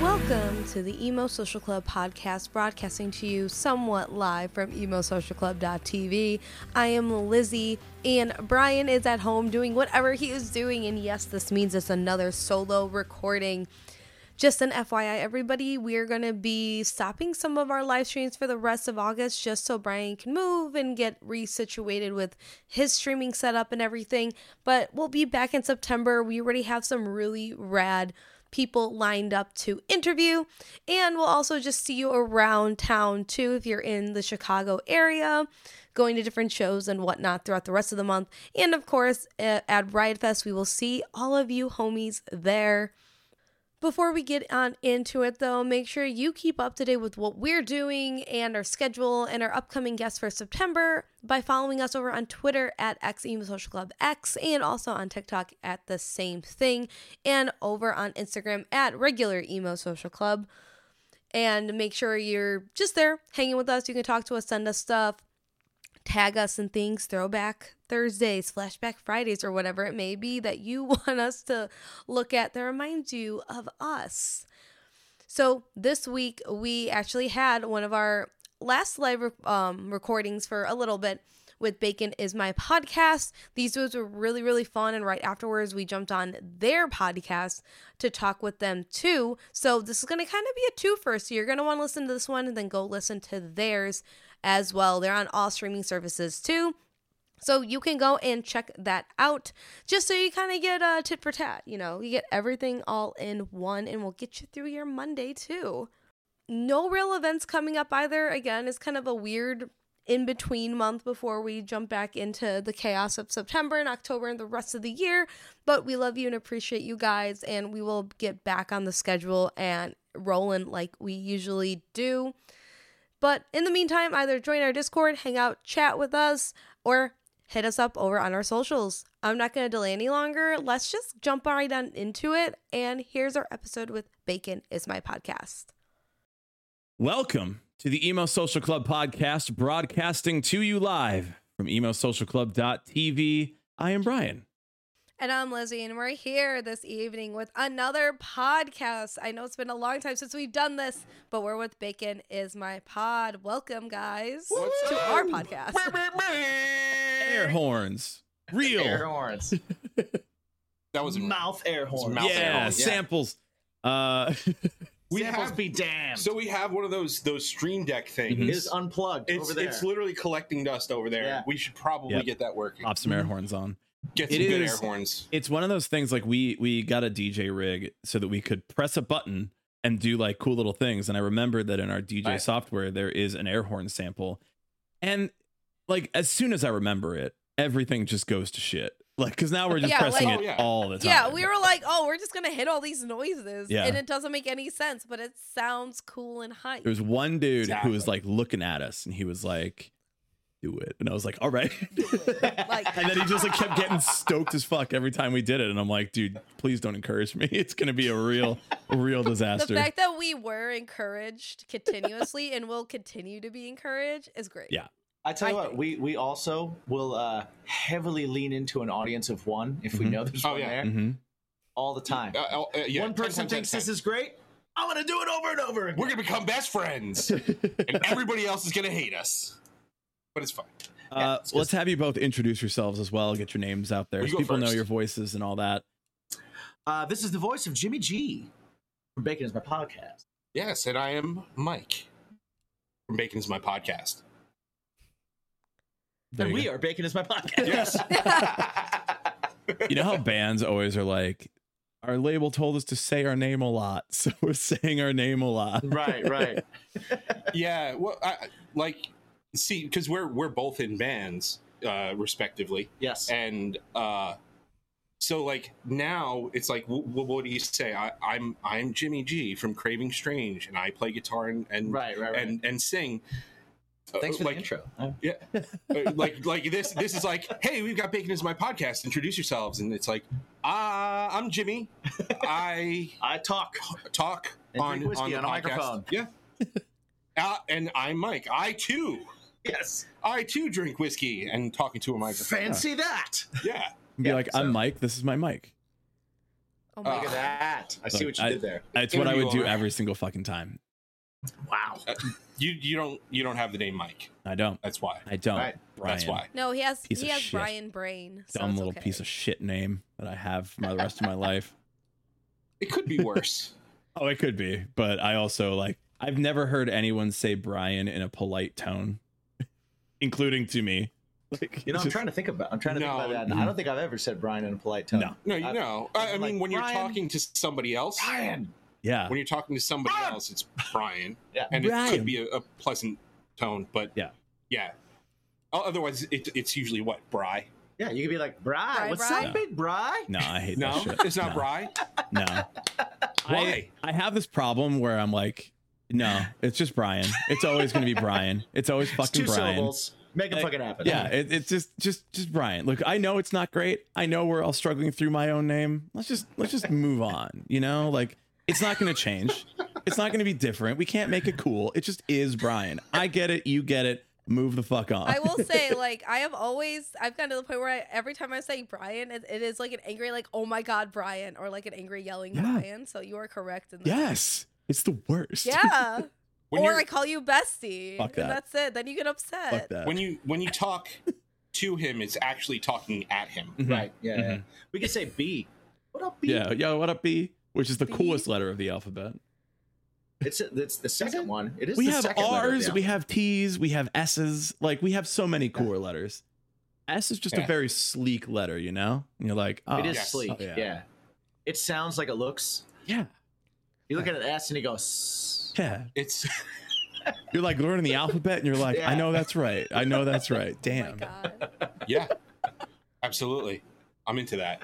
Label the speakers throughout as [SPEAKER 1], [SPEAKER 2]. [SPEAKER 1] Welcome to the Emo Social Club podcast, broadcasting to you somewhat live from emosocialclub.tv. I am Lizzie, and Brian is at home doing whatever he is doing. And yes, this means it's another solo recording. Just an FYI, everybody, we are going to be stopping some of our live streams for the rest of August just so Brian can move and get resituated with his streaming setup and everything. But we'll be back in September. We already have some really rad people lined up to interview. And we'll also just see you around town too if you're in the Chicago area, going to different shows and whatnot throughout the rest of the month. And of course, at, at Riot Fest, we will see all of you homies there. Before we get on into it, though, make sure you keep up to date with what we're doing and our schedule and our upcoming guests for September by following us over on Twitter at XEMO Social Club X and also on TikTok at the same thing and over on Instagram at regular Emo Social Club. And make sure you're just there hanging with us. You can talk to us, send us stuff, tag us in things, throwback Thursdays, flashback Fridays, or whatever it may be that you want us to look at that reminds you of us. So this week we actually had one of our last live rec- um, recordings for a little bit with Bacon is my podcast. These dudes were really really fun, and right afterwards we jumped on their podcast to talk with them too. So this is going to kind of be a twofer. So you're going to want to listen to this one and then go listen to theirs as well. They're on all streaming services too. So you can go and check that out just so you kind of get a tit for tat. You know, you get everything all in one and we'll get you through your Monday too. No real events coming up either. Again, it's kind of a weird in between month before we jump back into the chaos of September and October and the rest of the year. But we love you and appreciate you guys, and we will get back on the schedule and rolling like we usually do. But in the meantime, either join our Discord, hang out, chat with us, or hit us up over on our socials. I'm not going to delay any longer. Let's just jump right on into it. And here's our episode with Bacon is my podcast.
[SPEAKER 2] Welcome to the Emo Social Club podcast, broadcasting to you live from emosocialclub.tv. I am Brian.
[SPEAKER 1] And I'm Lizzie, and we're here this evening with another podcast. I know it's been a long time since we've done this, but we're with Bacon is my pod. Welcome, guys,
[SPEAKER 3] What's
[SPEAKER 1] to
[SPEAKER 3] up?
[SPEAKER 1] our podcast.
[SPEAKER 2] Air horns. Real.
[SPEAKER 3] Air horns.
[SPEAKER 4] That was in
[SPEAKER 3] mouth air horns.
[SPEAKER 4] mouth
[SPEAKER 2] yeah,
[SPEAKER 4] air horns, yeah.
[SPEAKER 2] samples. Uh,
[SPEAKER 3] We
[SPEAKER 4] We
[SPEAKER 3] Samples
[SPEAKER 4] have-
[SPEAKER 3] be damned.
[SPEAKER 4] So we have one of those those stream deck things.
[SPEAKER 2] Mhm.
[SPEAKER 3] it is unplugged
[SPEAKER 4] It's
[SPEAKER 3] over there.
[SPEAKER 4] it's literally collecting dust over there.
[SPEAKER 3] Yeah.
[SPEAKER 4] We should probably
[SPEAKER 2] Yep.
[SPEAKER 4] get that working.
[SPEAKER 2] pop some air horns on.
[SPEAKER 4] Get
[SPEAKER 2] Uh, It
[SPEAKER 4] some good
[SPEAKER 2] is-
[SPEAKER 4] air horns.
[SPEAKER 2] It's one of those things like we we got a DJ rig so that we could press a button and do like cool little things. And I remembered that in our DJ
[SPEAKER 4] Right.
[SPEAKER 2] software there is an air horn sample, and like as soon as I remember it, everything just goes to shit. Like because now we're just
[SPEAKER 1] Yeah,
[SPEAKER 2] pressing
[SPEAKER 4] like-
[SPEAKER 2] it
[SPEAKER 4] Oh, yeah.
[SPEAKER 2] all the time.
[SPEAKER 1] Yeah, we were like, oh, we're just going to hit all these noises.
[SPEAKER 2] Yeah.
[SPEAKER 1] And it doesn't make any sense, but it sounds cool and hype.
[SPEAKER 2] There was one dude who was
[SPEAKER 4] Exactly.
[SPEAKER 2] like looking at us and he was like, do it. And I was like, all right.
[SPEAKER 1] like,
[SPEAKER 2] and then he just like kept getting stoked as fuck every time we did it. And I'm like, dude, please don't encourage me. It's going to be a real, real
[SPEAKER 1] the
[SPEAKER 2] disaster.
[SPEAKER 1] fact that we were encouraged continuously and will continue to be encouraged is great.
[SPEAKER 2] Yeah.
[SPEAKER 3] I tell you
[SPEAKER 1] I
[SPEAKER 3] what,
[SPEAKER 1] think-
[SPEAKER 3] we we also will uh, heavily lean into an audience of one if we
[SPEAKER 2] Mhm.
[SPEAKER 3] know there's
[SPEAKER 4] Oh,
[SPEAKER 3] one
[SPEAKER 4] yeah.
[SPEAKER 3] there
[SPEAKER 2] hmm
[SPEAKER 3] all the time.
[SPEAKER 4] Uh, uh, uh, yeah,
[SPEAKER 3] one
[SPEAKER 4] 10
[SPEAKER 3] person
[SPEAKER 4] times out
[SPEAKER 3] thinks
[SPEAKER 4] of
[SPEAKER 3] this
[SPEAKER 4] 10.
[SPEAKER 3] is great. I'm gonna do it over and over again.
[SPEAKER 4] We're gonna become best friends, and everybody else is gonna hate us. But it's fine.
[SPEAKER 2] uh,
[SPEAKER 3] it's
[SPEAKER 2] let's
[SPEAKER 3] just-
[SPEAKER 2] have you both introduce yourselves as well. Get your names out there.
[SPEAKER 4] You
[SPEAKER 2] so
[SPEAKER 4] go
[SPEAKER 2] people know
[SPEAKER 4] first.
[SPEAKER 2] your voices and all that.
[SPEAKER 3] Uh, this is the voice of Jimmy G from Bacon is my podcast.
[SPEAKER 4] Yes, and I am Mike from Bacon's My Podcast.
[SPEAKER 2] There
[SPEAKER 3] and
[SPEAKER 2] you
[SPEAKER 3] we
[SPEAKER 2] go.
[SPEAKER 3] are Bacon is my podcast.
[SPEAKER 4] Yes.
[SPEAKER 2] You know how bands always are like, our label told us to say our name a lot. So we're saying our name a lot.
[SPEAKER 3] right, right.
[SPEAKER 4] yeah well I, I- like see because we're we're both in bands uh respectively
[SPEAKER 3] Yes.
[SPEAKER 4] and uh so like now it's like w- what do you say I, i'm i'm jimmy g from craving strange and i play guitar and and
[SPEAKER 3] right, right, right.
[SPEAKER 4] and, and sing
[SPEAKER 3] Thanks for
[SPEAKER 4] like,
[SPEAKER 3] the intro. Uh,
[SPEAKER 4] Yeah, Uh, like like this this is like, hey, we've got bacon as my podcast. Introduce yourselves, and it's like, ah, I'm Jimmy. I
[SPEAKER 3] I talk.
[SPEAKER 4] talk
[SPEAKER 3] And
[SPEAKER 4] on
[SPEAKER 3] drink whiskey
[SPEAKER 4] on, the
[SPEAKER 3] on a
[SPEAKER 4] podcast.
[SPEAKER 3] microphone.
[SPEAKER 4] Yeah, uh, and I'm Mike. I too,
[SPEAKER 3] Yes.
[SPEAKER 4] I too drink whiskey and talking to a microphone.
[SPEAKER 3] Fancy that.
[SPEAKER 4] Yeah,
[SPEAKER 2] be
[SPEAKER 3] Yeah,
[SPEAKER 2] like,
[SPEAKER 3] so-
[SPEAKER 2] I'm Mike. This is my mic.
[SPEAKER 1] Oh my
[SPEAKER 4] Uh,
[SPEAKER 3] Look at
[SPEAKER 1] god.
[SPEAKER 3] that. I see
[SPEAKER 2] Look,
[SPEAKER 3] what you
[SPEAKER 2] I-
[SPEAKER 3] did there.
[SPEAKER 2] It's what I would do
[SPEAKER 4] Interviewer.
[SPEAKER 2] every single fucking time.
[SPEAKER 3] Wow.
[SPEAKER 4] you you don't you don't have the name Mike.
[SPEAKER 2] I don't.
[SPEAKER 4] That's why.
[SPEAKER 2] I don't.
[SPEAKER 3] Right.
[SPEAKER 2] Brian.
[SPEAKER 4] That's why.
[SPEAKER 1] No, he has
[SPEAKER 2] Piece
[SPEAKER 1] he
[SPEAKER 2] of
[SPEAKER 1] has
[SPEAKER 2] shit.
[SPEAKER 1] Brian Brain. So
[SPEAKER 2] Dumb
[SPEAKER 1] it's
[SPEAKER 2] little
[SPEAKER 1] okay.
[SPEAKER 2] piece of shit name that I have for my- the rest of my life.
[SPEAKER 4] It could be worse.
[SPEAKER 2] Oh, it could be, but I also like I've never heard anyone say Brian in a polite tone, including to me. Like,
[SPEAKER 3] You know, I'm
[SPEAKER 2] just-
[SPEAKER 3] trying to think about. I'm trying to
[SPEAKER 4] No.
[SPEAKER 3] think about that. and I don't think I've ever said Brian in a polite tone.
[SPEAKER 2] No.
[SPEAKER 4] no, you
[SPEAKER 3] I-
[SPEAKER 4] know. I, I
[SPEAKER 3] I'm
[SPEAKER 4] mean,
[SPEAKER 3] like,
[SPEAKER 4] when you're
[SPEAKER 3] "Brian."
[SPEAKER 4] talking to somebody else,
[SPEAKER 3] Brian.
[SPEAKER 2] yeah,
[SPEAKER 4] when you're talking to somebody
[SPEAKER 3] Brian.
[SPEAKER 4] else, it's Brian.
[SPEAKER 3] Yeah.
[SPEAKER 4] and it
[SPEAKER 2] Brian.
[SPEAKER 4] could be a, a pleasant tone, but
[SPEAKER 2] Yeah.
[SPEAKER 4] yeah. O- Otherwise, it, it's usually what Bry.
[SPEAKER 3] Yeah, you could be like, Bry,
[SPEAKER 1] Bri,
[SPEAKER 3] what's
[SPEAKER 1] Bri?
[SPEAKER 3] up, big Bry?
[SPEAKER 2] no, I hate
[SPEAKER 4] No,
[SPEAKER 2] that shit.
[SPEAKER 4] it's not
[SPEAKER 2] no,
[SPEAKER 4] Bry.
[SPEAKER 2] No,
[SPEAKER 4] Why?
[SPEAKER 2] I, I have this problem where I'm like, no, it's just Brian. It's always gonna be Brian. It's always
[SPEAKER 3] It's
[SPEAKER 2] fucking
[SPEAKER 3] two
[SPEAKER 2] Brian.
[SPEAKER 3] syllables. Make it
[SPEAKER 2] Like,
[SPEAKER 3] fucking happen.
[SPEAKER 2] Yeah, it, it's just just just Brian. Look, I know it's not great. I know we're all struggling through my own name. Let's just let's just move on. You know, like it's not going to change. It's not going to be different. We can't make it cool. It just is Brian. I get it. You get it. Move the fuck on.
[SPEAKER 1] I will say, like, I have always I've gotten to the point where I, every time I say Brian, it, it is like an angry, like, oh my god, Brian, or like an angry yelling
[SPEAKER 2] Yeah.
[SPEAKER 1] Brian. So you are correct in that.
[SPEAKER 2] yes, it's the worst.
[SPEAKER 1] Yeah.
[SPEAKER 4] When
[SPEAKER 1] or
[SPEAKER 4] you're-
[SPEAKER 1] I call you bestie.
[SPEAKER 2] Fuck
[SPEAKER 1] And
[SPEAKER 2] that.
[SPEAKER 1] that's it. Then you get upset.
[SPEAKER 2] Fuck that.
[SPEAKER 4] when you when you talk to him, it's actually talking at him.
[SPEAKER 2] Mhm.
[SPEAKER 3] Right. Yeah. yeah.
[SPEAKER 2] Mhm.
[SPEAKER 3] We could say B. What up, B?
[SPEAKER 2] Yeah. Yo, what up, B? Which is the
[SPEAKER 1] B?
[SPEAKER 2] coolest letter of the alphabet.
[SPEAKER 3] It's it's the second
[SPEAKER 4] it?
[SPEAKER 3] one. It is.
[SPEAKER 2] we
[SPEAKER 3] the
[SPEAKER 2] have
[SPEAKER 3] second letter
[SPEAKER 2] R's,
[SPEAKER 3] down.
[SPEAKER 2] we have T's, we have S's. Like we have so many cooler letters. S is just a
[SPEAKER 4] Yeah.
[SPEAKER 2] very sleek letter, you know. And you're like, oh,
[SPEAKER 3] It is
[SPEAKER 4] yes.
[SPEAKER 3] sleek.
[SPEAKER 2] Oh, yeah.
[SPEAKER 3] yeah. It sounds like it looks.
[SPEAKER 2] yeah,
[SPEAKER 3] You look at an S and you go. "S-"
[SPEAKER 2] yeah.
[SPEAKER 4] It's
[SPEAKER 2] You're like learning the alphabet, and you're like, I
[SPEAKER 3] Yeah.
[SPEAKER 2] know that's right. I know that's right.
[SPEAKER 1] Oh my
[SPEAKER 2] Damn.
[SPEAKER 1] god.
[SPEAKER 4] yeah, absolutely. I'm into that.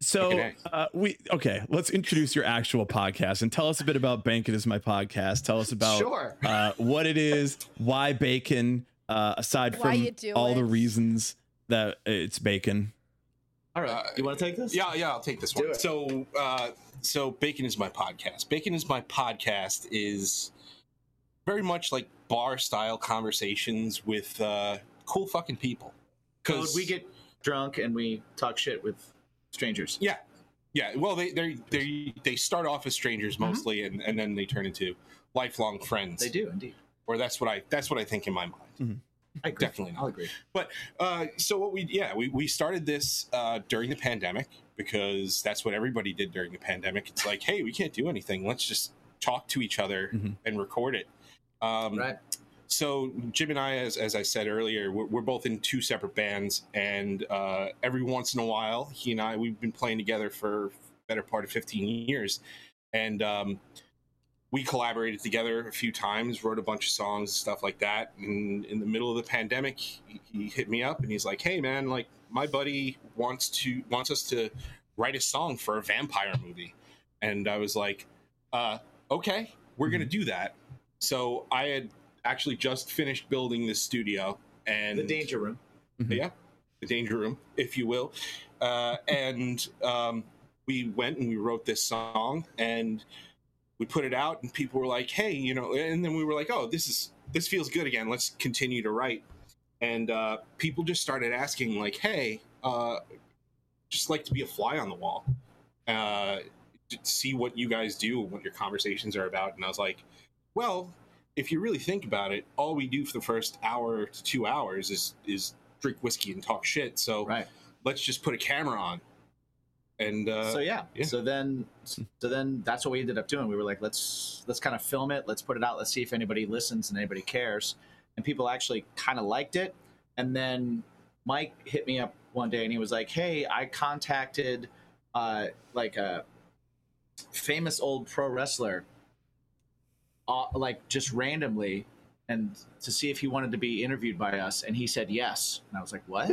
[SPEAKER 2] so
[SPEAKER 4] Fucking
[SPEAKER 2] uh, we okay. Let's introduce your actual podcast and tell us a bit about Bank It Is My Podcast. Tell us about
[SPEAKER 3] Sure.
[SPEAKER 2] uh, what it is, why bacon. Uh, aside
[SPEAKER 1] Why you
[SPEAKER 2] from
[SPEAKER 1] do
[SPEAKER 2] all the
[SPEAKER 1] it.
[SPEAKER 2] reasons that it's bacon.
[SPEAKER 3] All right.
[SPEAKER 4] Uh,
[SPEAKER 3] you want to take this?
[SPEAKER 4] Yeah, yeah, I'll take this one.
[SPEAKER 3] Do it.
[SPEAKER 4] So, uh, so Bacon is my podcast. Bacon is my podcast is very much like bar style conversations with uh, cool fucking people.
[SPEAKER 3] Code. We get drunk and we talk shit with strangers.
[SPEAKER 4] Yeah, yeah. Well, they they they they start off as strangers mostly, and and then they turn into lifelong friends.
[SPEAKER 3] Mm-hmm. They do indeed.
[SPEAKER 4] Or that's what I that's what I think in my mind.
[SPEAKER 3] I agree.
[SPEAKER 4] Definitely not.
[SPEAKER 3] I'll agree.
[SPEAKER 4] But uh, so what we yeah we, we started this uh, during the pandemic because that's what everybody did during the pandemic. It's like hey we can't do anything. Let's just talk to each other
[SPEAKER 2] Mhm.
[SPEAKER 4] and record it. Um,
[SPEAKER 3] Right.
[SPEAKER 4] So Jim and I, as, as I said earlier, we're, we're both in two separate bands, and uh, every once in a while, he and I we've been playing together for better part of fifteen years, and um, we collaborated together a few times, wrote a bunch of songs, stuff like that. And in the middle of the pandemic, he, he hit me up and he's like, "Hey, man, like my buddy wants to wants us to write a song for a vampire movie," and I was like, uh, "Okay, we're gonna do that." So I had actually just finished building this studio and
[SPEAKER 3] The danger room.
[SPEAKER 4] yeah, the danger room, if you will. Uh, and um, we went and we wrote this song and we put it out, and people were like, "Hey, you know," and then we were like, "Oh, this is this feels good again. Let's continue to write." And uh, people just started asking, like, "Hey, uh, just like to be a fly on the wall, uh, to see what you guys do and what your conversations are about." And I was like, "Well." If you really think about it, all we do for the first hour to two hours is is drink whiskey and talk shit. So
[SPEAKER 3] Right.
[SPEAKER 4] let's just put a camera on. And uh,
[SPEAKER 3] so yeah.
[SPEAKER 4] yeah.
[SPEAKER 3] So then, so then that's what we ended up doing. We were like, let's let's kind of film it. Let's put it out. Let's see if anybody listens and anybody cares. And people actually kind of liked it. And then Mike hit me up one day and he was like, hey, I contacted uh, like a famous old pro wrestler, uh, like just randomly. And to see if he wanted to be interviewed by us, and he said yes, and I was like, "What?"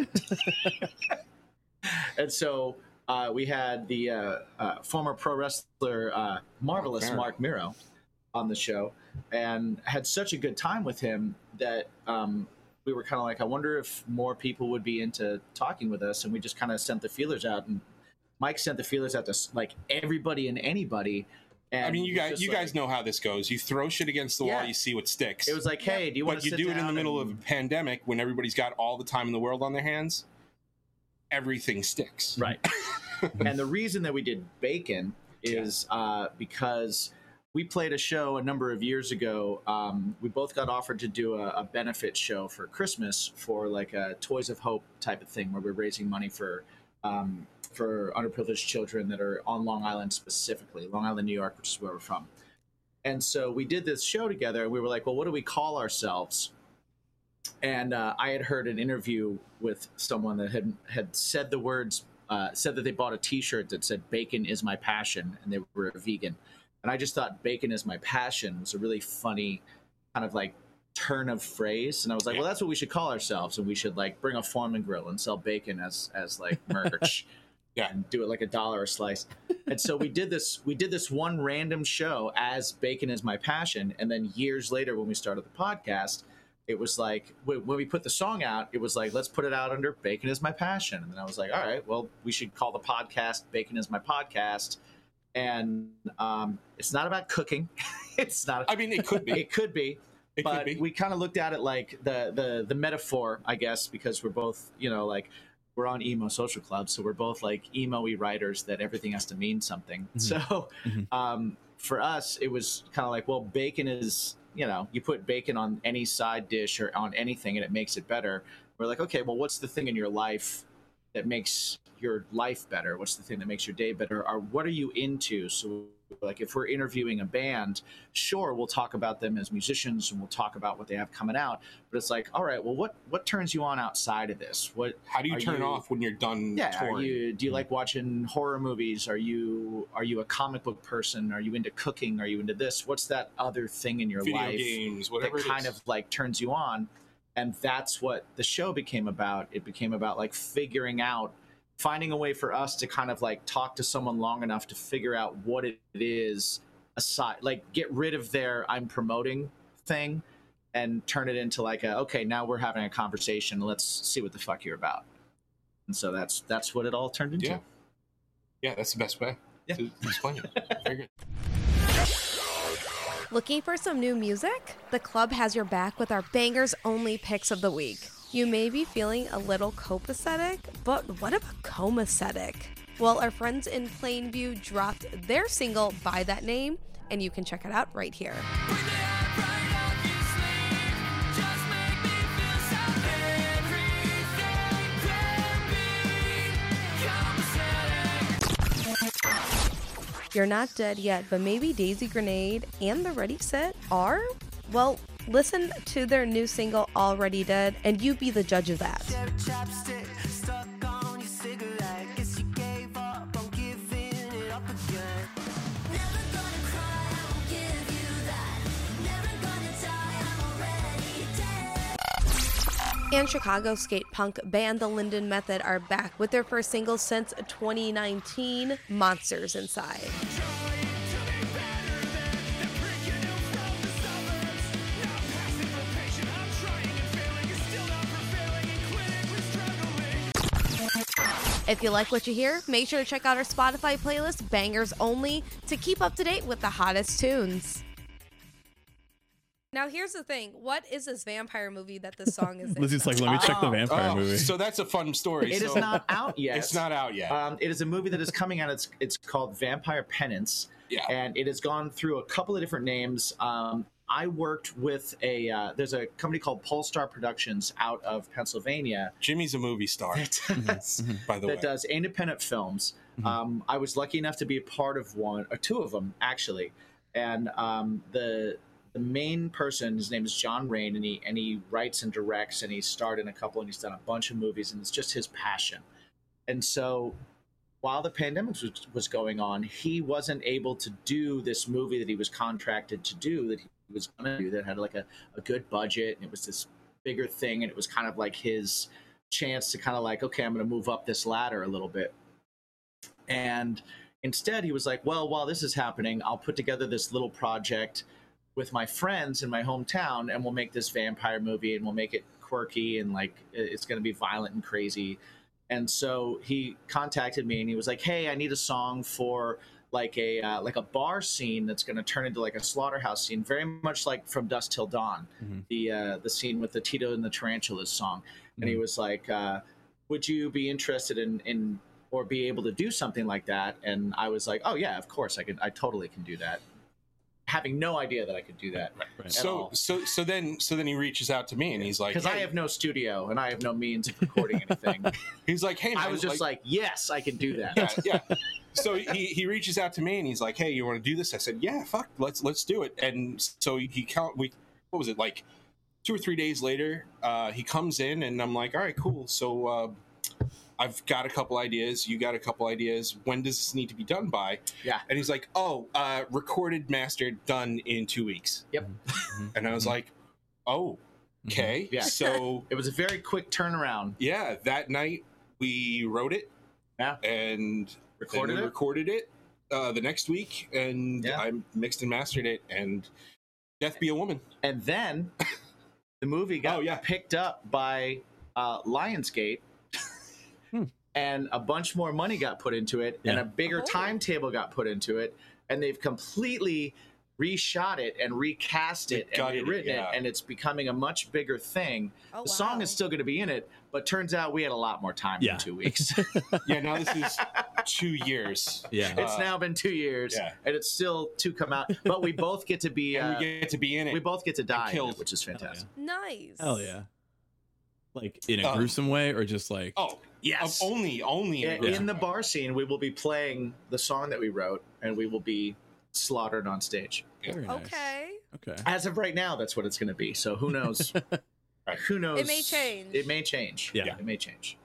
[SPEAKER 3] and so uh, we had the uh, uh, former pro wrestler uh, Marvelous
[SPEAKER 4] Miro.
[SPEAKER 3] Mark Miro on the show and had such a good time with him that um, we were kind of like, I wonder if more people would be into talking with us. And we just kind of sent the feelers out, and Mike sent the feelers out to s- like everybody and anybody. And
[SPEAKER 4] I mean, you
[SPEAKER 3] it was
[SPEAKER 4] guys,
[SPEAKER 3] just
[SPEAKER 4] you
[SPEAKER 3] like-
[SPEAKER 4] guys know how this goes. You throw shit against the wall,
[SPEAKER 3] Yeah.
[SPEAKER 4] you see what sticks.
[SPEAKER 3] It was like, hey, do you want
[SPEAKER 4] but
[SPEAKER 3] to
[SPEAKER 4] you
[SPEAKER 3] sit
[SPEAKER 4] do it in
[SPEAKER 3] down
[SPEAKER 4] the middle
[SPEAKER 3] and-
[SPEAKER 4] of a pandemic when everybody's got all the time in the world on their hands. Everything sticks.
[SPEAKER 3] Right. and the reason that we did bacon is uh, because we played a show a number of years ago. Um, we both got offered to do a, a benefit show for Christmas for like a Toys of Hope type of thing where we're raising money for. Um, for underprivileged children that are on Long Island specifically, Long Island, New York, which is where we're from. And so we did this show together and we were like, well, what do we call ourselves? and uh, I had heard an interview with someone that had had said the words, uh, said that they bought a T-shirt that said "Bacon is my passion," and they were a vegan. And I just thought "Bacon is my passion" was a really funny kind of like turn of phrase, and I was like,
[SPEAKER 4] Yeah.
[SPEAKER 3] well, that's what we should call ourselves, and we should like bring a Foreman grill and sell bacon as as like merch.
[SPEAKER 4] Yeah.
[SPEAKER 3] And do it like a dollar a slice, and so we did this. We did this one random show as "Bacon is My Passion," and then years later, when we started the podcast, it was like when when we put the song out, it was like let's put it out under "Bacon Is My Passion," and then I was like, all right, well, we should call the podcast "Bacon Is My Podcast," and um, it's not about cooking. it's not.
[SPEAKER 4] I mean, it could be.
[SPEAKER 3] It could be,
[SPEAKER 4] It could
[SPEAKER 3] but
[SPEAKER 4] be.
[SPEAKER 3] we kind of looked at it like the the the metaphor, I guess, because we're both you know like we're on emo social club, so we're both like emo writers that everything has to mean something.
[SPEAKER 4] Mm-hmm.
[SPEAKER 2] Mhm.
[SPEAKER 3] So
[SPEAKER 2] Mhm.
[SPEAKER 3] um, for us, it was kind of like well, bacon is you know you put bacon on any side dish or on anything and it makes it better. We're like okay, well, what's the thing in your life that makes your life better? What's the thing that makes your day better? Or what are you into? So like if we're interviewing a band sure we'll talk about them as musicians and we'll talk about what they have coming out but it's like all right well what what turns you on outside of this what
[SPEAKER 4] How do you
[SPEAKER 3] Are
[SPEAKER 4] turn
[SPEAKER 3] you-
[SPEAKER 4] off when you're done
[SPEAKER 3] yeah are
[SPEAKER 4] touring? Hmm.
[SPEAKER 3] you do you
[SPEAKER 2] Mhm.
[SPEAKER 3] like watching horror movies are you are you a comic book person are you into cooking are you into this what's that other thing in your
[SPEAKER 4] Video
[SPEAKER 3] life
[SPEAKER 4] games, whatever.
[SPEAKER 3] that
[SPEAKER 4] it
[SPEAKER 3] kind
[SPEAKER 4] is.
[SPEAKER 3] of like turns you on and that's what the show became about it became about like figuring out finding a way for us to kind of like talk to someone long enough to figure out what it is aside like get rid of their i'm promoting thing and turn it into like a okay now we're having a conversation let's see what the fuck you're about and so that's that's what it all turned into
[SPEAKER 4] Yeah. Yeah, that's the best way
[SPEAKER 3] Yeah.
[SPEAKER 4] to explain it. Very good.
[SPEAKER 1] Looking for some new music? The club has your back with our bangers only picks of the week. You may be feeling a little copacetic, but what about comacetic? Well, our friends in Plainview dropped their single by that name, and you can check it out right here. You're not dead yet, but maybe Daisy Grenade and the Ready Set are? Well, listen to their new single, Already Dead, and you be the judge of that.
[SPEAKER 5] Chapstick stuck on your cigarette. Guess you gave up on giving it up again.
[SPEAKER 6] Never gonna cry, I won't give you that. Never gonna die, I'm already dead.
[SPEAKER 1] and Chicago skate punk band The Linden Method are back with their first single since 2019, Monsters Inside. If you like what you hear, make sure to check out our Spotify playlist, Bangers Only, to keep up to date with the hottest tunes. Now, here's the thing what is this vampire movie that this song is in?
[SPEAKER 2] Lizzie's like, let me check the
[SPEAKER 3] Oh,
[SPEAKER 2] vampire
[SPEAKER 4] Oh,
[SPEAKER 2] movie.
[SPEAKER 4] so that's a fun story.
[SPEAKER 3] It is
[SPEAKER 4] So
[SPEAKER 3] not out yet
[SPEAKER 4] It's not out yet.
[SPEAKER 3] Um, it is a movie that is coming out. It's it's called Vampire Penance.
[SPEAKER 4] Yeah.
[SPEAKER 3] And it has gone through a couple of different names. Um, I worked with a uh, there's a company called Polestar Productions out of Pennsylvania
[SPEAKER 4] Jimmy's a movie star,
[SPEAKER 3] that does
[SPEAKER 4] by the way.
[SPEAKER 3] that does independent films. Um, I was lucky enough to be a part of one or two of them actually, and um, the the main person his name is John Rain, and he and he writes and directs, and he starred in a couple, and he's done a bunch of movies, and it's just his passion. And so, while the pandemic was, was going on, he wasn't able to do this movie that he was contracted to do that he was going to do that had like a, a good budget, and it was this bigger thing, and it was kind of like his chance to kind of like, okay, I'm going to move up this ladder a little bit. And instead, he was like, well, while this is happening, I'll put together this little project with my friends in my hometown, and we'll make this vampire movie, and we'll make it quirky and like i- it's going to be violent and crazy. And so he contacted me, and he was like, "Hey, I need a song for." Like a uh, like a bar scene that's going to turn into like a slaughterhouse scene, very much like from Dusk Till Dawn,
[SPEAKER 2] Mhm.
[SPEAKER 3] the uh, the scene with the Tito and the Tarantulas song and he was like uh, would you be interested in, in or be able to do something like that and i was like oh yeah of course i can i totally can do that having no idea that i could do that at
[SPEAKER 4] so
[SPEAKER 3] all.
[SPEAKER 4] so so then so then he reaches out to me and he's like
[SPEAKER 3] because i
[SPEAKER 4] "Hey."
[SPEAKER 3] have no studio and i have no means of recording anything
[SPEAKER 4] he's like hey man,
[SPEAKER 3] i was just like yes i can do that
[SPEAKER 4] yeah, yeah. So he, he reaches out to me and he's like, "Hey, you want to do this?" I said, "Yeah, fuck, let's let's do it." And so he count we what was it like two or three days later? Uh, he comes in and I'm like, "All right, cool. So uh, I've got a couple ideas. You got a couple ideas. When does this need to be done by?"
[SPEAKER 3] Yeah.
[SPEAKER 4] And he's like, "Oh, uh, recorded, mastered, done in two weeks."
[SPEAKER 3] Yep.
[SPEAKER 4] And
[SPEAKER 3] Mm-hmm.
[SPEAKER 4] I was like, "Oh, okay."
[SPEAKER 3] Yeah.
[SPEAKER 4] So
[SPEAKER 3] it was a very quick turnaround
[SPEAKER 4] yeah, that night we wrote it.
[SPEAKER 3] Yeah.
[SPEAKER 4] And then
[SPEAKER 3] recorded
[SPEAKER 4] we
[SPEAKER 3] it
[SPEAKER 4] recorded it uh, the next week, and
[SPEAKER 3] Yeah.
[SPEAKER 4] I mixed and mastered it. And Death Be a Woman.
[SPEAKER 3] and then the movie got
[SPEAKER 4] Oh, yeah.
[SPEAKER 3] picked up by uh, Lionsgate,
[SPEAKER 2] Hmm.
[SPEAKER 3] and a bunch more money got put into it, and
[SPEAKER 2] Yeah.
[SPEAKER 3] a bigger
[SPEAKER 1] Oh.
[SPEAKER 3] timetable got put into it, and they've completely reshot it and recast it
[SPEAKER 4] They gutted
[SPEAKER 3] and
[SPEAKER 4] it,
[SPEAKER 3] rewritten it,
[SPEAKER 4] yeah.
[SPEAKER 3] and it's becoming a much bigger thing.
[SPEAKER 1] Oh,
[SPEAKER 3] the song
[SPEAKER 1] wow.
[SPEAKER 3] is still going to be in it, but turns out we had a lot more time
[SPEAKER 2] Yeah.
[SPEAKER 3] than two weeks.
[SPEAKER 4] Yeah, now this is two years.
[SPEAKER 2] Yeah.
[SPEAKER 3] it's
[SPEAKER 4] Uh,
[SPEAKER 3] now been two years,
[SPEAKER 4] yeah.
[SPEAKER 3] and it's still to come out, but we both get to be.
[SPEAKER 4] And
[SPEAKER 3] uh,
[SPEAKER 4] we get to be in it.
[SPEAKER 3] we both get to die, in it,
[SPEAKER 4] killed. Oh,
[SPEAKER 3] which is fantastic.
[SPEAKER 1] Nice.
[SPEAKER 2] Hell yeah. Like in a
[SPEAKER 4] Um,
[SPEAKER 2] gruesome way or just like
[SPEAKER 4] oh,
[SPEAKER 3] Yes,
[SPEAKER 4] of- only, only
[SPEAKER 3] Yeah,
[SPEAKER 4] Rosewood.
[SPEAKER 3] in the bar scene, we will be playing the song that we wrote, and we will be slaughtered on stage.
[SPEAKER 2] very nice.
[SPEAKER 1] Okay.
[SPEAKER 2] Okay.
[SPEAKER 3] As of right now, that's what it's going to be. So who knows? who knows?
[SPEAKER 1] It may change.
[SPEAKER 3] It may change.
[SPEAKER 2] Yeah.
[SPEAKER 3] it may change.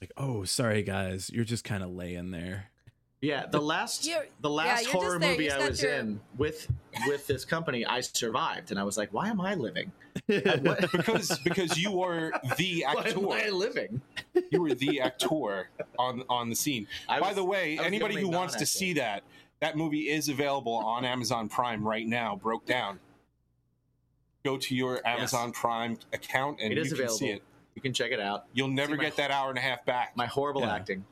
[SPEAKER 2] Like, oh, sorry guys, you're just kind of laying there.
[SPEAKER 3] Yeah, the last
[SPEAKER 1] You're-
[SPEAKER 3] the
[SPEAKER 1] yeah,
[SPEAKER 3] last
[SPEAKER 1] you're
[SPEAKER 3] horror
[SPEAKER 1] just there.
[SPEAKER 3] movie
[SPEAKER 1] It's
[SPEAKER 3] I
[SPEAKER 1] not
[SPEAKER 3] was
[SPEAKER 1] your-
[SPEAKER 3] in with with this company, I survived, and I was like, why am I living? What-
[SPEAKER 4] because because you were the
[SPEAKER 3] Why am I
[SPEAKER 4] actor.
[SPEAKER 3] living?
[SPEAKER 4] You were the actor on on the scene.
[SPEAKER 3] I
[SPEAKER 4] By
[SPEAKER 3] was-
[SPEAKER 4] the way,
[SPEAKER 3] I was the
[SPEAKER 4] anybody
[SPEAKER 3] only
[SPEAKER 4] who wants to
[SPEAKER 3] non-actor.
[SPEAKER 4] see that, that movie is available on Amazon Prime right now. Broke down. Go to your Amazon Prime account and
[SPEAKER 3] It
[SPEAKER 4] you
[SPEAKER 3] is
[SPEAKER 4] can
[SPEAKER 3] available.
[SPEAKER 4] see it.
[SPEAKER 3] You can check it out.
[SPEAKER 4] You'll never
[SPEAKER 3] my-
[SPEAKER 4] get that hour and a half back.
[SPEAKER 3] My horrible
[SPEAKER 2] Yeah.
[SPEAKER 3] acting.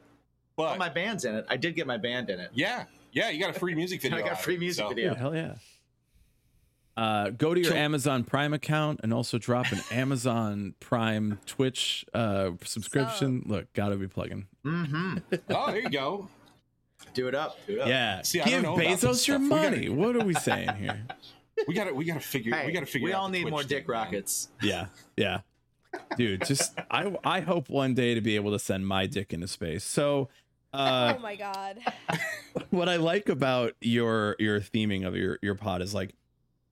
[SPEAKER 4] but
[SPEAKER 3] Well, my band's in it. I did get my band in it.
[SPEAKER 4] yeah, yeah, you got a free music video.
[SPEAKER 3] I
[SPEAKER 4] out
[SPEAKER 3] got
[SPEAKER 4] of
[SPEAKER 3] free
[SPEAKER 4] it,
[SPEAKER 3] music
[SPEAKER 4] so-
[SPEAKER 2] Dude,
[SPEAKER 3] video.
[SPEAKER 2] hell yeah. Uh, go to your
[SPEAKER 4] So-
[SPEAKER 2] Amazon Prime account and also drop an Amazon Prime Twitch uh, subscription. Look, gotta be plugging.
[SPEAKER 3] Mm-hmm.
[SPEAKER 4] Oh, there you go.
[SPEAKER 3] Do it up. Do it up.
[SPEAKER 2] Yeah,
[SPEAKER 4] Uh, See, I don't
[SPEAKER 2] give
[SPEAKER 4] know about this
[SPEAKER 2] Bezos your
[SPEAKER 4] stuff. We gotta-
[SPEAKER 2] money. What are we saying here?
[SPEAKER 4] We got to we got to figure
[SPEAKER 3] Hey,
[SPEAKER 4] we got to figure.
[SPEAKER 3] We
[SPEAKER 4] out
[SPEAKER 3] all
[SPEAKER 4] the
[SPEAKER 3] need
[SPEAKER 4] Twitch
[SPEAKER 3] more
[SPEAKER 4] thing,
[SPEAKER 3] dick
[SPEAKER 4] man.
[SPEAKER 3] rockets.
[SPEAKER 2] Yeah, yeah, dude. Just I I hope one day to be able to send my dick into space. So, uh,
[SPEAKER 1] oh my god.
[SPEAKER 2] what I like about your your theming of your your pod is like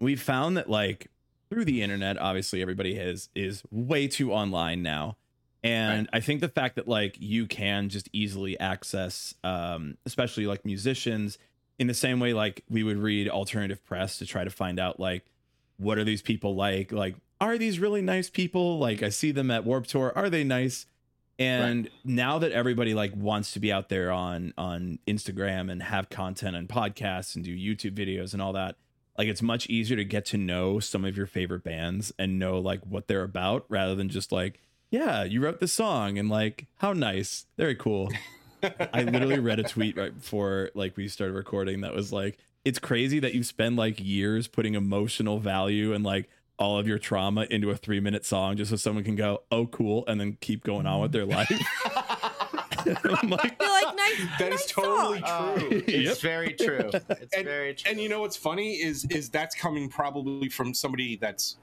[SPEAKER 2] we found that like through the internet, obviously everybody has is way too online now. And I think the fact that like you can just easily access um especially like musicians in the same way like we would read alternative press to try to find out like what are these people like? Like are these really nice people? Like I see them at Warp Tour, are they nice? and now that everybody like wants to be out there on on instagram and have content and podcasts and do youtube videos and all that like it's much easier to get to know some of your favorite bands and know like what they're about rather than just like yeah you wrote this song and like how nice very cool i literally read a tweet right before like we started recording that was like it's crazy that you spend like years putting emotional value and like all of your trauma into a three minute song just so someone can go oh cool and then keep going on with their
[SPEAKER 4] Mm-hmm.
[SPEAKER 2] life I'm like,
[SPEAKER 1] You're like nice.
[SPEAKER 4] That
[SPEAKER 1] nice
[SPEAKER 4] is totally
[SPEAKER 1] song.
[SPEAKER 3] Uh,
[SPEAKER 4] true.
[SPEAKER 3] it's
[SPEAKER 2] Yep.
[SPEAKER 3] very true. It's very true.
[SPEAKER 4] And you know what's funny is is that's coming probably from somebody that's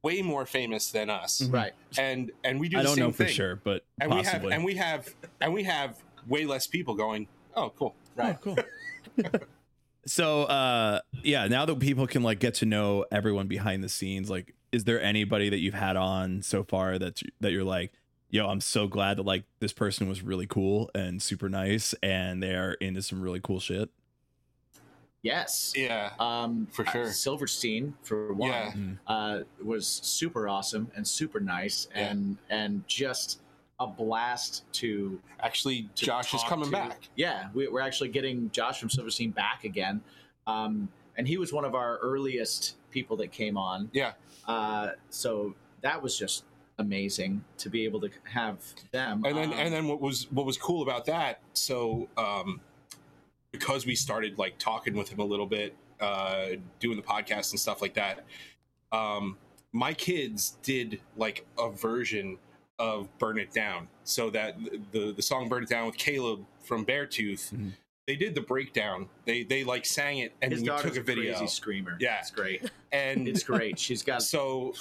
[SPEAKER 4] way more famous than us,
[SPEAKER 2] Mhm.
[SPEAKER 3] right.
[SPEAKER 4] and and we do.
[SPEAKER 2] I
[SPEAKER 4] the
[SPEAKER 2] don't
[SPEAKER 4] same
[SPEAKER 2] know for
[SPEAKER 4] thing.
[SPEAKER 2] sure, but
[SPEAKER 4] And
[SPEAKER 2] possibly.
[SPEAKER 4] we have and we have and we have way less people going. Oh, cool.
[SPEAKER 2] Oh, cool. so, uh, yeah, now that people can like get to know everyone behind the scenes, like, is there anybody that you've had on so far that you- that you're like, yo, I'm so glad that like this person was really cool and super nice, and they're into some really cool shit.
[SPEAKER 3] Yes.
[SPEAKER 4] Yeah.
[SPEAKER 3] Um,
[SPEAKER 4] For
[SPEAKER 3] uh,
[SPEAKER 4] sure.
[SPEAKER 3] Silverstein for one
[SPEAKER 4] Yeah.
[SPEAKER 2] Mm.
[SPEAKER 3] uh, was super awesome and super nice
[SPEAKER 4] Yeah.
[SPEAKER 3] and and just a blast to.
[SPEAKER 4] Actually,
[SPEAKER 3] to
[SPEAKER 4] Josh is
[SPEAKER 3] talk
[SPEAKER 4] coming
[SPEAKER 3] to.
[SPEAKER 4] back.
[SPEAKER 3] Yeah, we, we're actually getting Josh from Silverstein back again. Um, and he was one of our earliest people that came on.
[SPEAKER 4] Yeah.
[SPEAKER 3] Uh, so that was just amazing to be able to have them.
[SPEAKER 4] and then
[SPEAKER 3] Um,
[SPEAKER 4] and then what was what was cool about that so um because we started like talking with him a little bit uh doing the podcast and stuff like that um my kids did like a version of burn it down so that the the song burn it down with caleb from beartooth
[SPEAKER 2] Mhm.
[SPEAKER 4] they did the breakdown they they like sang it and
[SPEAKER 3] his
[SPEAKER 4] we
[SPEAKER 3] daughter's
[SPEAKER 4] took a
[SPEAKER 3] a
[SPEAKER 4] video
[SPEAKER 3] crazy screamer.
[SPEAKER 4] Yeah.
[SPEAKER 3] it's great.
[SPEAKER 4] and
[SPEAKER 3] It's great. She's got
[SPEAKER 4] so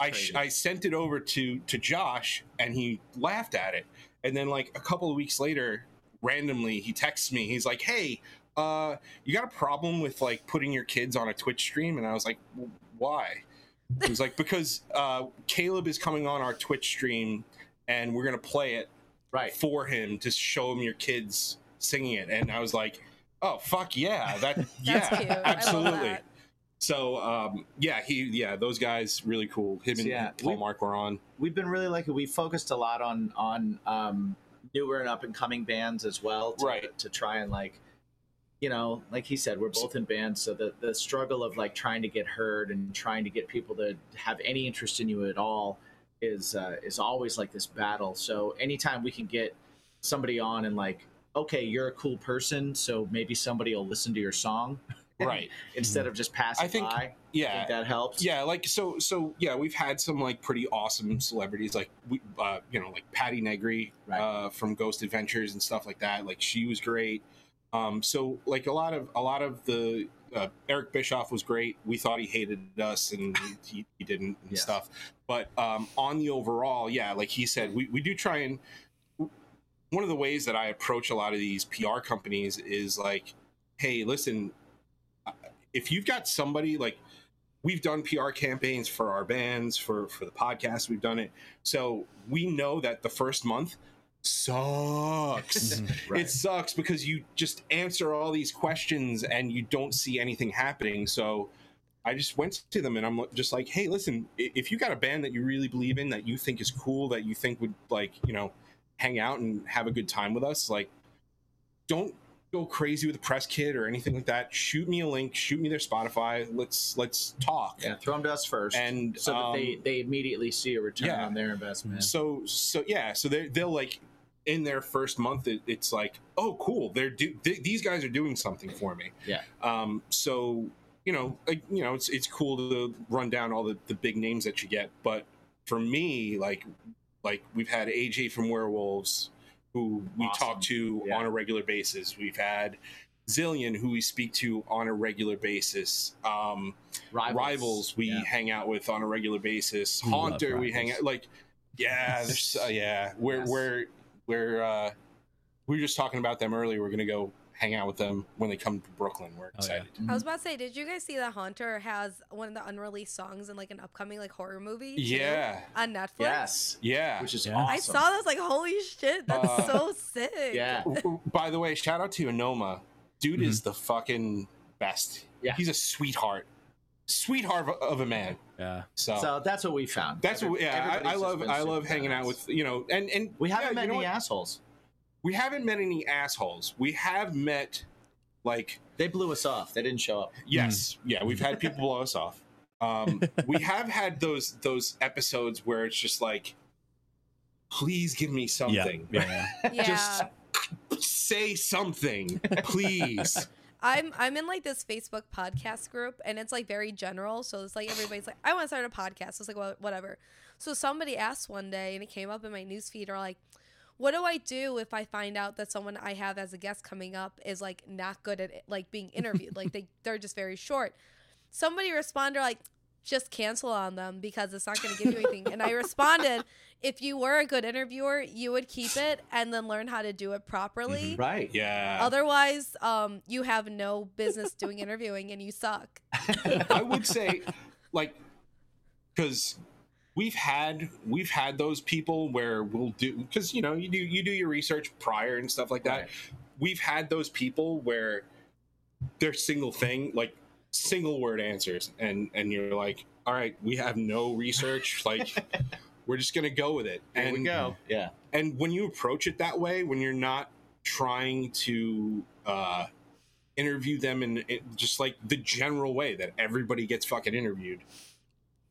[SPEAKER 4] I, sh-
[SPEAKER 3] crazy.
[SPEAKER 4] I sent it over to to Josh and he laughed at it. And then like a couple of weeks later, randomly he texts me. He's like, "Hey, uh, you got a problem with like putting your kids on a Twitch stream?" And I was like, "W- "Why?" He was like, "Because uh, Caleb is coming on our Twitch stream and we're gonna play it
[SPEAKER 3] right.
[SPEAKER 4] for him to show him your kids singing it." And I was like, "Oh fuck yeah, that yeah,
[SPEAKER 1] That's cute. I love
[SPEAKER 4] absolutely."
[SPEAKER 1] that.
[SPEAKER 4] So um, yeah, he yeah those guys really cool. Him and
[SPEAKER 3] Yeah,
[SPEAKER 4] Paul
[SPEAKER 3] we-
[SPEAKER 4] Mark were on.
[SPEAKER 3] we've been really lucky. We focused a lot on on um, newer and up and coming bands as well, to,
[SPEAKER 4] Right.
[SPEAKER 3] To try and like, you know, like he said, we're both in bands, so the the struggle of like trying to get heard and trying to get people to have any interest in you at all is uh, is always like this battle. So anytime we can get somebody on and like, okay, you're a cool person, so maybe somebody will listen to your song
[SPEAKER 4] Right.
[SPEAKER 3] instead of just passing
[SPEAKER 4] I think-
[SPEAKER 3] by. I think
[SPEAKER 4] Yeah.
[SPEAKER 3] that helps.
[SPEAKER 4] Yeah, like so so yeah, we've had some like pretty awesome celebrities like we uh, you know, like Patty Negri
[SPEAKER 3] Right.
[SPEAKER 4] uh from Ghost Adventures and stuff like that. Like she was great. Um so like a lot of a lot of the uh, Eric Bischoff was great. We thought he hated us and he, he didn't and
[SPEAKER 3] Yes.
[SPEAKER 4] stuff. But um on the overall, yeah, like he said, we, we do try and one of the ways that I approach a lot of these PR companies is like, hey, listen, uh, if you've got somebody like we've done PR campaigns for our bands, for for the podcast, we've done it. So we know that the first month sucks.
[SPEAKER 3] Right.
[SPEAKER 4] It sucks because you just answer all these questions and you don't see anything happening. So I just went to them and I'm just like, hey, listen, i- if you got a band that you really believe in, that you think is cool, that you think would like, you know, hang out and have a good time with us, like, don't go crazy with a press kit or anything like that. Shoot me a link, shoot me their Spotify. Let's let's talk.
[SPEAKER 3] Yeah, throw them to us first,
[SPEAKER 4] And,
[SPEAKER 3] so that they
[SPEAKER 4] um,
[SPEAKER 3] they immediately see a return
[SPEAKER 4] yeah.
[SPEAKER 3] on their investment.
[SPEAKER 4] So so yeah, so they they'll like in their first month it, it's like oh cool they're do th- these guys are doing something for me
[SPEAKER 3] Yeah.
[SPEAKER 4] um so you know like, you know it's it's cool to run down all the, the big names that you get but for me like like we've had aj from werewolves who we
[SPEAKER 3] Awesome.
[SPEAKER 4] talk to
[SPEAKER 3] Yeah.
[SPEAKER 4] on a regular basis we've had zillion who we speak to on a regular basis um
[SPEAKER 3] Rivals,
[SPEAKER 4] rivals, we
[SPEAKER 3] Yeah.
[SPEAKER 4] hang out with on a regular basis.
[SPEAKER 2] We love
[SPEAKER 4] Haunter
[SPEAKER 2] Rivals.
[SPEAKER 4] we hang out like yeah, there's uh, yeah. We're
[SPEAKER 3] Yes.
[SPEAKER 4] we're we're uh we were just talking about them earlier. We're gonna go hang out with them when they come to Brooklyn. We're
[SPEAKER 2] Oh, yeah.
[SPEAKER 4] excited.
[SPEAKER 1] I was about to say, did you guys see that Haunter has one of the unreleased songs in like an upcoming like horror movie? too,
[SPEAKER 4] Yeah.
[SPEAKER 1] On Netflix.
[SPEAKER 3] Yes,
[SPEAKER 4] Yeah.
[SPEAKER 3] which is
[SPEAKER 2] Yeah.
[SPEAKER 3] awesome.
[SPEAKER 1] I saw that. I was like, holy shit, that's
[SPEAKER 4] Uh,
[SPEAKER 1] so sick.
[SPEAKER 3] Yeah,
[SPEAKER 4] By the way, shout out to Anoma. Dude
[SPEAKER 2] Mm-hmm.
[SPEAKER 4] is the fucking best.
[SPEAKER 3] Yeah.
[SPEAKER 4] He's a sweetheart. Sweetheart of a- of a man.
[SPEAKER 2] Yeah.
[SPEAKER 3] so that's what we found.
[SPEAKER 4] That's
[SPEAKER 3] Every-
[SPEAKER 4] what, yeah.
[SPEAKER 3] everybody's
[SPEAKER 4] I, I
[SPEAKER 3] just
[SPEAKER 4] love,
[SPEAKER 3] been
[SPEAKER 4] I
[SPEAKER 3] super
[SPEAKER 4] love hanging out
[SPEAKER 3] badass.
[SPEAKER 4] with you know, and and
[SPEAKER 3] We haven't
[SPEAKER 4] yeah,
[SPEAKER 3] met
[SPEAKER 4] you know
[SPEAKER 3] any
[SPEAKER 4] what?
[SPEAKER 3] assholes.
[SPEAKER 4] We haven't met any assholes. We have met like
[SPEAKER 3] They blew us off. They didn't show up.
[SPEAKER 4] Yes, yeah, we've had people blow us off. Um, we have had those those episodes where it's just like, please give me something.
[SPEAKER 2] Yeah. yeah, yeah.
[SPEAKER 1] Yeah.
[SPEAKER 4] Just say something, please.
[SPEAKER 1] I'm I'm in like this Facebook podcast group and it's like very general. So it's like everybody's like, I want to start a podcast. So it's like well, whatever. So somebody asked one day and it came up in my newsfeed or like, what do I do if I find out that someone I have as a guest coming up is like not good at like being interviewed? like they they're just very short. Somebody responded like just cancel on them because it's not going to give you anything. And I responded, if you were a good interviewer, you would keep it and then learn how to do it properly.
[SPEAKER 3] Right.
[SPEAKER 4] Yeah,
[SPEAKER 1] Otherwise, um, you have no business doing interviewing and you suck.
[SPEAKER 4] I would say, like, because we've had we've had those people where we'll do because you know you do you do your research prior and stuff like that.
[SPEAKER 3] Right.
[SPEAKER 4] We've had those people where their single thing like single word answers and and you're like all right we have no research like we're just gonna go with it
[SPEAKER 3] Here
[SPEAKER 4] and
[SPEAKER 3] we go. Yeah.
[SPEAKER 4] and when you approach it that way when you're not trying to uh interview them in it, just like the general way that everybody gets fucking interviewed,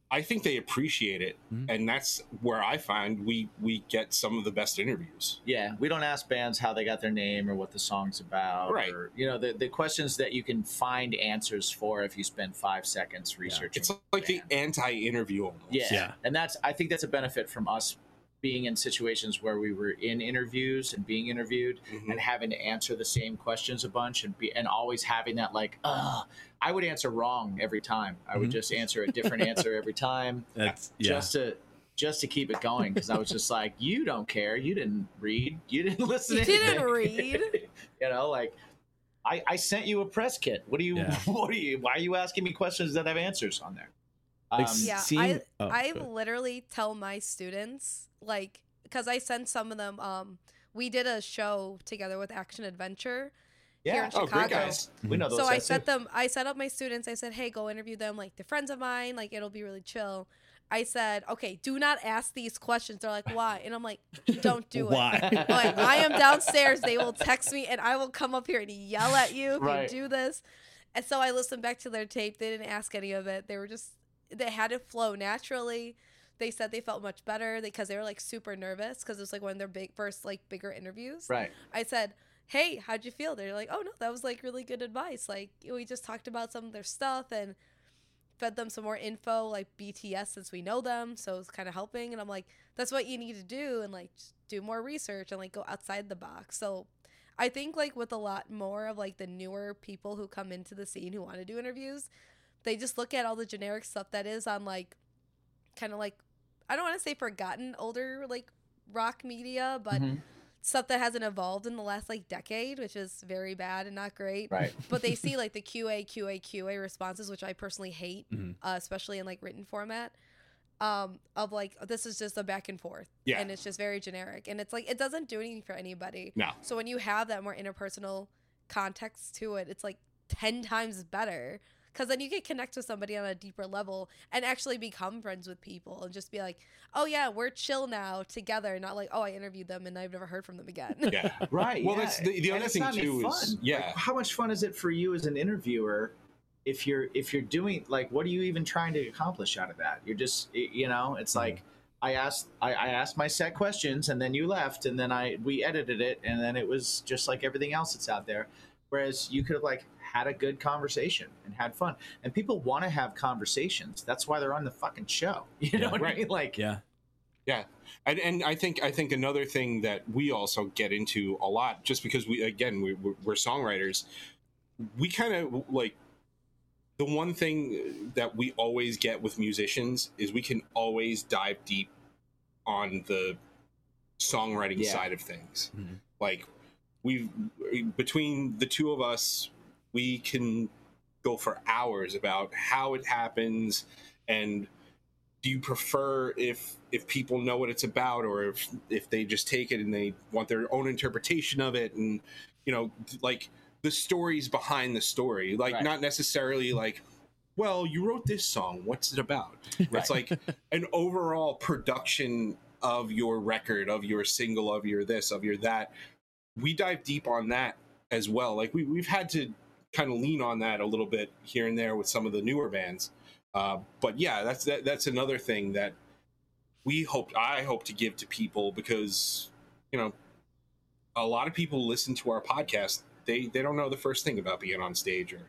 [SPEAKER 4] I think they appreciate it,
[SPEAKER 2] Mhm.
[SPEAKER 4] and that's where I find we we get some of the best interviews.
[SPEAKER 3] Yeah, we don't ask bands how they got their name or what the song's about.
[SPEAKER 4] Right.
[SPEAKER 3] Or, you know, the, the questions that you can find answers for if you spend five seconds researching.
[SPEAKER 4] It's like the
[SPEAKER 3] band.
[SPEAKER 4] anti-interview almost.
[SPEAKER 3] yeah.
[SPEAKER 2] Yeah.
[SPEAKER 3] And that's, I think that's a benefit from us being in situations where we were in interviews and being interviewed
[SPEAKER 4] Mhm.
[SPEAKER 3] and having to answer the same questions a bunch and be, and always having that like, uh, I would answer wrong every time. I would
[SPEAKER 2] Mhm.
[SPEAKER 3] just answer a different answer every time
[SPEAKER 2] That's yeah.
[SPEAKER 3] just to just to keep it going because I was just like, you don't care, you didn't read, you didn't listen.
[SPEAKER 1] You
[SPEAKER 3] to
[SPEAKER 1] didn't
[SPEAKER 3] anything."
[SPEAKER 1] read.
[SPEAKER 3] you know, like I, I sent you a press kit. What do you?
[SPEAKER 2] Yeah.
[SPEAKER 3] What are you? Why are you asking me questions that have answers on there? Um,
[SPEAKER 2] Like,
[SPEAKER 1] Yeah,
[SPEAKER 2] seeing-
[SPEAKER 1] I-
[SPEAKER 2] oh,
[SPEAKER 1] I
[SPEAKER 2] good.
[SPEAKER 1] literally tell my students like because I send some of them. Um, we did a show together with Action Adventure. here
[SPEAKER 3] yeah,
[SPEAKER 1] in
[SPEAKER 4] Oh,
[SPEAKER 1] Chicago.
[SPEAKER 4] great guys.
[SPEAKER 3] we know those.
[SPEAKER 1] So I
[SPEAKER 3] guys
[SPEAKER 1] set
[SPEAKER 3] too.
[SPEAKER 1] them. I set up my students. I said, "Hey, go interview them. Like they're friends of mine. Like it'll be really chill." I said, "Okay, do not ask these questions." They're like, "Why?" And I'm like, "Don't do it."
[SPEAKER 2] Why?
[SPEAKER 1] like I am downstairs. They will text me, and I will come up here and yell at you if
[SPEAKER 3] Right.
[SPEAKER 1] you do this. And so I listened back to their tape. They didn't ask any of it. They were just they had it flow naturally. They said they felt much better because they were like super nervous because it was like one of their big first like bigger interviews.
[SPEAKER 3] right.
[SPEAKER 1] I said, "Hey, how'd you feel?" They're like, "Oh no, that was like really good advice. Like we just talked about some of their stuff and fed them some more info, like BTS since we know them, so it's kind of helping." And I'm like, "That's what you need to do, and like just do more research and like go outside the box." So I think like with a lot more of like the newer people who come into the scene who want to do interviews, they just look at all the generic stuff that is on like kind of like I don't want to say forgotten older like rock media, but
[SPEAKER 3] Mhm.
[SPEAKER 1] stuff that hasn't evolved in the last like decade, which is very bad and not great.
[SPEAKER 3] Right.
[SPEAKER 1] But they see like the QA, QA, QA responses, which I personally hate,
[SPEAKER 2] Mhm.
[SPEAKER 1] uh, especially in like written format. Um, of like this is just a back and forth,
[SPEAKER 4] Yeah.
[SPEAKER 1] and it's just very generic, and it's like it doesn't do anything for anybody.
[SPEAKER 4] No.
[SPEAKER 1] So when you have that more interpersonal context to it, it's like ten times better because then you can connect with somebody on a deeper level and actually become friends with people and just be like, oh yeah, we're chill now together, not like oh I interviewed them and I've never heard from them again.
[SPEAKER 4] Yeah.
[SPEAKER 3] Right.
[SPEAKER 4] Well,
[SPEAKER 3] yeah.
[SPEAKER 4] that's the- the
[SPEAKER 3] And
[SPEAKER 4] other
[SPEAKER 3] it's
[SPEAKER 4] thing,
[SPEAKER 3] not any
[SPEAKER 4] too,
[SPEAKER 3] fun.
[SPEAKER 4] is-
[SPEAKER 3] Like,
[SPEAKER 4] yeah.
[SPEAKER 3] how much fun is it for you as an interviewer if you're if you're doing like what are you even trying to accomplish out of that? You're just y- you know it's
[SPEAKER 4] Mm-hmm.
[SPEAKER 3] like I asked I, I asked my set questions and then you left and then I we edited it and then it was just like everything else that's out there. Whereas you could have like had a good conversation and had fun, and people want to have conversations. That's why they're on the fucking show. You know
[SPEAKER 2] Yeah.
[SPEAKER 3] what
[SPEAKER 4] Right.
[SPEAKER 3] I mean? Like,
[SPEAKER 2] yeah.
[SPEAKER 4] and and I think I think another thing that we also get into a lot, just because we again we we're, we're songwriters, we kind of like the one thing that we always get with musicians is we can always dive deep on the songwriting
[SPEAKER 3] Yeah.
[SPEAKER 4] side of things.
[SPEAKER 2] Mhm.
[SPEAKER 4] Like we've between the two of us, we can go for hours about how it happens and do you prefer if if people know what it's about or if if they just take it and they want their own interpretation of it and you know like the stories behind the story like
[SPEAKER 3] Right.
[SPEAKER 4] not necessarily like well you wrote this song what's it about it's like an overall production of your record of your single of your this of your that we dive deep on that as well like we, we've had to kind of lean on that a little bit here and there with some of the newer bands uh, but yeah that's that, that's another thing that we hope i hope to give to people because you know a lot of people listen to our podcast they they don't know the first thing about being on stage or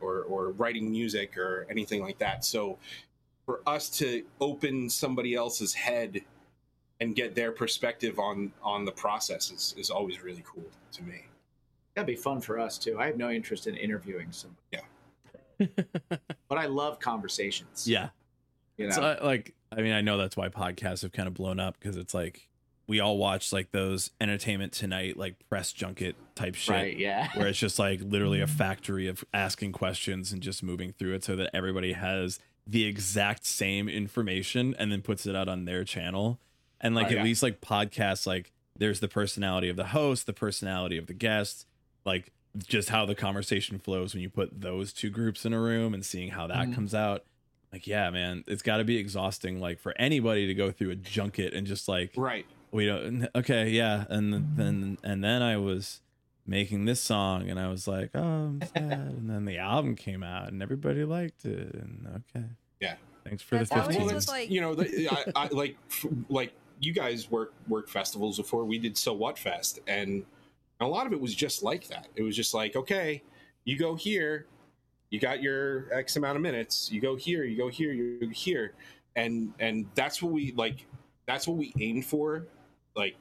[SPEAKER 4] or, or writing music or anything like that so for us to open somebody else's head and get their perspective on on the process is, is always really cool to me
[SPEAKER 3] That'd be fun for us too. I have no interest in interviewing somebody.
[SPEAKER 4] Yeah.
[SPEAKER 3] but I love conversations.
[SPEAKER 2] Yeah.
[SPEAKER 3] You know?
[SPEAKER 2] So I, like I mean I know that's why podcasts have kind of blown up because it's like we all watch like those entertainment tonight like press junket type shit
[SPEAKER 3] right. Yeah.
[SPEAKER 2] where it's just like literally a factory of asking questions and just moving through it so that everybody has the exact same information and then puts it out on their channel and like
[SPEAKER 4] Right,
[SPEAKER 2] at
[SPEAKER 4] yeah.
[SPEAKER 2] least like podcasts like there's the personality of the host the personality of the guest like just how the conversation flows when you put those two groups in a room and seeing how that
[SPEAKER 3] Mhm.
[SPEAKER 2] comes out like yeah man it's got to be exhausting like for anybody to go through a junket and just like
[SPEAKER 4] right
[SPEAKER 2] we don't okay yeah and then and then i was making this song and I was like, oh, I'm sad. and then the album came out and everybody liked it. And okay.
[SPEAKER 4] Yeah.
[SPEAKER 2] Thanks for
[SPEAKER 1] That's
[SPEAKER 2] the
[SPEAKER 1] always
[SPEAKER 2] 15.
[SPEAKER 1] what's like-
[SPEAKER 4] you know, the, I, I, like f- like you guys work work festivals before. We did so what fest, and a lot of it was just like that. It was just like, okay, you go here, you got your X amount of minutes. You go here, you go here, you go here, and and that's what we like. That's what we aimed for. Like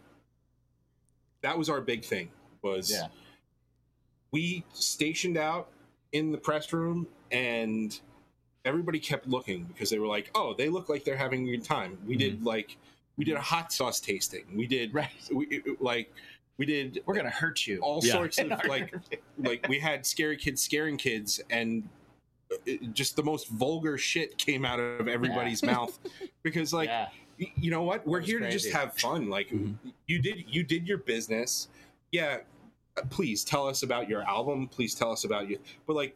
[SPEAKER 4] that was our big thing. Was
[SPEAKER 3] Yeah.
[SPEAKER 4] we stationed out in the press room and everybody kept looking because they were like, "Oh, they look like they're having a good time." We did like we did a hot sauce tasting. We did
[SPEAKER 3] Mm-hmm. Right.
[SPEAKER 4] we it- it- like we did
[SPEAKER 3] We're gonna hurt you.
[SPEAKER 4] all
[SPEAKER 2] Yeah.
[SPEAKER 4] sorts of like like we had scary kids scaring kids and uh, it, just the most vulgar shit came out of everybody's mouth because like
[SPEAKER 3] yeah.
[SPEAKER 4] y- you know what we're
[SPEAKER 3] was
[SPEAKER 4] here to
[SPEAKER 3] crazy.
[SPEAKER 4] just have fun like
[SPEAKER 2] Mhm.
[SPEAKER 4] you did you did your business yeah uh, please tell us about your album please tell us about you but like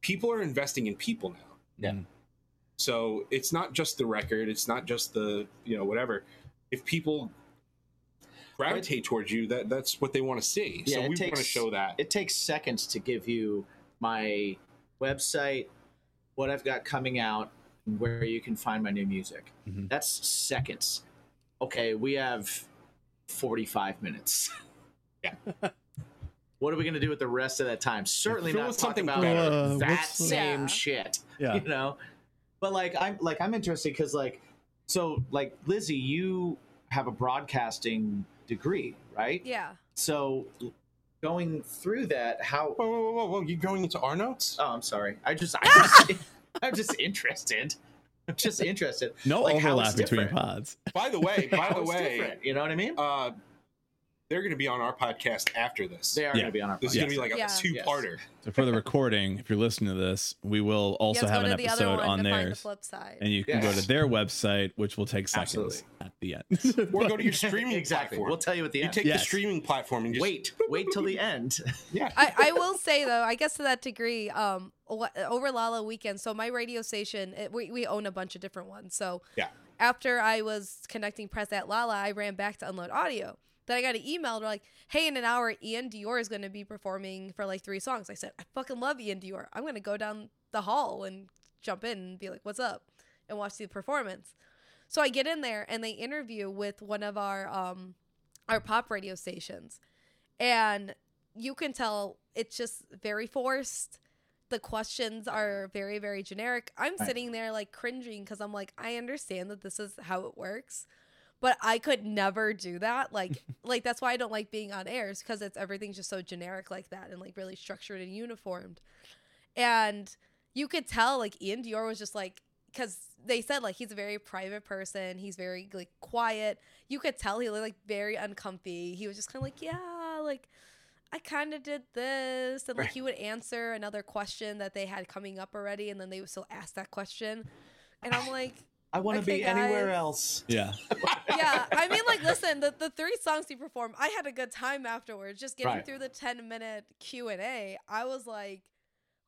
[SPEAKER 4] people are investing in people now
[SPEAKER 3] Yeah.
[SPEAKER 4] so it's not just the record it's not just the you know whatever if people gravitate towards you that that's what they want to see
[SPEAKER 3] Yeah,
[SPEAKER 4] so
[SPEAKER 3] it
[SPEAKER 4] we want
[SPEAKER 3] takes-
[SPEAKER 4] to show that
[SPEAKER 3] it takes seconds to give you my website, what I've got coming out, and where you can find my new music.
[SPEAKER 2] Mhm.
[SPEAKER 3] That's seconds. Okay, we have 45 minutes. yeah. What are we going to do with the rest of that time? Certainly
[SPEAKER 4] fill
[SPEAKER 3] not
[SPEAKER 4] with
[SPEAKER 3] talk
[SPEAKER 4] something
[SPEAKER 3] about
[SPEAKER 4] better.
[SPEAKER 2] Uh,
[SPEAKER 3] that
[SPEAKER 2] what's the-
[SPEAKER 3] same
[SPEAKER 1] Yeah.
[SPEAKER 3] shit
[SPEAKER 2] Yeah.
[SPEAKER 3] you know but like i'm like i'm interested because like so like lizzie you have a broadcasting degree right
[SPEAKER 1] Yeah.
[SPEAKER 3] so going through that how
[SPEAKER 4] whoa whoa whoa whoa, whoa you going into our notes
[SPEAKER 3] oh i'm sorry i just i'm just, I'm just interested i'm just interested
[SPEAKER 2] No
[SPEAKER 3] Like, how
[SPEAKER 2] overlap
[SPEAKER 3] it's
[SPEAKER 2] between
[SPEAKER 3] different.
[SPEAKER 2] pods.
[SPEAKER 4] by the way by
[SPEAKER 3] How
[SPEAKER 4] the
[SPEAKER 3] it's
[SPEAKER 4] way
[SPEAKER 3] different, you know what i mean
[SPEAKER 4] uh they're going to be on our podcast after this
[SPEAKER 3] they are
[SPEAKER 2] yeah.
[SPEAKER 3] gonna be on our
[SPEAKER 4] this is
[SPEAKER 3] podcast.
[SPEAKER 4] going to be like a
[SPEAKER 1] Yeah.
[SPEAKER 4] two-parter
[SPEAKER 2] So for the recording, if you're listening to this, we will also
[SPEAKER 1] Let's
[SPEAKER 2] have
[SPEAKER 1] go
[SPEAKER 2] an
[SPEAKER 1] to the other
[SPEAKER 2] episode
[SPEAKER 1] one
[SPEAKER 2] on
[SPEAKER 1] to find the
[SPEAKER 2] theirs.
[SPEAKER 1] flip side.
[SPEAKER 2] and you can go
[SPEAKER 3] Yes.
[SPEAKER 2] to their website, which will take seconds at the end.
[SPEAKER 4] or go to your streaming
[SPEAKER 3] exactly
[SPEAKER 4] platform
[SPEAKER 3] we'll tell you at the
[SPEAKER 4] you
[SPEAKER 3] end
[SPEAKER 4] take
[SPEAKER 2] Yes.
[SPEAKER 4] the streaming platform and just
[SPEAKER 3] wait wait till the end
[SPEAKER 4] yeah
[SPEAKER 1] I, I will say though, I guess to that degree, um, o- over Lala weekend. So my radio station, it, we we own a bunch of different ones. So
[SPEAKER 4] Yeah.
[SPEAKER 1] after I was connecting press at Lala, I ran back to Unload Audio. Then I got an email. They're like, "Hey, in an hour, Ian Dior is going to be performing for like three songs." I said, "I fucking love Ian Dior. I'm going to go down the hall and jump in and be like, what's up?'" and watch the performance. So I get in there and they interview with one of our um our pop radio stations. And you can tell it's just very forced. The questions are very very generic. I'm
[SPEAKER 3] Right.
[SPEAKER 1] sitting there like cringing cuz I'm like I understand that this is how it works, but I could never do that. Like like that's why I don't like being on airs cuz it's everything's just so generic like that and like really structured and uniformed. And you could tell like Ian Dior was just like because they said like he's a very private person. He's very like quiet. You could tell he looked like very uncomfy. He was just kind of like, yeah, like I kind of did this, and like he would answer another question that they had coming up already, and then they would still ask that question. And I'm like,
[SPEAKER 3] i want to
[SPEAKER 1] Okay,
[SPEAKER 3] be anywhere
[SPEAKER 1] guys.
[SPEAKER 3] else
[SPEAKER 2] yeah.
[SPEAKER 1] yeah. I mean, like, listen, the, the three songs he performed, I had a good time afterwards. Just getting
[SPEAKER 3] Right.
[SPEAKER 1] through the ten minute Q and A, I was like,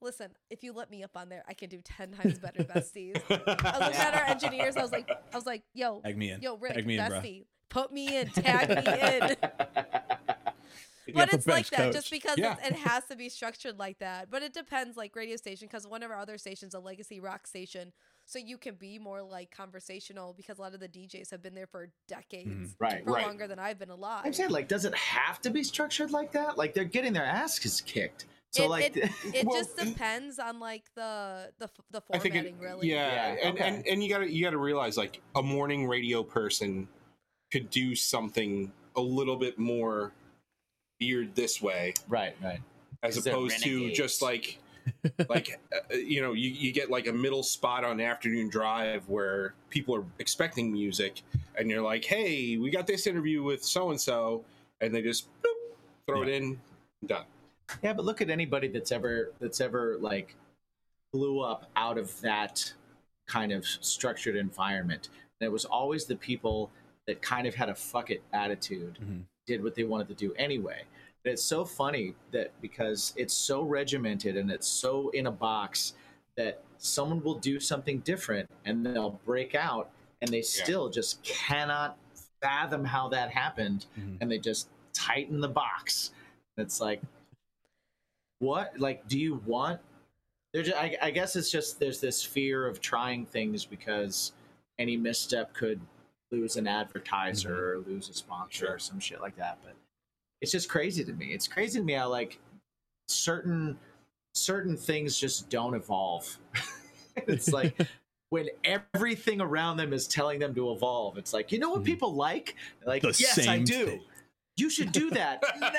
[SPEAKER 1] listen, if you let me up on there, I can do ten times better, besties. I looked at our engineers. I was like, I was like, yo,
[SPEAKER 2] Tag me in.
[SPEAKER 1] yo, Rick,
[SPEAKER 2] Tag me in, bruh.
[SPEAKER 1] bestie, put me in, tag me in.
[SPEAKER 2] Yeah,
[SPEAKER 1] But
[SPEAKER 2] for
[SPEAKER 1] it's like
[SPEAKER 2] bench
[SPEAKER 1] that
[SPEAKER 2] coach.
[SPEAKER 1] just because
[SPEAKER 4] Yeah.
[SPEAKER 1] it's, it has to be structured like that. But it depends, like radio station, because one of our other stations, a legacy rock station, so you can be more like conversational because a lot of the DJs have been there for decades,
[SPEAKER 3] right
[SPEAKER 1] for
[SPEAKER 4] Right.
[SPEAKER 1] longer than I've been alive.
[SPEAKER 3] I'm saying like, does it have to be structured like that? Like they're getting their asses kicked. So
[SPEAKER 1] it,
[SPEAKER 3] like,
[SPEAKER 1] it, it
[SPEAKER 4] Well,
[SPEAKER 1] just depends on like the the f- the
[SPEAKER 4] I think
[SPEAKER 1] formatting,
[SPEAKER 4] it-
[SPEAKER 1] really.
[SPEAKER 4] yeah,
[SPEAKER 3] Yeah,
[SPEAKER 4] and,
[SPEAKER 3] okay.
[SPEAKER 4] and and you gotta you gotta realize like a morning radio person could do something a little bit more geared this way
[SPEAKER 3] right, right,
[SPEAKER 4] as
[SPEAKER 3] 'Cause they're
[SPEAKER 4] opposed to
[SPEAKER 3] renegades.
[SPEAKER 4] just like like uh, you know you, you get like a middle spot on afternoon drive where people are expecting music and you're like hey we got this interview with so and so and they just boop, throw it in done
[SPEAKER 3] yeah. But look at anybody that's ever that's ever like blew up out of that kind of structured environment. And it was always the people that kind of had a fuck it attitude,
[SPEAKER 2] Mhm.
[SPEAKER 3] did what they wanted to do anyway. And it's so funny that because it's so regimented and it's so in a box that someone will do something different and they'll break out and they still just cannot fathom how that happened
[SPEAKER 2] Mhm.
[SPEAKER 3] and they just tighten the box It's like, what? Like, do you want? There's, I, I guess it's just there's this fear of trying things because any misstep could lose an advertiser or lose a sponsor or some shit like that. But it's just crazy to me. It's crazy to me how like certain certain things just don't evolve. it's like when everything around them is telling them to evolve. It's like, you know what people like? They're like,
[SPEAKER 2] Mm-hmm. The
[SPEAKER 3] yes, I
[SPEAKER 2] same
[SPEAKER 3] do.
[SPEAKER 2] thing.
[SPEAKER 3] You should do that. nah.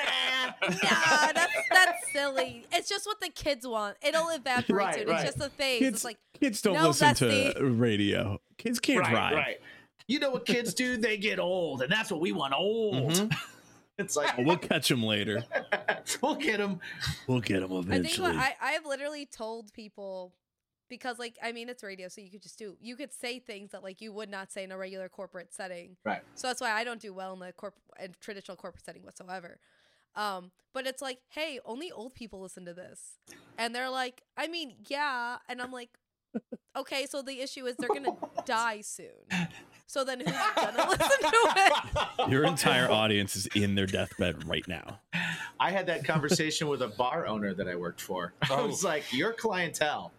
[SPEAKER 1] No, Ah, that's that's silly. It's just what the kids want. It'll evaporate
[SPEAKER 3] Right,
[SPEAKER 1] soon.
[SPEAKER 3] right.
[SPEAKER 1] It's just a phase.
[SPEAKER 2] Kids,
[SPEAKER 1] It's like
[SPEAKER 2] kids don't
[SPEAKER 1] no,
[SPEAKER 2] listen
[SPEAKER 1] that's
[SPEAKER 2] to radio. Kids can't
[SPEAKER 3] Right,
[SPEAKER 2] ride.
[SPEAKER 3] right. You know what kids do? They get old, and that's what we want old.
[SPEAKER 2] Mhm.
[SPEAKER 3] It's like,
[SPEAKER 2] We'll catch them later.
[SPEAKER 3] we'll get them.
[SPEAKER 2] We'll get them
[SPEAKER 1] I think what
[SPEAKER 2] eventually.
[SPEAKER 1] I I've literally told people because like I mean it's radio, so you could just do you could say things that like you would not say in a regular corporate setting.
[SPEAKER 3] Right.
[SPEAKER 1] So that's why I don't do well in the corp in traditional corporate setting whatsoever. Um, but it's like, hey, only old people listen to this, and they're like, I mean, yeah, and I'm like, okay, so the issue is they're gonna die soon. So then who's gonna listen to it?
[SPEAKER 2] Your entire audience is in their deathbed right now.
[SPEAKER 3] I had that conversation with a bar owner that I worked for. I
[SPEAKER 4] Oh.
[SPEAKER 3] was like, your clientele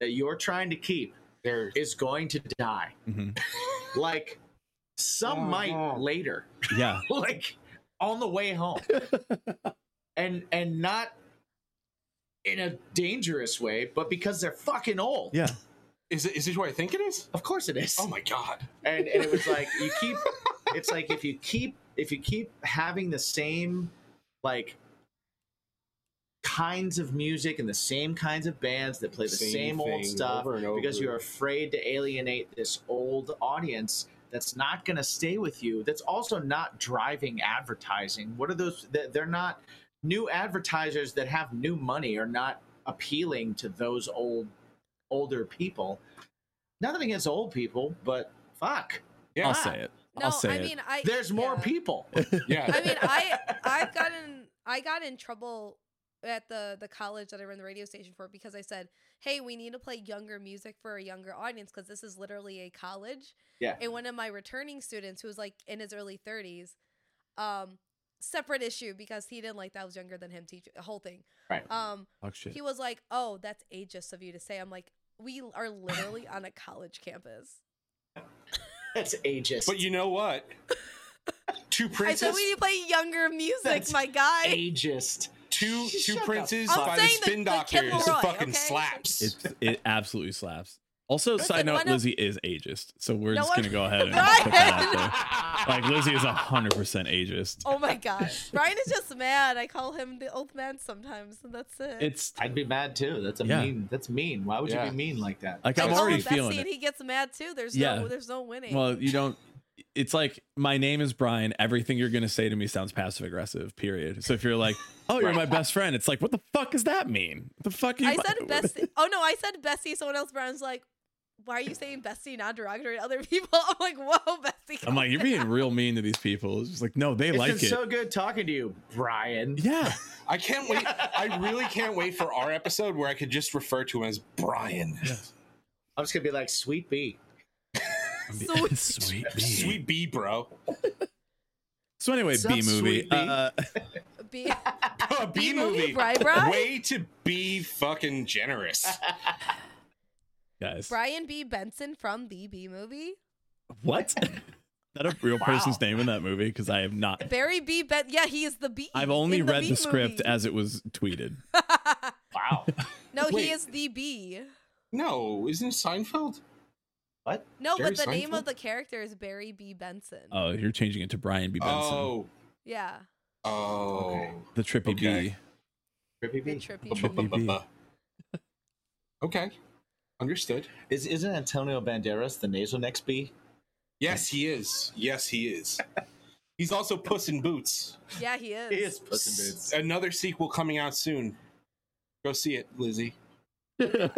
[SPEAKER 3] that you're trying to keep
[SPEAKER 4] They're
[SPEAKER 3] is going to die.
[SPEAKER 2] Mhm.
[SPEAKER 3] Like, some
[SPEAKER 4] Oh,
[SPEAKER 3] might
[SPEAKER 4] no.
[SPEAKER 3] later.
[SPEAKER 2] Yeah.
[SPEAKER 3] like on the way home and and not in a dangerous way but because they're fucking old
[SPEAKER 2] Yeah.
[SPEAKER 4] Is it, is this what I think it is?
[SPEAKER 3] of course it is
[SPEAKER 4] Oh my god!
[SPEAKER 3] and, and it was like you keep it's like if you keep if you keep having the same like kinds of music and the same kinds of bands that play the
[SPEAKER 4] Same
[SPEAKER 3] same, old
[SPEAKER 4] thing
[SPEAKER 3] stuff
[SPEAKER 4] over and over.
[SPEAKER 3] because you're afraid to alienate this old audience that's not going to stay with you that's also not driving advertising what are those they- they're not new advertisers that have new money are not appealing to those old older people nothing against old people but fuck
[SPEAKER 4] Yeah,
[SPEAKER 2] I'll say it.
[SPEAKER 1] No,
[SPEAKER 2] I'll say
[SPEAKER 1] I
[SPEAKER 2] it.
[SPEAKER 1] mean, I
[SPEAKER 3] there's more
[SPEAKER 1] yeah.
[SPEAKER 3] people.
[SPEAKER 4] yeah.
[SPEAKER 1] I mean, I I've gotten I got in trouble at the the college that I ran the radio station for because I said, "Hey, we need to play younger music for a younger audience because this is literally a college."
[SPEAKER 3] Yeah.
[SPEAKER 1] And one of my returning students, who was like in his early thirties, um, separate issue because he didn't like that I was younger than him. Teach the whole thing.
[SPEAKER 3] Right.
[SPEAKER 1] Um,
[SPEAKER 2] Fuck shit.
[SPEAKER 1] he was like, "Oh, that's ageist of you to say." I'm like, "We are literally on a college campus."
[SPEAKER 3] That's ageist.
[SPEAKER 4] but you know what? Two
[SPEAKER 1] I said
[SPEAKER 4] princes,
[SPEAKER 1] we need to play younger music,
[SPEAKER 3] That's
[SPEAKER 1] my guy.
[SPEAKER 3] ageist.
[SPEAKER 4] two two
[SPEAKER 3] Shut the
[SPEAKER 4] princes
[SPEAKER 1] fuck
[SPEAKER 4] by
[SPEAKER 1] up.
[SPEAKER 4] the
[SPEAKER 1] I'm
[SPEAKER 4] spin
[SPEAKER 1] saying the- the Kid
[SPEAKER 4] doctors
[SPEAKER 1] Leroy,
[SPEAKER 4] fucking
[SPEAKER 1] okay?
[SPEAKER 4] slaps.
[SPEAKER 2] It's, it absolutely slaps. Also,
[SPEAKER 1] Listen,
[SPEAKER 2] side
[SPEAKER 1] why
[SPEAKER 2] note,
[SPEAKER 1] don't-
[SPEAKER 2] Lizzie is ageist, so we're
[SPEAKER 1] No
[SPEAKER 2] just
[SPEAKER 1] one-
[SPEAKER 2] gonna go ahead and
[SPEAKER 1] Brian!
[SPEAKER 2] put that out there. Like Lizzie is hundred percent ageist.
[SPEAKER 1] Oh my god. Brian is just mad. I call him the old man sometimes, and that's it.
[SPEAKER 2] It's
[SPEAKER 3] I'd be mad too. That's a
[SPEAKER 2] Yeah.
[SPEAKER 3] mean. That's mean. Why would
[SPEAKER 4] Yeah.
[SPEAKER 3] you be mean like that?
[SPEAKER 2] like
[SPEAKER 1] I
[SPEAKER 2] I'm
[SPEAKER 1] call
[SPEAKER 2] already
[SPEAKER 1] him Betsy
[SPEAKER 2] feeling
[SPEAKER 1] oh, and
[SPEAKER 2] it.
[SPEAKER 1] he gets mad too. There's
[SPEAKER 2] Yeah.
[SPEAKER 1] no there's no winning.
[SPEAKER 2] Well, you don't. It's like my name is Brian. Everything you're gonna say to me sounds passive aggressive. Period. So if you're like, "Oh, you're my best friend," it's like, "What the fuck does that mean? What the fuck?" Are you
[SPEAKER 1] I said Bessie. Oh no, I said Bessie. Someone else, Brian's like, why are you saying Bessie not derogatory to other people? I'm like, whoa, Bessie.
[SPEAKER 2] I'm like, you're being real mean to these people. It's just like, no, they
[SPEAKER 3] It's
[SPEAKER 2] like
[SPEAKER 3] been
[SPEAKER 2] it.
[SPEAKER 3] so good talking to you, Brian.
[SPEAKER 2] yeah,
[SPEAKER 4] I can't wait. I really can't wait for our episode where I could just refer to him as Brian.
[SPEAKER 3] I'm just gonna be like, sweet bee.
[SPEAKER 1] Sweet.
[SPEAKER 2] sweet, bee.
[SPEAKER 4] Sweet B, bro.
[SPEAKER 2] So anyway,
[SPEAKER 3] Sup,
[SPEAKER 2] B movie.
[SPEAKER 3] sweet bee?
[SPEAKER 2] Uh,
[SPEAKER 1] B
[SPEAKER 4] A B
[SPEAKER 1] movie,
[SPEAKER 4] movie.
[SPEAKER 1] Bri- Bri?
[SPEAKER 4] Way to be fucking generous.
[SPEAKER 2] guys,
[SPEAKER 1] Brian B. Benson from the B movie.
[SPEAKER 2] what? Is that a real
[SPEAKER 3] Wow.
[SPEAKER 2] person's name in that movie? Because I have not.
[SPEAKER 1] Barry B. Ben yeah, he is the B.
[SPEAKER 2] I've only
[SPEAKER 1] in
[SPEAKER 2] read
[SPEAKER 1] B
[SPEAKER 2] the script
[SPEAKER 1] movie.
[SPEAKER 2] as it was tweeted.
[SPEAKER 3] Wow.
[SPEAKER 1] No,
[SPEAKER 4] Wait.
[SPEAKER 1] he is the B.
[SPEAKER 4] No, isn't it Seinfeld?
[SPEAKER 3] what?
[SPEAKER 1] No,
[SPEAKER 4] Jerry
[SPEAKER 1] but the name
[SPEAKER 4] Seinfeld?
[SPEAKER 1] of the character is Barry B. Benson.
[SPEAKER 2] Oh, you're changing it to Brian B. Benson,
[SPEAKER 4] Oh,
[SPEAKER 1] Yeah.
[SPEAKER 4] oh.
[SPEAKER 3] Okay.
[SPEAKER 2] the trippy
[SPEAKER 4] okay.
[SPEAKER 2] bee.
[SPEAKER 3] Trippy
[SPEAKER 1] The
[SPEAKER 3] bee.
[SPEAKER 1] trippy
[SPEAKER 2] Trippy
[SPEAKER 1] tree.
[SPEAKER 2] bee.
[SPEAKER 4] Ba-ba-ba-ba-ba. Okay, understood.
[SPEAKER 3] Is isn't Antonio Banderas the nasal next bee?
[SPEAKER 4] Yes, he is. Yes, he is. He's also Puss in Boots.
[SPEAKER 1] Yeah, he is.
[SPEAKER 3] He is Puss in Boots.
[SPEAKER 4] Another sequel coming out soon. Go see it, Lizzie. Kidding.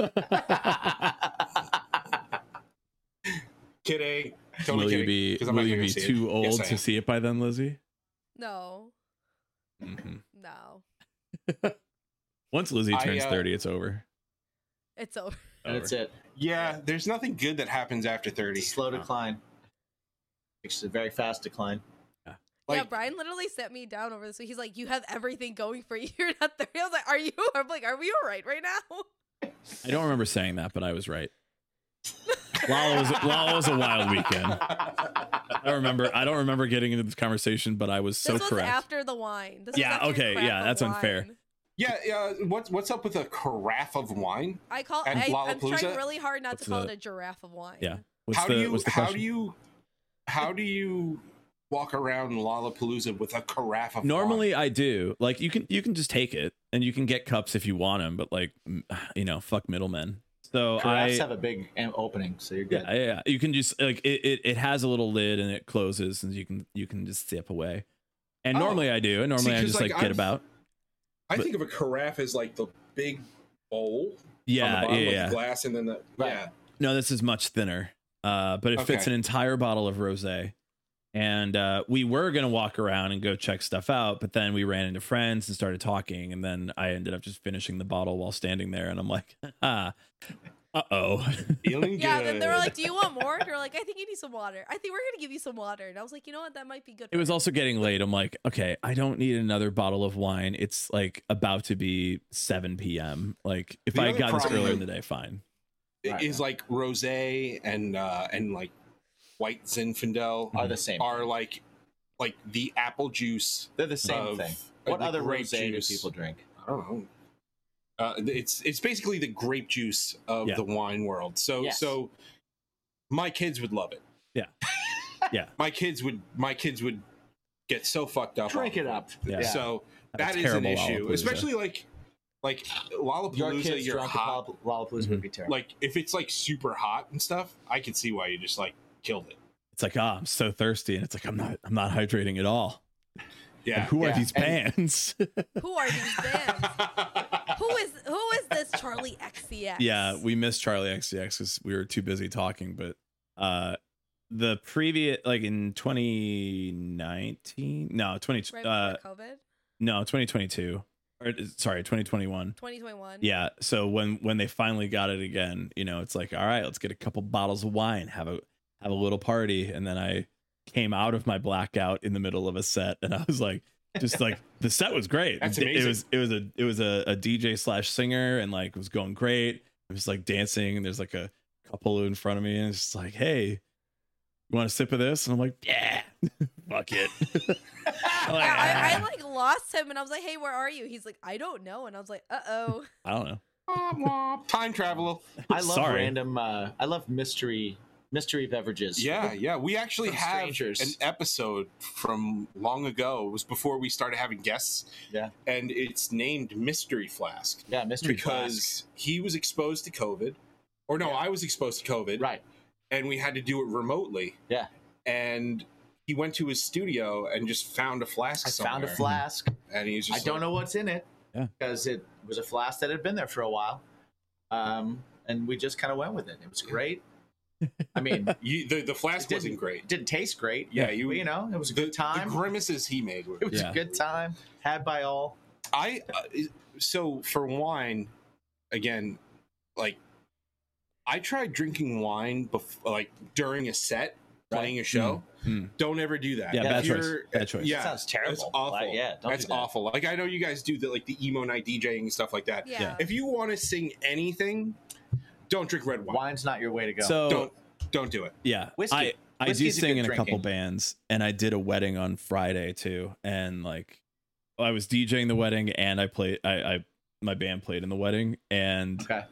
[SPEAKER 4] Totally
[SPEAKER 2] will
[SPEAKER 4] kidding.
[SPEAKER 2] you be
[SPEAKER 4] 'cause I'm not
[SPEAKER 2] will you
[SPEAKER 4] gonna
[SPEAKER 2] be
[SPEAKER 4] see it.
[SPEAKER 2] too old
[SPEAKER 4] Yes, I
[SPEAKER 2] to
[SPEAKER 4] am.
[SPEAKER 2] see it by then, Lizzie?
[SPEAKER 1] No,
[SPEAKER 2] Mhm.
[SPEAKER 1] no,
[SPEAKER 2] Once Lizzie
[SPEAKER 4] Mm-hmm. I,
[SPEAKER 2] turns
[SPEAKER 4] uh,
[SPEAKER 2] thirty, it's over.
[SPEAKER 1] it's over.
[SPEAKER 2] Over.
[SPEAKER 3] That's it.
[SPEAKER 4] Yeah, there's nothing good that happens after
[SPEAKER 3] It's a
[SPEAKER 4] 30.
[SPEAKER 3] slow decline. It's a very fast decline.
[SPEAKER 1] yeah, Brian literally sat me down over this. week. He's like, "You have everything going for you. You're not there." I was like, "Are you?" I'm like, "Are we all right right now?"
[SPEAKER 2] I don't remember saying that, but I was right. Lala was Lala was a wild weekend. I remember. I don't remember getting into this conversation, but I was so
[SPEAKER 1] this was
[SPEAKER 2] correct.
[SPEAKER 1] after the wine. This was
[SPEAKER 2] Yeah,
[SPEAKER 1] after your
[SPEAKER 2] okay,
[SPEAKER 1] craft
[SPEAKER 2] yeah,
[SPEAKER 1] of
[SPEAKER 2] that's unfair.
[SPEAKER 1] wine.
[SPEAKER 4] Yeah, yeah. What's what's up with a carafe of wine?
[SPEAKER 1] I call.
[SPEAKER 4] And
[SPEAKER 1] I, I'm trying
[SPEAKER 4] Lollapalooza?
[SPEAKER 1] really hard not
[SPEAKER 2] What's
[SPEAKER 1] to call
[SPEAKER 2] the-
[SPEAKER 1] it a giraffe of wine.
[SPEAKER 2] yeah. What's
[SPEAKER 4] how
[SPEAKER 2] the
[SPEAKER 4] do you
[SPEAKER 2] what's the
[SPEAKER 4] how
[SPEAKER 2] question?
[SPEAKER 4] do you how do you walk around Lollapalooza with a carafe of
[SPEAKER 2] Normally
[SPEAKER 4] wine?
[SPEAKER 2] I do. Like you can you can just take it and you can get cups if you want them, but like mm, you know, fuck middlemen. So
[SPEAKER 3] Giraffes
[SPEAKER 2] I
[SPEAKER 3] have a big am- opening, so you're good.
[SPEAKER 2] yeah, yeah, you can just like it, it it has a little lid and it closes and you can you can just sip away. And
[SPEAKER 4] Oh.
[SPEAKER 2] normally I do. And normally I
[SPEAKER 4] 'cause,
[SPEAKER 2] just like,
[SPEAKER 4] like,
[SPEAKER 2] get
[SPEAKER 4] I've-
[SPEAKER 2] about.
[SPEAKER 4] I think of a carafe as like the big bowl on the
[SPEAKER 2] Yeah,
[SPEAKER 4] bottom
[SPEAKER 2] yeah,
[SPEAKER 4] of
[SPEAKER 2] yeah.
[SPEAKER 4] the glass, and then the
[SPEAKER 3] Right.
[SPEAKER 4] yeah.
[SPEAKER 2] No, this is much thinner. Uh, but it fits
[SPEAKER 4] Okay.
[SPEAKER 2] an entire bottle of rosé. And uh, we were gonna walk around and go check stuff out, but then we ran into friends and started talking, and then I ended up just finishing the bottle while standing there, and I'm like, ah, uh oh.
[SPEAKER 4] Feeling
[SPEAKER 1] Yeah,
[SPEAKER 4] good.
[SPEAKER 1] then they were like, "Do you want more?" And you're like, "I think you need some water. I think we're gonna give you some water." And I was like, "You know what? That might be good."
[SPEAKER 2] It was
[SPEAKER 1] for you."
[SPEAKER 2] also getting late. I'm like, okay, I don't need another bottle of wine. It's like about to be 7 p.m. Like if
[SPEAKER 4] The
[SPEAKER 2] I
[SPEAKER 4] other
[SPEAKER 2] got this
[SPEAKER 4] problem-
[SPEAKER 2] earlier in the day, fine.
[SPEAKER 3] Right.
[SPEAKER 4] is like rosé and uh and like white Zinfandel
[SPEAKER 2] Oh,
[SPEAKER 3] Are the same.
[SPEAKER 4] are like like the apple juice.
[SPEAKER 3] They're the same
[SPEAKER 4] of,
[SPEAKER 3] thing.
[SPEAKER 4] like,
[SPEAKER 3] What
[SPEAKER 4] the
[SPEAKER 3] other
[SPEAKER 4] grape
[SPEAKER 3] rosé do
[SPEAKER 4] juice.
[SPEAKER 3] people drink?
[SPEAKER 4] I don't know. Uh, it's it's basically the grape juice of
[SPEAKER 2] Yeah.
[SPEAKER 4] the wine world. So
[SPEAKER 3] Yes.
[SPEAKER 4] so my kids would love it.
[SPEAKER 2] Yeah. Yeah.
[SPEAKER 4] my kids would my kids would get so fucked up.
[SPEAKER 3] Drink
[SPEAKER 4] on
[SPEAKER 3] it up.
[SPEAKER 2] Yeah.
[SPEAKER 4] So
[SPEAKER 2] Had a
[SPEAKER 4] that is an
[SPEAKER 2] terrible
[SPEAKER 4] issue,
[SPEAKER 2] Lollapalooza.
[SPEAKER 4] especially like like
[SPEAKER 3] Your
[SPEAKER 4] Lollapalooza.
[SPEAKER 3] kids
[SPEAKER 4] you're
[SPEAKER 3] drunk
[SPEAKER 4] hot.
[SPEAKER 3] Lollap- Lollapalooza would be terrible.
[SPEAKER 4] Like if it's like super hot and stuff, I could see why you just like killed it.
[SPEAKER 2] It's like, ah, I'm so thirsty. And it's like, I'm not, I'm not hydrating at all.
[SPEAKER 4] Yeah.
[SPEAKER 2] Who are
[SPEAKER 3] Yeah.
[SPEAKER 2] these
[SPEAKER 3] And-
[SPEAKER 2] bands?
[SPEAKER 1] Who are these bands? who is who is this Charlie XCX?
[SPEAKER 2] yeah, we missed Charlie XCX because we were too busy talking. But uh, the previous, like in 2019, no, 20,
[SPEAKER 1] right before
[SPEAKER 2] uh,
[SPEAKER 1] COVID,
[SPEAKER 2] no, 2022, or sorry, 2021.
[SPEAKER 1] 2021.
[SPEAKER 2] Yeah. So when when they finally got it again, you know, it's like, all right, let's get a couple bottles of wine, have a have a little party, and then I came out of my blackout in the middle of a set, and I was like, just like the set was great.
[SPEAKER 4] That's
[SPEAKER 2] It- It
[SPEAKER 4] amazing.
[SPEAKER 2] was it was a it was a, a DJ slash singer, and like it was going great. It was like dancing, and there's like a couple in front of me, and it's just like, hey. You want a sip of this? And I'm like, yeah, fuck it. I'm like,
[SPEAKER 1] Yeah, I, I
[SPEAKER 2] "Ah."
[SPEAKER 1] like lost him, and I was like, "Hey, where are you?" He's like, "I don't know," and I was like, "Uh oh."
[SPEAKER 2] I don't know.
[SPEAKER 4] Time travel.
[SPEAKER 3] I love
[SPEAKER 2] Sorry.
[SPEAKER 3] random. Uh, I love mystery mystery beverages.
[SPEAKER 4] Yeah, yeah. We actually
[SPEAKER 3] From
[SPEAKER 4] have
[SPEAKER 3] strangers.
[SPEAKER 4] an episode from long ago. It was before we started having guests.
[SPEAKER 3] Yeah.
[SPEAKER 4] And it's named Mystery Flask
[SPEAKER 3] yeah, mystery flask.
[SPEAKER 4] because he was exposed to COVID. Or no,
[SPEAKER 3] Yeah.
[SPEAKER 4] I was exposed to COVID.
[SPEAKER 3] Right.
[SPEAKER 4] And we had to do it remotely.
[SPEAKER 3] Yeah.
[SPEAKER 4] And he went to his studio and just found a flask
[SPEAKER 3] I
[SPEAKER 4] somewhere.
[SPEAKER 3] found a flask.
[SPEAKER 4] And he's
[SPEAKER 3] I
[SPEAKER 4] just
[SPEAKER 3] don't know what's in it
[SPEAKER 2] Yeah.
[SPEAKER 3] because it was a flask that had been there for a while, um, and we just kind of went with it. It was great. I mean, it
[SPEAKER 4] You, the, the flask
[SPEAKER 3] It
[SPEAKER 4] wasn't
[SPEAKER 3] didn't-
[SPEAKER 4] great.
[SPEAKER 3] didn't taste great.
[SPEAKER 4] Yeah,
[SPEAKER 3] you,
[SPEAKER 4] you,
[SPEAKER 3] you know, it was a
[SPEAKER 4] the,
[SPEAKER 3] good time.
[SPEAKER 4] The grimaces he made were
[SPEAKER 3] it was
[SPEAKER 2] Yeah.
[SPEAKER 3] a good time had by all.
[SPEAKER 4] I uh, so for wine again, like I tried drinking wine before, like during a set, playing a show.
[SPEAKER 2] Mm,
[SPEAKER 4] Don't ever do that.
[SPEAKER 2] Yeah,
[SPEAKER 4] If
[SPEAKER 2] bad choice.
[SPEAKER 4] you're-
[SPEAKER 2] Bad choice.
[SPEAKER 4] Yeah,
[SPEAKER 3] Sounds terrible.
[SPEAKER 4] That's awful.
[SPEAKER 3] Like, yeah, don't
[SPEAKER 4] that's
[SPEAKER 3] do that.
[SPEAKER 4] awful. Like I know you guys do the like the emo night DJing and stuff like that.
[SPEAKER 1] Yeah.
[SPEAKER 4] If you want to sing anything, don't drink red wine.
[SPEAKER 3] Wine's not your way to go.
[SPEAKER 2] So
[SPEAKER 4] Don't don't do it.
[SPEAKER 2] Yeah.
[SPEAKER 3] Whiskey.
[SPEAKER 2] I, I do
[SPEAKER 3] Whiskey's a
[SPEAKER 2] sing
[SPEAKER 3] good
[SPEAKER 2] in a couple
[SPEAKER 3] drinking.
[SPEAKER 2] bands and I did a wedding on Friday too. And like I was DJing the wedding and I played I, I my band played in the wedding and
[SPEAKER 3] okay,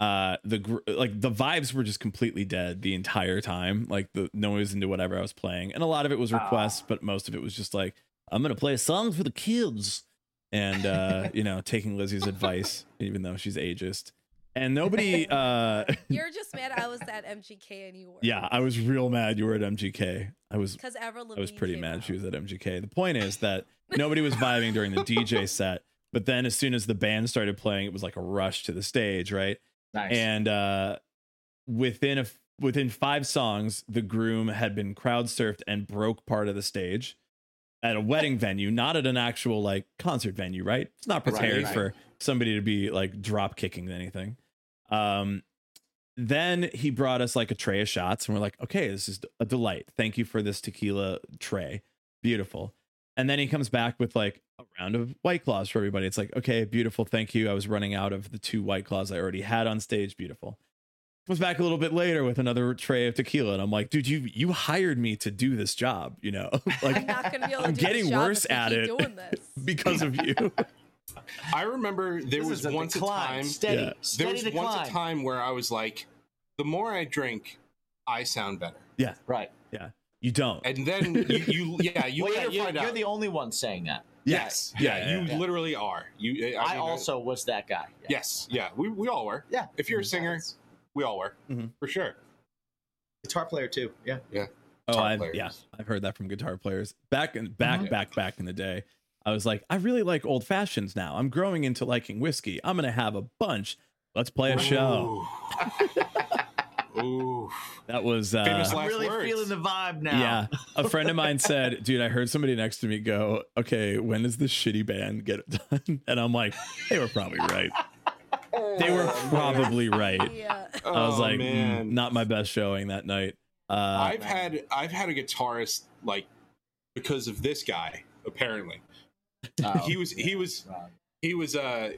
[SPEAKER 2] uh the gr- like the vibes were just completely dead the entire time like the noise into whatever i was playing and a lot of it was
[SPEAKER 3] Ah.
[SPEAKER 2] requests but most of it was just like i'm gonna play songs for the kids and uh you know taking lizzie's advice even though she's ageist and nobody uh
[SPEAKER 1] You're just mad I was at MGK and you were.
[SPEAKER 2] yeah i was real mad you were at mgk i was
[SPEAKER 1] Because Avril
[SPEAKER 2] I was
[SPEAKER 1] Lavigne
[SPEAKER 2] pretty
[SPEAKER 1] came
[SPEAKER 2] mad
[SPEAKER 1] out.
[SPEAKER 2] she was at MGK. The point is that nobody was vibing during the DJ set, but then as soon as the band started playing, it was like a rush to the stage, right?
[SPEAKER 3] nice.
[SPEAKER 2] And uh, within a within five songs, the groom had been crowd surfed and broke part of the stage at a wedding venue, not at an actual like concert venue, right? It's not
[SPEAKER 4] Right,
[SPEAKER 2] prepared
[SPEAKER 4] right.
[SPEAKER 2] for somebody to be like drop kicking anything. Um, then he brought us like a tray of shots, and we're like, okay, this is a delight. Thank you for this tequila tray. Beautiful. And then he comes back with like a round of white claws for everybody. It's like, okay, beautiful. Thank you. I was running out of the two white claws I already had on stage. Beautiful. Comes back a little bit later with another tray of tequila. And I'm like, dude, you you hired me to do this job, you know?
[SPEAKER 1] I'm
[SPEAKER 2] like
[SPEAKER 1] not gonna be able to
[SPEAKER 2] I'm
[SPEAKER 1] do this
[SPEAKER 2] getting
[SPEAKER 1] job
[SPEAKER 2] worse
[SPEAKER 1] if we
[SPEAKER 2] at
[SPEAKER 1] keep
[SPEAKER 2] it.
[SPEAKER 1] Doing this.
[SPEAKER 2] because of you.
[SPEAKER 4] I remember there
[SPEAKER 3] This
[SPEAKER 4] was
[SPEAKER 3] is a
[SPEAKER 4] once
[SPEAKER 3] decline.
[SPEAKER 4] a time
[SPEAKER 3] steady,
[SPEAKER 2] Yeah.
[SPEAKER 4] there
[SPEAKER 3] steady
[SPEAKER 4] was
[SPEAKER 3] decline.
[SPEAKER 4] once a time where I was like, the more I drink, I sound better.
[SPEAKER 3] Right.
[SPEAKER 2] You don't.
[SPEAKER 4] And then you, you yeah, you
[SPEAKER 3] Well, yeah,
[SPEAKER 4] later
[SPEAKER 3] you're,
[SPEAKER 4] find
[SPEAKER 3] you're
[SPEAKER 4] out.
[SPEAKER 3] the only one saying that.
[SPEAKER 4] yes, yeah, you
[SPEAKER 3] yeah.
[SPEAKER 4] literally are. You,
[SPEAKER 3] I,
[SPEAKER 4] mean, uh,
[SPEAKER 3] also was that guy.
[SPEAKER 4] yes, yeah, we, we all were.
[SPEAKER 3] Yeah. Mm-hmm.
[SPEAKER 4] If you're a singer, we all were
[SPEAKER 2] Mhm.
[SPEAKER 4] for sure.
[SPEAKER 3] guitar player too. Yeah.
[SPEAKER 2] Oh,
[SPEAKER 4] guitar
[SPEAKER 2] I've,
[SPEAKER 4] players.
[SPEAKER 2] yeah, I've heard that from guitar players back and back,
[SPEAKER 4] Mhm.
[SPEAKER 2] back, back in the day. I was like, I really like old fashions now. I'm growing into liking whiskey. I'm gonna have a bunch. Let's play a show.
[SPEAKER 4] Ooh. Ooh.
[SPEAKER 2] That was uh,
[SPEAKER 4] Famous
[SPEAKER 3] I'm
[SPEAKER 4] Last
[SPEAKER 3] really
[SPEAKER 4] words.
[SPEAKER 3] feeling the vibe now.
[SPEAKER 2] yeah. A friend of mine said, "Dude, I heard somebody next to me go, okay, when does this shitty band get it done?" And I'm like, they were probably right. They were
[SPEAKER 4] Oh, man.
[SPEAKER 2] probably right.
[SPEAKER 1] Yeah.
[SPEAKER 2] I was
[SPEAKER 4] Oh,
[SPEAKER 2] like, mm,
[SPEAKER 4] man.
[SPEAKER 2] not my best showing that night. Uh,
[SPEAKER 4] I've had I've had a guitarist like because of this guy apparently.
[SPEAKER 3] Oh,
[SPEAKER 4] He was- he
[SPEAKER 3] yeah,
[SPEAKER 4] was-
[SPEAKER 3] wrong.
[SPEAKER 4] He was uh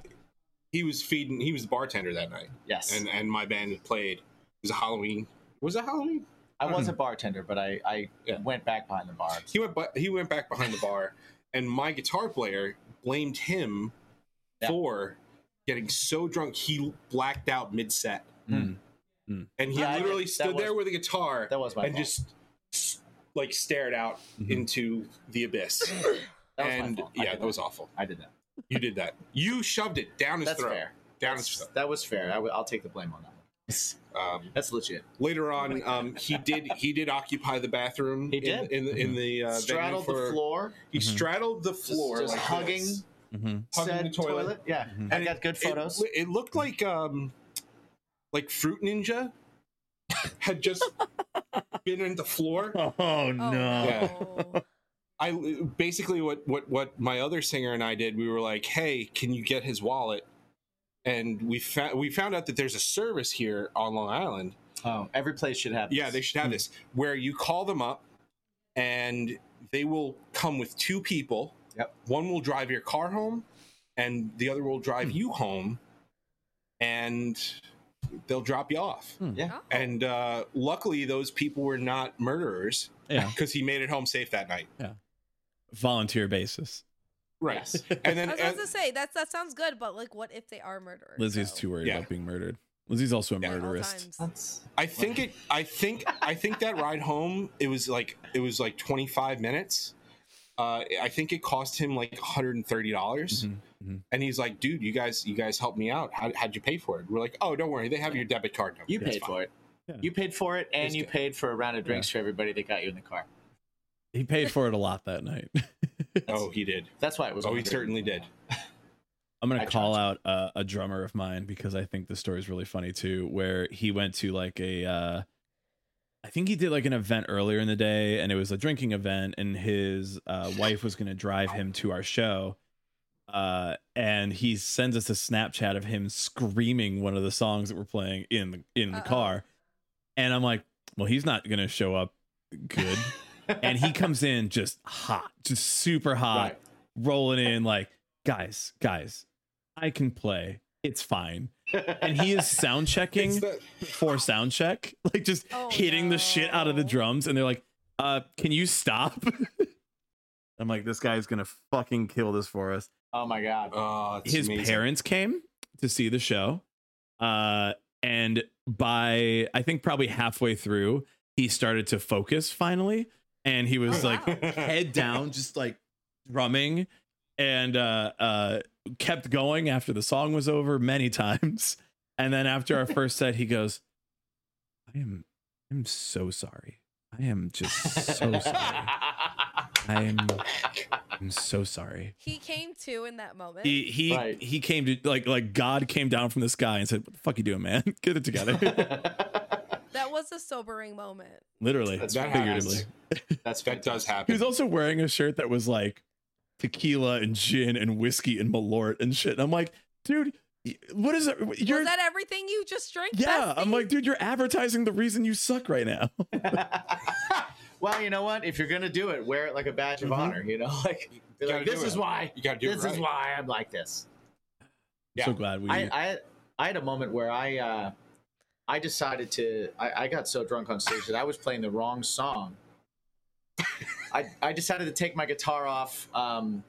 [SPEAKER 4] he was feeding he was the bartender that night
[SPEAKER 3] Yes.
[SPEAKER 4] and and my band played it was a Halloween was it Halloween?
[SPEAKER 3] I was a bartender, but I I
[SPEAKER 4] um, Yeah.
[SPEAKER 3] went back behind the bar.
[SPEAKER 4] He went but he went back behind the bar and my guitar player blamed him
[SPEAKER 3] Yeah.
[SPEAKER 4] for getting so drunk he blacked out mid set
[SPEAKER 2] mm.
[SPEAKER 4] and he
[SPEAKER 3] Yeah, I did.
[SPEAKER 4] literally
[SPEAKER 3] That
[SPEAKER 4] stood there
[SPEAKER 3] was-
[SPEAKER 4] with a guitar
[SPEAKER 3] That was my
[SPEAKER 4] and
[SPEAKER 3] fault.
[SPEAKER 4] just s- like stared out
[SPEAKER 2] Mhm.
[SPEAKER 4] into the abyss.
[SPEAKER 3] that was my
[SPEAKER 4] and
[SPEAKER 3] fault. I
[SPEAKER 4] yeah,
[SPEAKER 3] did
[SPEAKER 4] that was awful.
[SPEAKER 3] I did that.
[SPEAKER 4] You did that. You shoved it down his
[SPEAKER 3] That's
[SPEAKER 4] throat.
[SPEAKER 3] fair.
[SPEAKER 4] Down his
[SPEAKER 3] That's,
[SPEAKER 4] throat.
[SPEAKER 3] that was fair. I w- I'll take the blame on that. one.
[SPEAKER 4] Um,
[SPEAKER 3] That's legit.
[SPEAKER 4] later on, um, he did he did occupy the bathroom.
[SPEAKER 3] He
[SPEAKER 4] in-
[SPEAKER 3] did?
[SPEAKER 4] in, the in the uh, venue
[SPEAKER 3] Straddled the
[SPEAKER 4] for-
[SPEAKER 3] floor,
[SPEAKER 4] He
[SPEAKER 2] Mhm.
[SPEAKER 4] straddled the floor,
[SPEAKER 3] just
[SPEAKER 4] like
[SPEAKER 3] hugging
[SPEAKER 4] this.
[SPEAKER 2] mhm.
[SPEAKER 4] Hugging
[SPEAKER 3] said
[SPEAKER 4] the toilet.
[SPEAKER 3] Yeah,
[SPEAKER 2] Mhm.
[SPEAKER 3] I
[SPEAKER 4] And
[SPEAKER 3] got good
[SPEAKER 4] It-
[SPEAKER 3] photos.
[SPEAKER 4] It, looked like um, like Fruit Ninja had just been in the floor.
[SPEAKER 2] Oh
[SPEAKER 1] Oh,
[SPEAKER 2] no.
[SPEAKER 4] I basically what what what my other singer and I did, we were like, "Hey, can you get his wallet?" And we found we found out that there's a service here on Long Island.
[SPEAKER 3] oh, every place should have.
[SPEAKER 4] Yeah,
[SPEAKER 3] this.
[SPEAKER 4] they should have this where you call them up, and they will come with two people.
[SPEAKER 3] Yep.
[SPEAKER 4] One will drive your car home, and the other will drive you home, and they'll drop you off.
[SPEAKER 1] Oh.
[SPEAKER 4] And uh, luckily, those people were not murderers
[SPEAKER 2] Yeah.
[SPEAKER 4] because he made it home safe that night.
[SPEAKER 2] Volunteer basis.
[SPEAKER 4] Right. And
[SPEAKER 1] I
[SPEAKER 4] then uh,
[SPEAKER 1] was about to say that's that sounds good, but like, what if they are murderers?
[SPEAKER 2] Lizzie's
[SPEAKER 1] though?
[SPEAKER 2] too worried
[SPEAKER 4] Yeah.
[SPEAKER 2] about being murdered. Lizzie's also a
[SPEAKER 4] Yeah.
[SPEAKER 1] At all
[SPEAKER 2] murderist.
[SPEAKER 1] times.
[SPEAKER 3] That's-
[SPEAKER 4] I think it. I think. I think that ride home. It was like. It was like twenty five minutes. Uh, I think it cost him like one hundred and thirty dollars.
[SPEAKER 2] Mhm, mhm.
[SPEAKER 4] And he's like, "Dude, you guys, you guys helped me out. How, how'd you pay for it?" We're like, "Oh, don't worry. They have your debit card number.
[SPEAKER 3] You
[SPEAKER 4] It's
[SPEAKER 3] paid
[SPEAKER 4] fine."
[SPEAKER 3] for it.
[SPEAKER 2] Yeah.
[SPEAKER 3] You paid for it, and
[SPEAKER 4] It's
[SPEAKER 3] you
[SPEAKER 4] good.
[SPEAKER 3] paid for a round of drinks for everybody that got you in the car.
[SPEAKER 2] He paid for it a lot that night.
[SPEAKER 4] Oh, he did.
[SPEAKER 3] That's why it was.
[SPEAKER 4] Oh, he
[SPEAKER 3] 100.
[SPEAKER 4] certainly did.
[SPEAKER 2] I'm gonna
[SPEAKER 3] I
[SPEAKER 2] call out uh, a drummer of mine because I think the story's really funny too. Where he went to like a, uh, I think he did like an event earlier in the day, and it was a drinking event, and his uh, wife was gonna drive him to our show. Uh, and he sends us a Snapchat of him screaming one of the songs that we're playing in the in the
[SPEAKER 1] Uh-oh.
[SPEAKER 2] car, and I'm like, well, he's not gonna show up good, and he comes in just hot, just super hot,
[SPEAKER 3] Right.
[SPEAKER 2] rolling in like guys guys i can play it's fine and he is sound
[SPEAKER 4] It's
[SPEAKER 2] checking
[SPEAKER 4] the-
[SPEAKER 2] for sound check like just
[SPEAKER 1] Oh,
[SPEAKER 2] hitting the shit out of the
[SPEAKER 1] no.
[SPEAKER 2] drums and they're like uh can you stop i'm like this guy's gonna fucking kill this for us
[SPEAKER 3] Oh my god.
[SPEAKER 4] oh, it's
[SPEAKER 2] his
[SPEAKER 4] amazing.
[SPEAKER 2] parents came to see the show uh and by i think probably halfway through he started to focus finally and he was
[SPEAKER 1] Oh,
[SPEAKER 2] like
[SPEAKER 1] wow.
[SPEAKER 2] head down, just like drumming, and uh, uh, kept going after the song was over many times. And then after our first set, he goes, "I am, I'm so sorry. I am just so sorry. I am, I'm so sorry."
[SPEAKER 1] He came to in that moment.
[SPEAKER 2] He he
[SPEAKER 3] Right.
[SPEAKER 2] he came to like like God came down from the sky and said, "What the fuck you doing, man? Get it together."
[SPEAKER 1] that was a sobering moment.
[SPEAKER 2] Literally,
[SPEAKER 3] That's
[SPEAKER 4] That
[SPEAKER 2] figuratively.
[SPEAKER 4] happens.
[SPEAKER 3] That's
[SPEAKER 4] That does
[SPEAKER 2] He
[SPEAKER 4] happen.
[SPEAKER 2] was also wearing a shirt that was like tequila and gin and whiskey and malort and shit. And I'm like, dude, y- what is it? You're
[SPEAKER 1] was that everything you just drank?
[SPEAKER 2] yeah.
[SPEAKER 1] bestie?
[SPEAKER 2] I'm like, dude, you're advertising the reason you suck right now.
[SPEAKER 3] well, you know what? If you're gonna do it, wear it like a badge
[SPEAKER 2] Mhm.
[SPEAKER 3] of honor. You know, like,
[SPEAKER 4] You
[SPEAKER 3] be like,
[SPEAKER 4] Mm-hmm. gotta do
[SPEAKER 3] this
[SPEAKER 4] it.
[SPEAKER 3] is why.
[SPEAKER 4] You gotta do
[SPEAKER 3] This
[SPEAKER 4] it right.
[SPEAKER 3] is why I'm like this.
[SPEAKER 4] Yeah.
[SPEAKER 2] so glad we.
[SPEAKER 3] I, I I had a moment where I uh, I decided to I, I got so drunk on stage that I was playing the wrong song. I I decided to take my guitar off, um,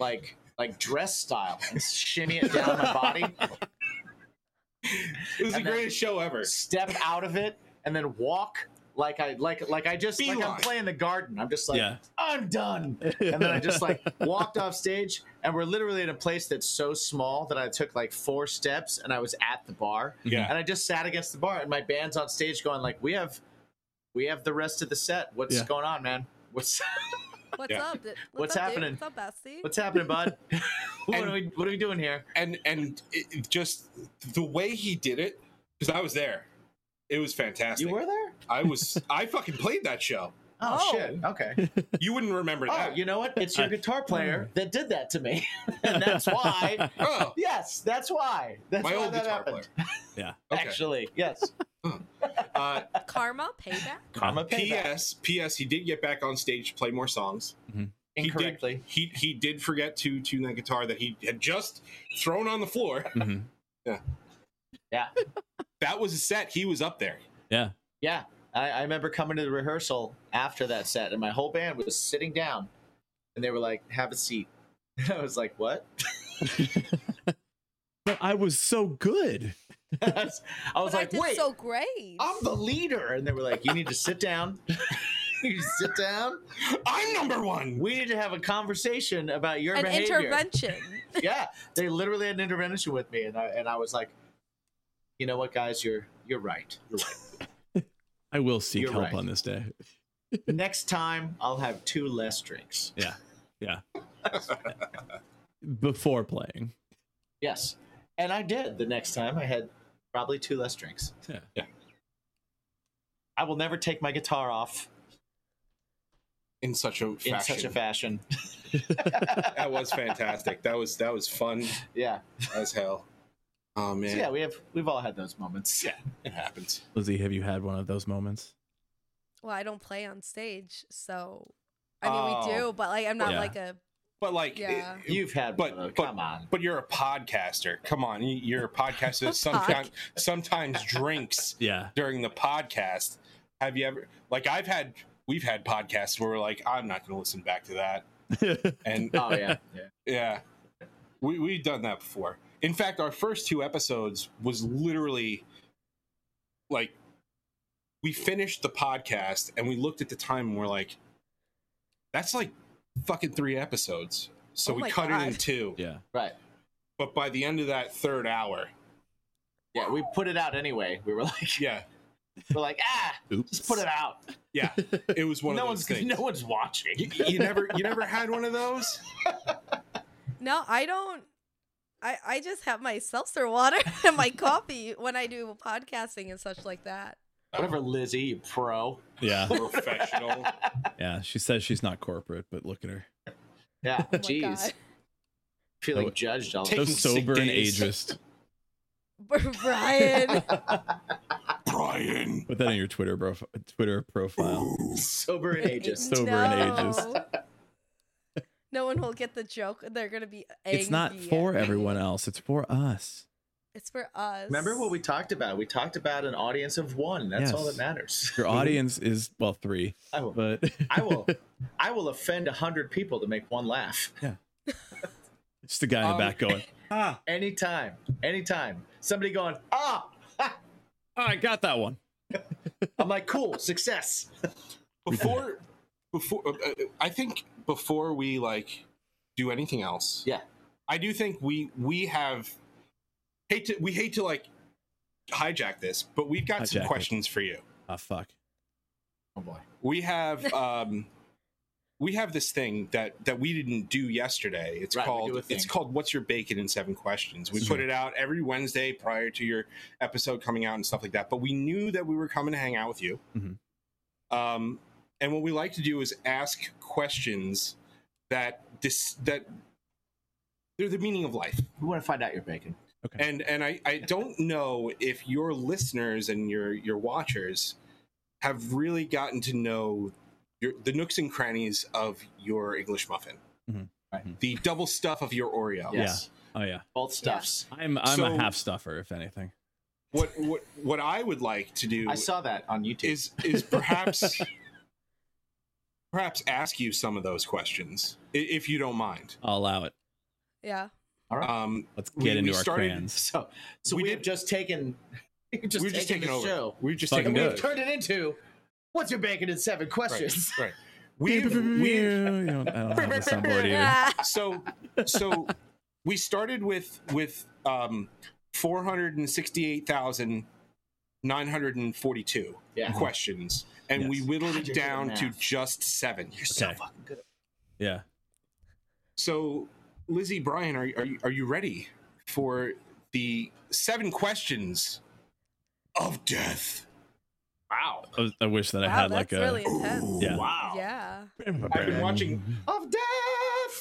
[SPEAKER 3] like like dress style and shimmy it down my body,
[SPEAKER 4] It was the
[SPEAKER 3] And then-
[SPEAKER 4] greatest show ever.
[SPEAKER 3] step out of it, and then walk like I like like I just like I'm
[SPEAKER 4] Beeline.
[SPEAKER 3] playing the garden. I'm just like
[SPEAKER 2] yeah.
[SPEAKER 3] I'm done. and then I just like walked off stage, and we're literally at a place that's so small that I took like four steps, and I was at the bar,
[SPEAKER 4] Yeah.
[SPEAKER 3] and I just sat against the bar, and my band's on stage going like, "We have, we have the rest of the set. What's
[SPEAKER 2] Yeah.
[SPEAKER 3] going on, man? What's
[SPEAKER 1] What's
[SPEAKER 4] Yeah.
[SPEAKER 1] up? What's,
[SPEAKER 3] What's
[SPEAKER 1] up, dude?
[SPEAKER 3] happening?
[SPEAKER 1] What's up, Bestie?
[SPEAKER 3] what's happening, bud? what
[SPEAKER 4] And-
[SPEAKER 3] are we what are we doing here?
[SPEAKER 4] And and it, it just the way he did it, because I was there. It was fantastic.
[SPEAKER 3] You were there?
[SPEAKER 4] I was. I fucking played that show.
[SPEAKER 3] Oh,
[SPEAKER 1] Oh.
[SPEAKER 3] shit. Okay.
[SPEAKER 4] You wouldn't remember
[SPEAKER 3] Oh,
[SPEAKER 4] that.
[SPEAKER 3] you know what? It's your guitar
[SPEAKER 4] Hmm.
[SPEAKER 3] player that did that to me, and that's why.
[SPEAKER 4] Oh,
[SPEAKER 3] Yes, that's why. That's
[SPEAKER 4] my
[SPEAKER 3] why
[SPEAKER 4] old
[SPEAKER 3] that
[SPEAKER 4] guitar
[SPEAKER 3] happened.
[SPEAKER 4] player.
[SPEAKER 2] Yeah.
[SPEAKER 4] Okay.
[SPEAKER 3] Actually, yes.
[SPEAKER 4] Uh,
[SPEAKER 1] Karma payback?
[SPEAKER 3] Karma payback.
[SPEAKER 4] P.S. P.S. He uh, did get back on stage to play more songs.
[SPEAKER 3] Incorrectly.
[SPEAKER 4] He he did forget to tune that guitar that he had just thrown on the floor.
[SPEAKER 2] Mhm.
[SPEAKER 4] That was a set. He was up there.
[SPEAKER 2] Yeah.
[SPEAKER 3] Yeah, I, I remember coming to the rehearsal after that set, and my whole band was sitting down, and they were like, "Have a seat." And I was like, "What?"
[SPEAKER 2] But I was so good.
[SPEAKER 3] I was, I was
[SPEAKER 1] But
[SPEAKER 3] like,
[SPEAKER 1] did
[SPEAKER 3] "Wait,
[SPEAKER 1] so great.
[SPEAKER 3] I'm the leader," and they were like, "You need to sit down." you sit down.
[SPEAKER 4] I'm number one.
[SPEAKER 3] We need to have a conversation about your
[SPEAKER 1] An
[SPEAKER 3] behavior.
[SPEAKER 1] intervention.
[SPEAKER 3] yeah, they literally had an intervention with me, and I and I was like, "You know what, guys? You're you're right. You're right.
[SPEAKER 2] I will seek
[SPEAKER 3] You're
[SPEAKER 2] help
[SPEAKER 3] right.
[SPEAKER 2] on this day.
[SPEAKER 3] Next time, I'll have two less drinks."
[SPEAKER 2] Before playing.
[SPEAKER 3] Yes. And I did the next time. I had probably two less drinks.
[SPEAKER 2] Yeah.
[SPEAKER 3] I will never take my guitar off
[SPEAKER 4] In such a fashion.
[SPEAKER 3] in such a fashion.
[SPEAKER 4] that was fantastic. That was that was fun
[SPEAKER 3] Yeah.
[SPEAKER 4] as hell. Oh man,
[SPEAKER 3] So yeah, we have we've all had those moments. Yeah.
[SPEAKER 4] it happens.
[SPEAKER 2] Lizzie, have you had one of those moments?
[SPEAKER 1] Well, I don't play on stage, so I mean we
[SPEAKER 4] Oh.
[SPEAKER 1] do, but like I'm not
[SPEAKER 2] Yeah.
[SPEAKER 1] like a
[SPEAKER 4] But like,
[SPEAKER 1] Yeah.
[SPEAKER 4] you,
[SPEAKER 3] You've had
[SPEAKER 4] But-
[SPEAKER 3] one, though.
[SPEAKER 4] but-
[SPEAKER 3] come on.
[SPEAKER 4] but you're a podcaster. Come on, you- you're a podcaster. That sometimes sometimes drinks
[SPEAKER 2] Yeah.
[SPEAKER 4] during the podcast. Have you ever like I've had we've had podcasts where we're like I'm not going to listen back to that and
[SPEAKER 3] Oh yeah. yeah.
[SPEAKER 4] Yeah. We we've done that before. In fact, our first two episodes was literally like we finished the podcast and we looked at the time and we're like, that's like fucking three episodes. So
[SPEAKER 1] Oh
[SPEAKER 4] we
[SPEAKER 1] my
[SPEAKER 4] cut it in
[SPEAKER 1] God.
[SPEAKER 4] two.
[SPEAKER 2] yeah.
[SPEAKER 3] Right.
[SPEAKER 4] But by the end of that third hour,
[SPEAKER 3] Yeah, we put it out anyway. We were like
[SPEAKER 4] yeah,
[SPEAKER 3] we're like, ah,
[SPEAKER 2] Oops.
[SPEAKER 3] just put it out.
[SPEAKER 4] yeah. It was one
[SPEAKER 3] no
[SPEAKER 4] of
[SPEAKER 3] one's
[SPEAKER 4] those things.
[SPEAKER 3] no one's watching.
[SPEAKER 4] You- you never you never had one of those?
[SPEAKER 1] no, I don't I I just have my seltzer water and my coffee when I do podcasting and such like that.
[SPEAKER 3] Whatever, Lizzie, you pro.
[SPEAKER 2] Yeah.
[SPEAKER 4] Professional.
[SPEAKER 2] Yeah. She says she's not corporate, but look at her.
[SPEAKER 3] Yeah.
[SPEAKER 1] Oh my
[SPEAKER 3] Jeez.
[SPEAKER 1] God.
[SPEAKER 3] Feeling judged all
[SPEAKER 4] Take-
[SPEAKER 2] So
[SPEAKER 4] Taking sick
[SPEAKER 2] sober and
[SPEAKER 4] days.
[SPEAKER 2] ageist.
[SPEAKER 1] Brian,
[SPEAKER 4] Brian.
[SPEAKER 2] Put that on your Twitter bro- Twitter profile.
[SPEAKER 3] sober and ageist.
[SPEAKER 2] Sober and ageist.
[SPEAKER 1] no. No one will get the joke. They're gonna be angry.
[SPEAKER 2] It's not for
[SPEAKER 1] at me.
[SPEAKER 2] everyone else. It's for us.
[SPEAKER 1] It's for us.
[SPEAKER 3] Remember what we talked about? We talked about an audience of one. That's all
[SPEAKER 2] Yes.
[SPEAKER 3] that matters.
[SPEAKER 2] Your audience is well three,
[SPEAKER 3] I will,
[SPEAKER 2] but
[SPEAKER 3] I will, I will offend a hundred people to make one laugh.
[SPEAKER 2] just the guy in the
[SPEAKER 4] Um,
[SPEAKER 2] back going. Ah,
[SPEAKER 3] Anytime, anytime. Somebody going, ah,
[SPEAKER 2] I got that one.
[SPEAKER 3] I'm like, cool, success.
[SPEAKER 4] before before uh, uh, i think before we like do anything else
[SPEAKER 3] Yeah.
[SPEAKER 4] i do think we we have hate to we hate to like hijack this but we've got
[SPEAKER 2] Hijack
[SPEAKER 4] some
[SPEAKER 2] it.
[SPEAKER 4] questions for you
[SPEAKER 2] Ah, fuck.
[SPEAKER 3] Oh boy.
[SPEAKER 4] we have um we have this thing that that we didn't do yesterday it's
[SPEAKER 3] Right, we do
[SPEAKER 4] called
[SPEAKER 3] a thing.
[SPEAKER 4] it's called what's your bacon in seven questions we put it out every wednesday prior to your episode coming out and stuff like that but we knew that we were coming to hang out with you
[SPEAKER 2] Mhm.
[SPEAKER 4] um and what we like to do is ask questions that dis- that they're the meaning of life
[SPEAKER 3] We want to find out your bacon.
[SPEAKER 4] and and I, I don't know if your listeners and your your watchers have really gotten to know your the nooks and crannies of your English muffin,
[SPEAKER 2] Mhm.
[SPEAKER 3] Right.
[SPEAKER 4] the double stuff of your Oreo.
[SPEAKER 3] Yes.
[SPEAKER 2] Oh yeah,
[SPEAKER 3] Both stuffs.
[SPEAKER 2] I'm I'm a
[SPEAKER 4] So-
[SPEAKER 2] half stuffer if anything.
[SPEAKER 4] What what what I would like to do
[SPEAKER 3] I saw that on YouTube.
[SPEAKER 4] is is perhaps perhaps ask you some of those questions i- if you don't mind.
[SPEAKER 2] I'll allow it.
[SPEAKER 1] Yeah.
[SPEAKER 3] All right.
[SPEAKER 4] Um,
[SPEAKER 2] Let's
[SPEAKER 4] We-
[SPEAKER 2] get
[SPEAKER 4] we
[SPEAKER 2] into our
[SPEAKER 4] started-
[SPEAKER 2] crayons.
[SPEAKER 3] so so
[SPEAKER 4] we
[SPEAKER 3] we,
[SPEAKER 4] did-
[SPEAKER 3] have just taken we've just
[SPEAKER 4] we're just
[SPEAKER 3] taken
[SPEAKER 4] taking
[SPEAKER 3] the
[SPEAKER 4] over.
[SPEAKER 3] show.
[SPEAKER 4] We're just
[SPEAKER 2] Fucking
[SPEAKER 4] taking
[SPEAKER 2] do
[SPEAKER 4] over.
[SPEAKER 2] it.
[SPEAKER 3] Turned it into what's your bacon in seven questions?
[SPEAKER 4] Right. right. We've, we've
[SPEAKER 2] You know, I don't have the soundboard either.
[SPEAKER 1] Ah,
[SPEAKER 4] so so we started with with um 468,942
[SPEAKER 3] Yeah.
[SPEAKER 4] questions and
[SPEAKER 2] Uh-huh.
[SPEAKER 4] we
[SPEAKER 2] Yes.
[SPEAKER 4] whittled
[SPEAKER 3] God,
[SPEAKER 4] it
[SPEAKER 3] you're good at
[SPEAKER 4] down to
[SPEAKER 3] math.
[SPEAKER 4] just 7.
[SPEAKER 3] You're so
[SPEAKER 2] Okay.
[SPEAKER 3] fucking good.
[SPEAKER 2] Yeah.
[SPEAKER 4] So Lizzie Brian are are you, are you ready for the 7 questions of death?
[SPEAKER 3] Wow.
[SPEAKER 2] I, was- I wish that I
[SPEAKER 1] wow,
[SPEAKER 2] had like
[SPEAKER 1] that's
[SPEAKER 2] a.
[SPEAKER 1] really intense.
[SPEAKER 2] Yeah.
[SPEAKER 3] Wow.
[SPEAKER 1] Yeah.
[SPEAKER 4] I've been watching
[SPEAKER 3] Of death.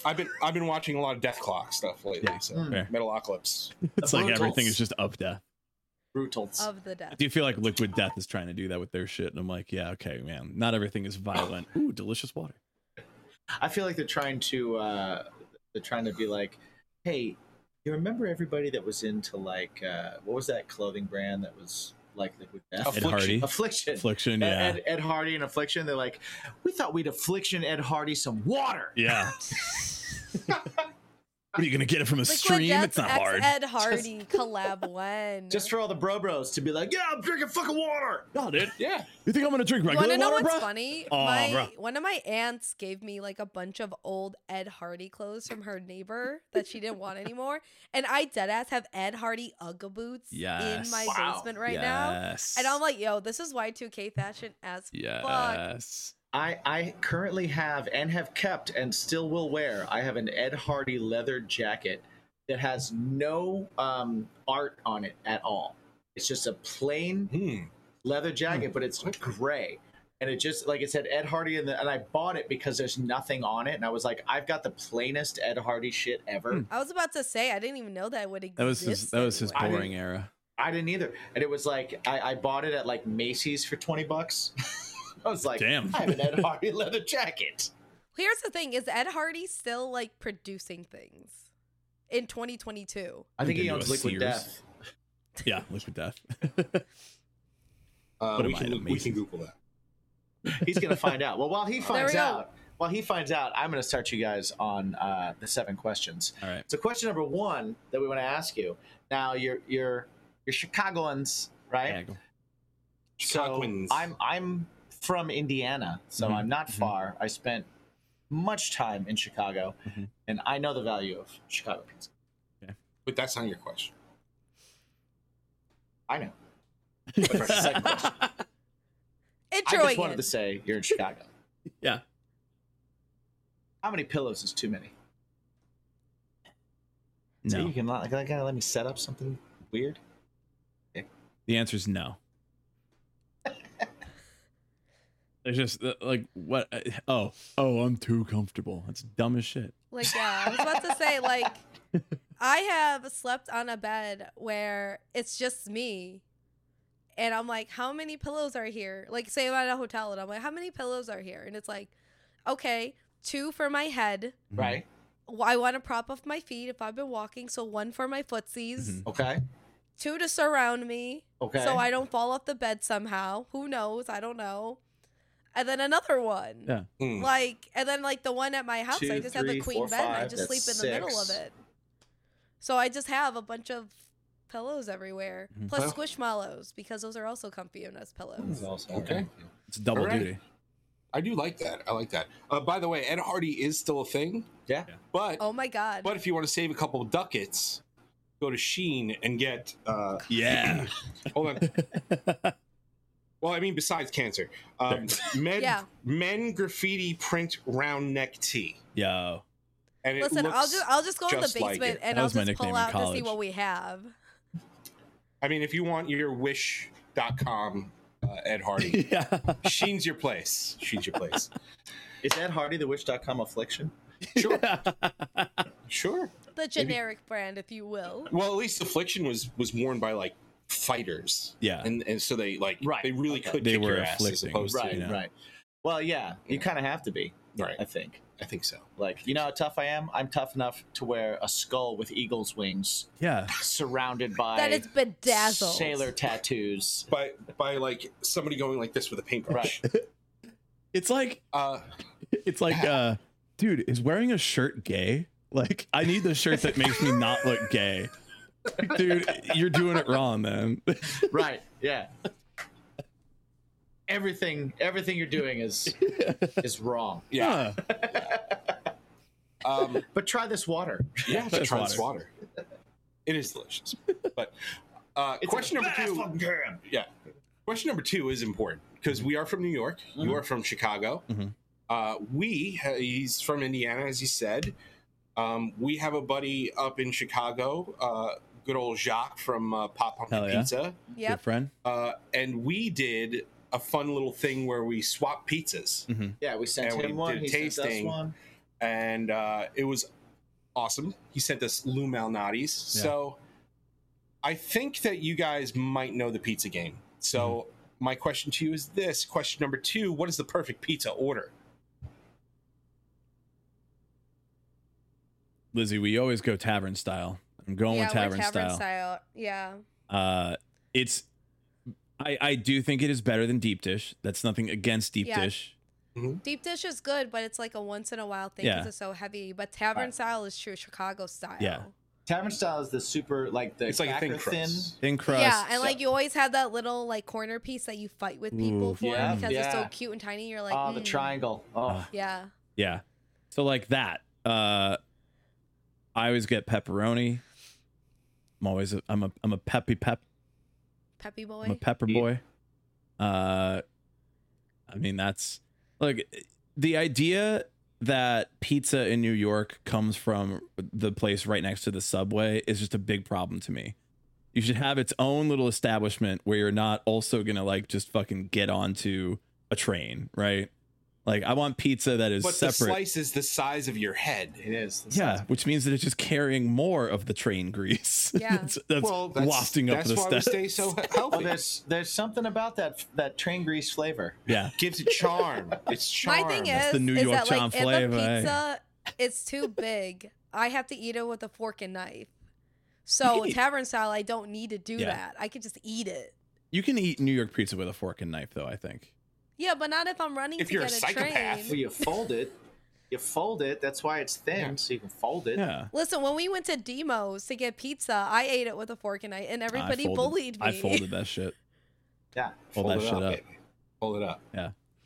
[SPEAKER 4] I've been I've been watching a lot of Death Clock stuff lately.
[SPEAKER 2] Yeah.
[SPEAKER 4] So
[SPEAKER 2] Mm.
[SPEAKER 4] Metalocalypse.
[SPEAKER 2] It's like everything is just up death.
[SPEAKER 3] brutals.
[SPEAKER 1] Of the death.
[SPEAKER 2] I do feel like Liquid Death is trying to do that with their shit, and I'm like, yeah, okay, man. Not everything is violent. Ooh, delicious water.
[SPEAKER 3] I feel like they're trying to uh, they're trying to be like, hey, you remember everybody that was into like uh, what was that clothing brand that was like liquid death?
[SPEAKER 2] Ed
[SPEAKER 4] Affliction.
[SPEAKER 2] Hardy,
[SPEAKER 3] affliction.
[SPEAKER 2] affliction, yeah,
[SPEAKER 3] Ed, Ed Hardy and Affliction. They're like, we thought we'd affliction Ed Hardy some water.
[SPEAKER 2] yeah. What are you gonna get it from a
[SPEAKER 1] Liquid
[SPEAKER 2] stream?
[SPEAKER 1] Death
[SPEAKER 2] It's not
[SPEAKER 1] X
[SPEAKER 2] hard.
[SPEAKER 1] Ed Hardy collab when?
[SPEAKER 3] Just for all the bro bros to be like, yeah, I'm drinking fucking water.
[SPEAKER 2] No, dude.
[SPEAKER 4] Yeah.
[SPEAKER 2] You think I'm gonna drink
[SPEAKER 1] you want
[SPEAKER 2] regular
[SPEAKER 1] to know
[SPEAKER 2] water,
[SPEAKER 1] what's
[SPEAKER 2] bro?
[SPEAKER 1] funny?
[SPEAKER 2] Aw,
[SPEAKER 1] my
[SPEAKER 2] bruh.
[SPEAKER 1] one of my aunts gave me like a bunch of old Ed Hardy clothes from her neighbor that she didn't want anymore, and I deadass have Ed Hardy Ugga boots
[SPEAKER 2] Yes.
[SPEAKER 1] in my
[SPEAKER 3] Wow.
[SPEAKER 1] basement right now,
[SPEAKER 2] Yes.
[SPEAKER 1] and I'm like, yo, this is Y2K fashion as
[SPEAKER 2] yes.
[SPEAKER 3] I, I currently have and have kept and still will wear. I have an Ed Hardy leather jacket that has no um, art on it at all. It's just a plain
[SPEAKER 4] Hmm.
[SPEAKER 3] leather jacket, but it's gray. And it just like it said Ed Hardy and, the, and I bought it because there's nothing on it, and I was like, I've got the plainest Ed Hardy shit ever.
[SPEAKER 1] I was about to say I didn't even know that would exist.
[SPEAKER 2] That was his. That was his
[SPEAKER 1] anywhere.
[SPEAKER 3] I
[SPEAKER 2] boring era.
[SPEAKER 3] I didn't either, and it was like I, I bought it at like Macy's for twenty bucks. I was like,
[SPEAKER 2] Damn.
[SPEAKER 3] I have an Ed Hardy leather jacket.
[SPEAKER 1] Here's the thing: is Ed Hardy still like producing things in 2022?
[SPEAKER 3] I think
[SPEAKER 2] Into
[SPEAKER 3] he
[SPEAKER 2] a
[SPEAKER 3] owns Liquid
[SPEAKER 2] Sears.
[SPEAKER 3] Death.
[SPEAKER 2] Yeah, Liquid Death.
[SPEAKER 4] Uh,
[SPEAKER 2] What am I,
[SPEAKER 4] we, can, we can
[SPEAKER 2] amazing?
[SPEAKER 4] Google that.
[SPEAKER 3] He's gonna find out. Well, while he finds
[SPEAKER 1] we go.
[SPEAKER 3] out, while he finds out, I'm gonna start you guys on uh, the seven questions.
[SPEAKER 2] All right.
[SPEAKER 3] So, question number one that we want to ask you now, you're you're you're Chicagoans, right?
[SPEAKER 2] Yeah, go.
[SPEAKER 4] Chicagoans.
[SPEAKER 3] So I'm I'm from Indiana, so
[SPEAKER 2] Mhm,
[SPEAKER 3] I'm not
[SPEAKER 2] mhm.
[SPEAKER 3] far. I spent much time in Chicago,
[SPEAKER 2] Mhm.
[SPEAKER 3] and I know the value of Chicago pizza.
[SPEAKER 4] But that's not your question.
[SPEAKER 3] I know. I
[SPEAKER 1] Introing
[SPEAKER 3] just wanted
[SPEAKER 1] it.
[SPEAKER 3] to say you're in Chicago.
[SPEAKER 2] yeah.
[SPEAKER 3] How many pillows is too many? So
[SPEAKER 2] No.
[SPEAKER 3] you can like, like, let me set up something weird.
[SPEAKER 2] The answer is no. There's just uh, like what? uh, Oh, oh, I'm too comfortable. That's dumb as shit.
[SPEAKER 1] Like, yeah, I was about to say, like, I have slept on a bed where it's just me. And I'm like, how many pillows are here? Like, say I'm at a hotel and I'm like, how many pillows are here? And it's like, okay, two for my head.
[SPEAKER 2] Mm-hmm.
[SPEAKER 4] Mm-hmm.
[SPEAKER 3] Right.
[SPEAKER 1] Well, I want to prop up my feet if I've been walking. So one for my footsies,
[SPEAKER 2] Mhm.
[SPEAKER 3] Okay.
[SPEAKER 1] two to surround me.
[SPEAKER 3] Okay.
[SPEAKER 1] So I don't fall off the bed somehow. Who knows? I don't know. And then another one.
[SPEAKER 2] Yeah.
[SPEAKER 4] Hmm.
[SPEAKER 1] Like, and then like the one at my house, I
[SPEAKER 3] Two,
[SPEAKER 1] just have
[SPEAKER 3] three,
[SPEAKER 1] a queen
[SPEAKER 3] four,
[SPEAKER 1] bed. and I
[SPEAKER 3] five,
[SPEAKER 1] just sleep in
[SPEAKER 3] that's
[SPEAKER 1] the middle of
[SPEAKER 3] six.
[SPEAKER 1] it. So I just have a bunch of pillows everywhere,
[SPEAKER 2] Mhm.
[SPEAKER 1] plus
[SPEAKER 4] Well-
[SPEAKER 1] squishmallows because those are also comfy as pillows.
[SPEAKER 4] Okay.
[SPEAKER 2] It's double
[SPEAKER 4] All right.
[SPEAKER 2] duty.
[SPEAKER 4] I do like that. I like that. Uh, by the way, Ed Hardy is still a thing,
[SPEAKER 3] Yeah.
[SPEAKER 4] but
[SPEAKER 1] Oh my god!
[SPEAKER 4] but if you want to save a couple of ducats, go to Sheen and get. Uh,
[SPEAKER 2] Yeah.
[SPEAKER 4] hold on. well, I mean, besides cancer, um, men
[SPEAKER 1] Yeah.
[SPEAKER 4] men graffiti print round neck tee,
[SPEAKER 2] Yo.
[SPEAKER 4] and it
[SPEAKER 1] Listen,
[SPEAKER 4] looks.
[SPEAKER 1] I'll just I'll just go in the
[SPEAKER 4] just like
[SPEAKER 1] basement
[SPEAKER 4] it.
[SPEAKER 1] and
[SPEAKER 2] That
[SPEAKER 1] I'll
[SPEAKER 2] was my
[SPEAKER 1] just pull
[SPEAKER 2] nickname in
[SPEAKER 1] out to see
[SPEAKER 2] college.
[SPEAKER 1] what we have.
[SPEAKER 4] I mean, if you want your wish.com, uh, Ed Hardy,
[SPEAKER 2] Yeah.
[SPEAKER 4] Sheen's your place. Sheen's your place.
[SPEAKER 3] Is Ed Hardy the Wish.com affliction?
[SPEAKER 4] Sure, sure.
[SPEAKER 1] The generic brand, if you will.
[SPEAKER 4] Well, at least affliction was was worn by like fighters.
[SPEAKER 2] Yeah.
[SPEAKER 4] and and so they like
[SPEAKER 3] Right,
[SPEAKER 4] they really
[SPEAKER 3] okay.
[SPEAKER 4] could
[SPEAKER 2] They
[SPEAKER 4] kick
[SPEAKER 2] were
[SPEAKER 4] your ass as
[SPEAKER 2] afflicting.
[SPEAKER 4] opposed
[SPEAKER 2] Right,
[SPEAKER 4] to
[SPEAKER 2] Yeah.
[SPEAKER 3] right. Well, yeah, you
[SPEAKER 4] Yeah.
[SPEAKER 3] kind of have to be,
[SPEAKER 4] Right.
[SPEAKER 3] I think.
[SPEAKER 4] I think so.
[SPEAKER 3] Like, you know how tough I am? I'm tough enough to wear a skull with eagle's wings
[SPEAKER 2] Yeah.
[SPEAKER 3] surrounded by
[SPEAKER 1] That is bedazzled.
[SPEAKER 3] sailor tattoos.
[SPEAKER 4] By by like somebody going like this with a paintbrush.
[SPEAKER 2] It's like
[SPEAKER 4] Uh,
[SPEAKER 2] it's like uh dude, is wearing a shirt gay? Like I need the shirt that makes me not look gay. Dude, you're doing it wrong, man.
[SPEAKER 3] right. Yeah. Everything everything you're doing is is wrong.
[SPEAKER 4] yeah. Um,
[SPEAKER 3] But try this water.
[SPEAKER 4] yeah.
[SPEAKER 2] That's
[SPEAKER 4] Just try
[SPEAKER 2] water.
[SPEAKER 4] this water. It is delicious. But uh, question number two. yeah. Question number two is important because we are from New York. You are from Chicago.
[SPEAKER 2] Mhm.
[SPEAKER 4] Uh, we, he's from Indiana, as he said. Um, we have a buddy up in Chicago, uh, good old Jacques from uh, Pop Punk
[SPEAKER 2] Hell yeah.
[SPEAKER 4] Pizza.
[SPEAKER 2] Good
[SPEAKER 1] Yep.
[SPEAKER 2] friend.
[SPEAKER 4] Uh, and we did a fun little thing where we swapped pizzas.
[SPEAKER 3] Yeah, we sent
[SPEAKER 4] And we
[SPEAKER 3] him one.
[SPEAKER 4] did
[SPEAKER 3] He sent us
[SPEAKER 4] tasting.
[SPEAKER 3] one.
[SPEAKER 4] And uh, it was awesome. He sent us Lou Malnati's.
[SPEAKER 2] Yeah.
[SPEAKER 4] So I think that you guys might know the pizza game. So
[SPEAKER 2] Mm-hmm.
[SPEAKER 4] my question to you is this question number two What is the perfect pizza order?
[SPEAKER 2] Lizzie, we always go tavern style. I'm going
[SPEAKER 1] yeah,
[SPEAKER 2] with
[SPEAKER 1] we're
[SPEAKER 2] tavern, style.
[SPEAKER 1] Yeah.
[SPEAKER 2] Uh it's I I do think it is better than deep dish. That's nothing against deep
[SPEAKER 1] Yeah.
[SPEAKER 2] dish.
[SPEAKER 1] Deep dish is good, but it's like a once in a while thing because
[SPEAKER 2] Yeah. Uh,
[SPEAKER 1] it's so heavy. But tavern
[SPEAKER 3] Right.
[SPEAKER 1] style is true Chicago style.
[SPEAKER 2] Yeah.
[SPEAKER 3] Tavern style is the super like the
[SPEAKER 4] It's like a
[SPEAKER 3] cracker
[SPEAKER 4] thin crust.
[SPEAKER 2] Thin crust. uh,
[SPEAKER 1] yeah, and like you always have that little like corner piece that you fight with people
[SPEAKER 2] Ooh.
[SPEAKER 1] for
[SPEAKER 3] Yeah,
[SPEAKER 1] because it's so
[SPEAKER 3] yeah.
[SPEAKER 1] cute and tiny. You're like,
[SPEAKER 3] Oh, the
[SPEAKER 1] mm,
[SPEAKER 3] triangle. Oh,
[SPEAKER 2] Ah.
[SPEAKER 1] Yeah,
[SPEAKER 2] Yeah. So like that. Uh I always get pepperoni. I'm always a, I'm a I'm a peppy pep
[SPEAKER 1] peppy
[SPEAKER 2] I'm a
[SPEAKER 1] boy.
[SPEAKER 2] pepper
[SPEAKER 3] Yeah.
[SPEAKER 2] boy. Uh I mean that's look the idea that pizza in New York comes from the place right next to the subway is just a big problem to me. You should have its own little establishment where you're not also going to like just fucking get onto a train, right? Like I want pizza that is
[SPEAKER 4] But the
[SPEAKER 2] separate.
[SPEAKER 4] slice is the size of your head.
[SPEAKER 3] it is. This
[SPEAKER 2] Yeah,
[SPEAKER 3] is-
[SPEAKER 2] which means that it's just carrying more of the train grease.
[SPEAKER 1] Yeah.
[SPEAKER 2] that's, that's
[SPEAKER 4] well, that's,
[SPEAKER 2] wafting up
[SPEAKER 4] that's
[SPEAKER 2] the
[SPEAKER 4] why
[SPEAKER 2] steps.
[SPEAKER 4] we stay so he-
[SPEAKER 3] Well,
[SPEAKER 4] healthy.
[SPEAKER 3] there's there's something about that that train grease flavor.
[SPEAKER 2] yeah,
[SPEAKER 4] Gives it charm. It's charm.
[SPEAKER 1] My thing
[SPEAKER 2] That's
[SPEAKER 1] is,
[SPEAKER 2] the New
[SPEAKER 1] is
[SPEAKER 2] York
[SPEAKER 1] that like
[SPEAKER 2] charm
[SPEAKER 1] if
[SPEAKER 2] flavor,
[SPEAKER 1] the
[SPEAKER 2] eh?
[SPEAKER 1] pizza it's too big, I have to eat it with a fork and knife. So
[SPEAKER 2] Really?
[SPEAKER 1] tavern style, I don't need to do
[SPEAKER 2] Yeah.
[SPEAKER 1] that. I could just eat it.
[SPEAKER 2] you can eat New York pizza with a fork and knife, though. I think.
[SPEAKER 1] Yeah, but not if I'm running
[SPEAKER 4] If
[SPEAKER 1] to
[SPEAKER 4] you're a
[SPEAKER 1] get a,
[SPEAKER 4] psychopath.
[SPEAKER 1] train.
[SPEAKER 3] Well, you fold it. You fold it. That's why it's thin,
[SPEAKER 4] Yeah.
[SPEAKER 3] so you can fold it.
[SPEAKER 2] Yeah,
[SPEAKER 1] Listen, when we went to Demos to get pizza, I ate it with a fork and knife, and everybody
[SPEAKER 2] I folded,
[SPEAKER 1] bullied me.
[SPEAKER 2] I folded that shit.
[SPEAKER 3] Yeah.
[SPEAKER 2] Fold that shit up.
[SPEAKER 4] baby. Pull it up.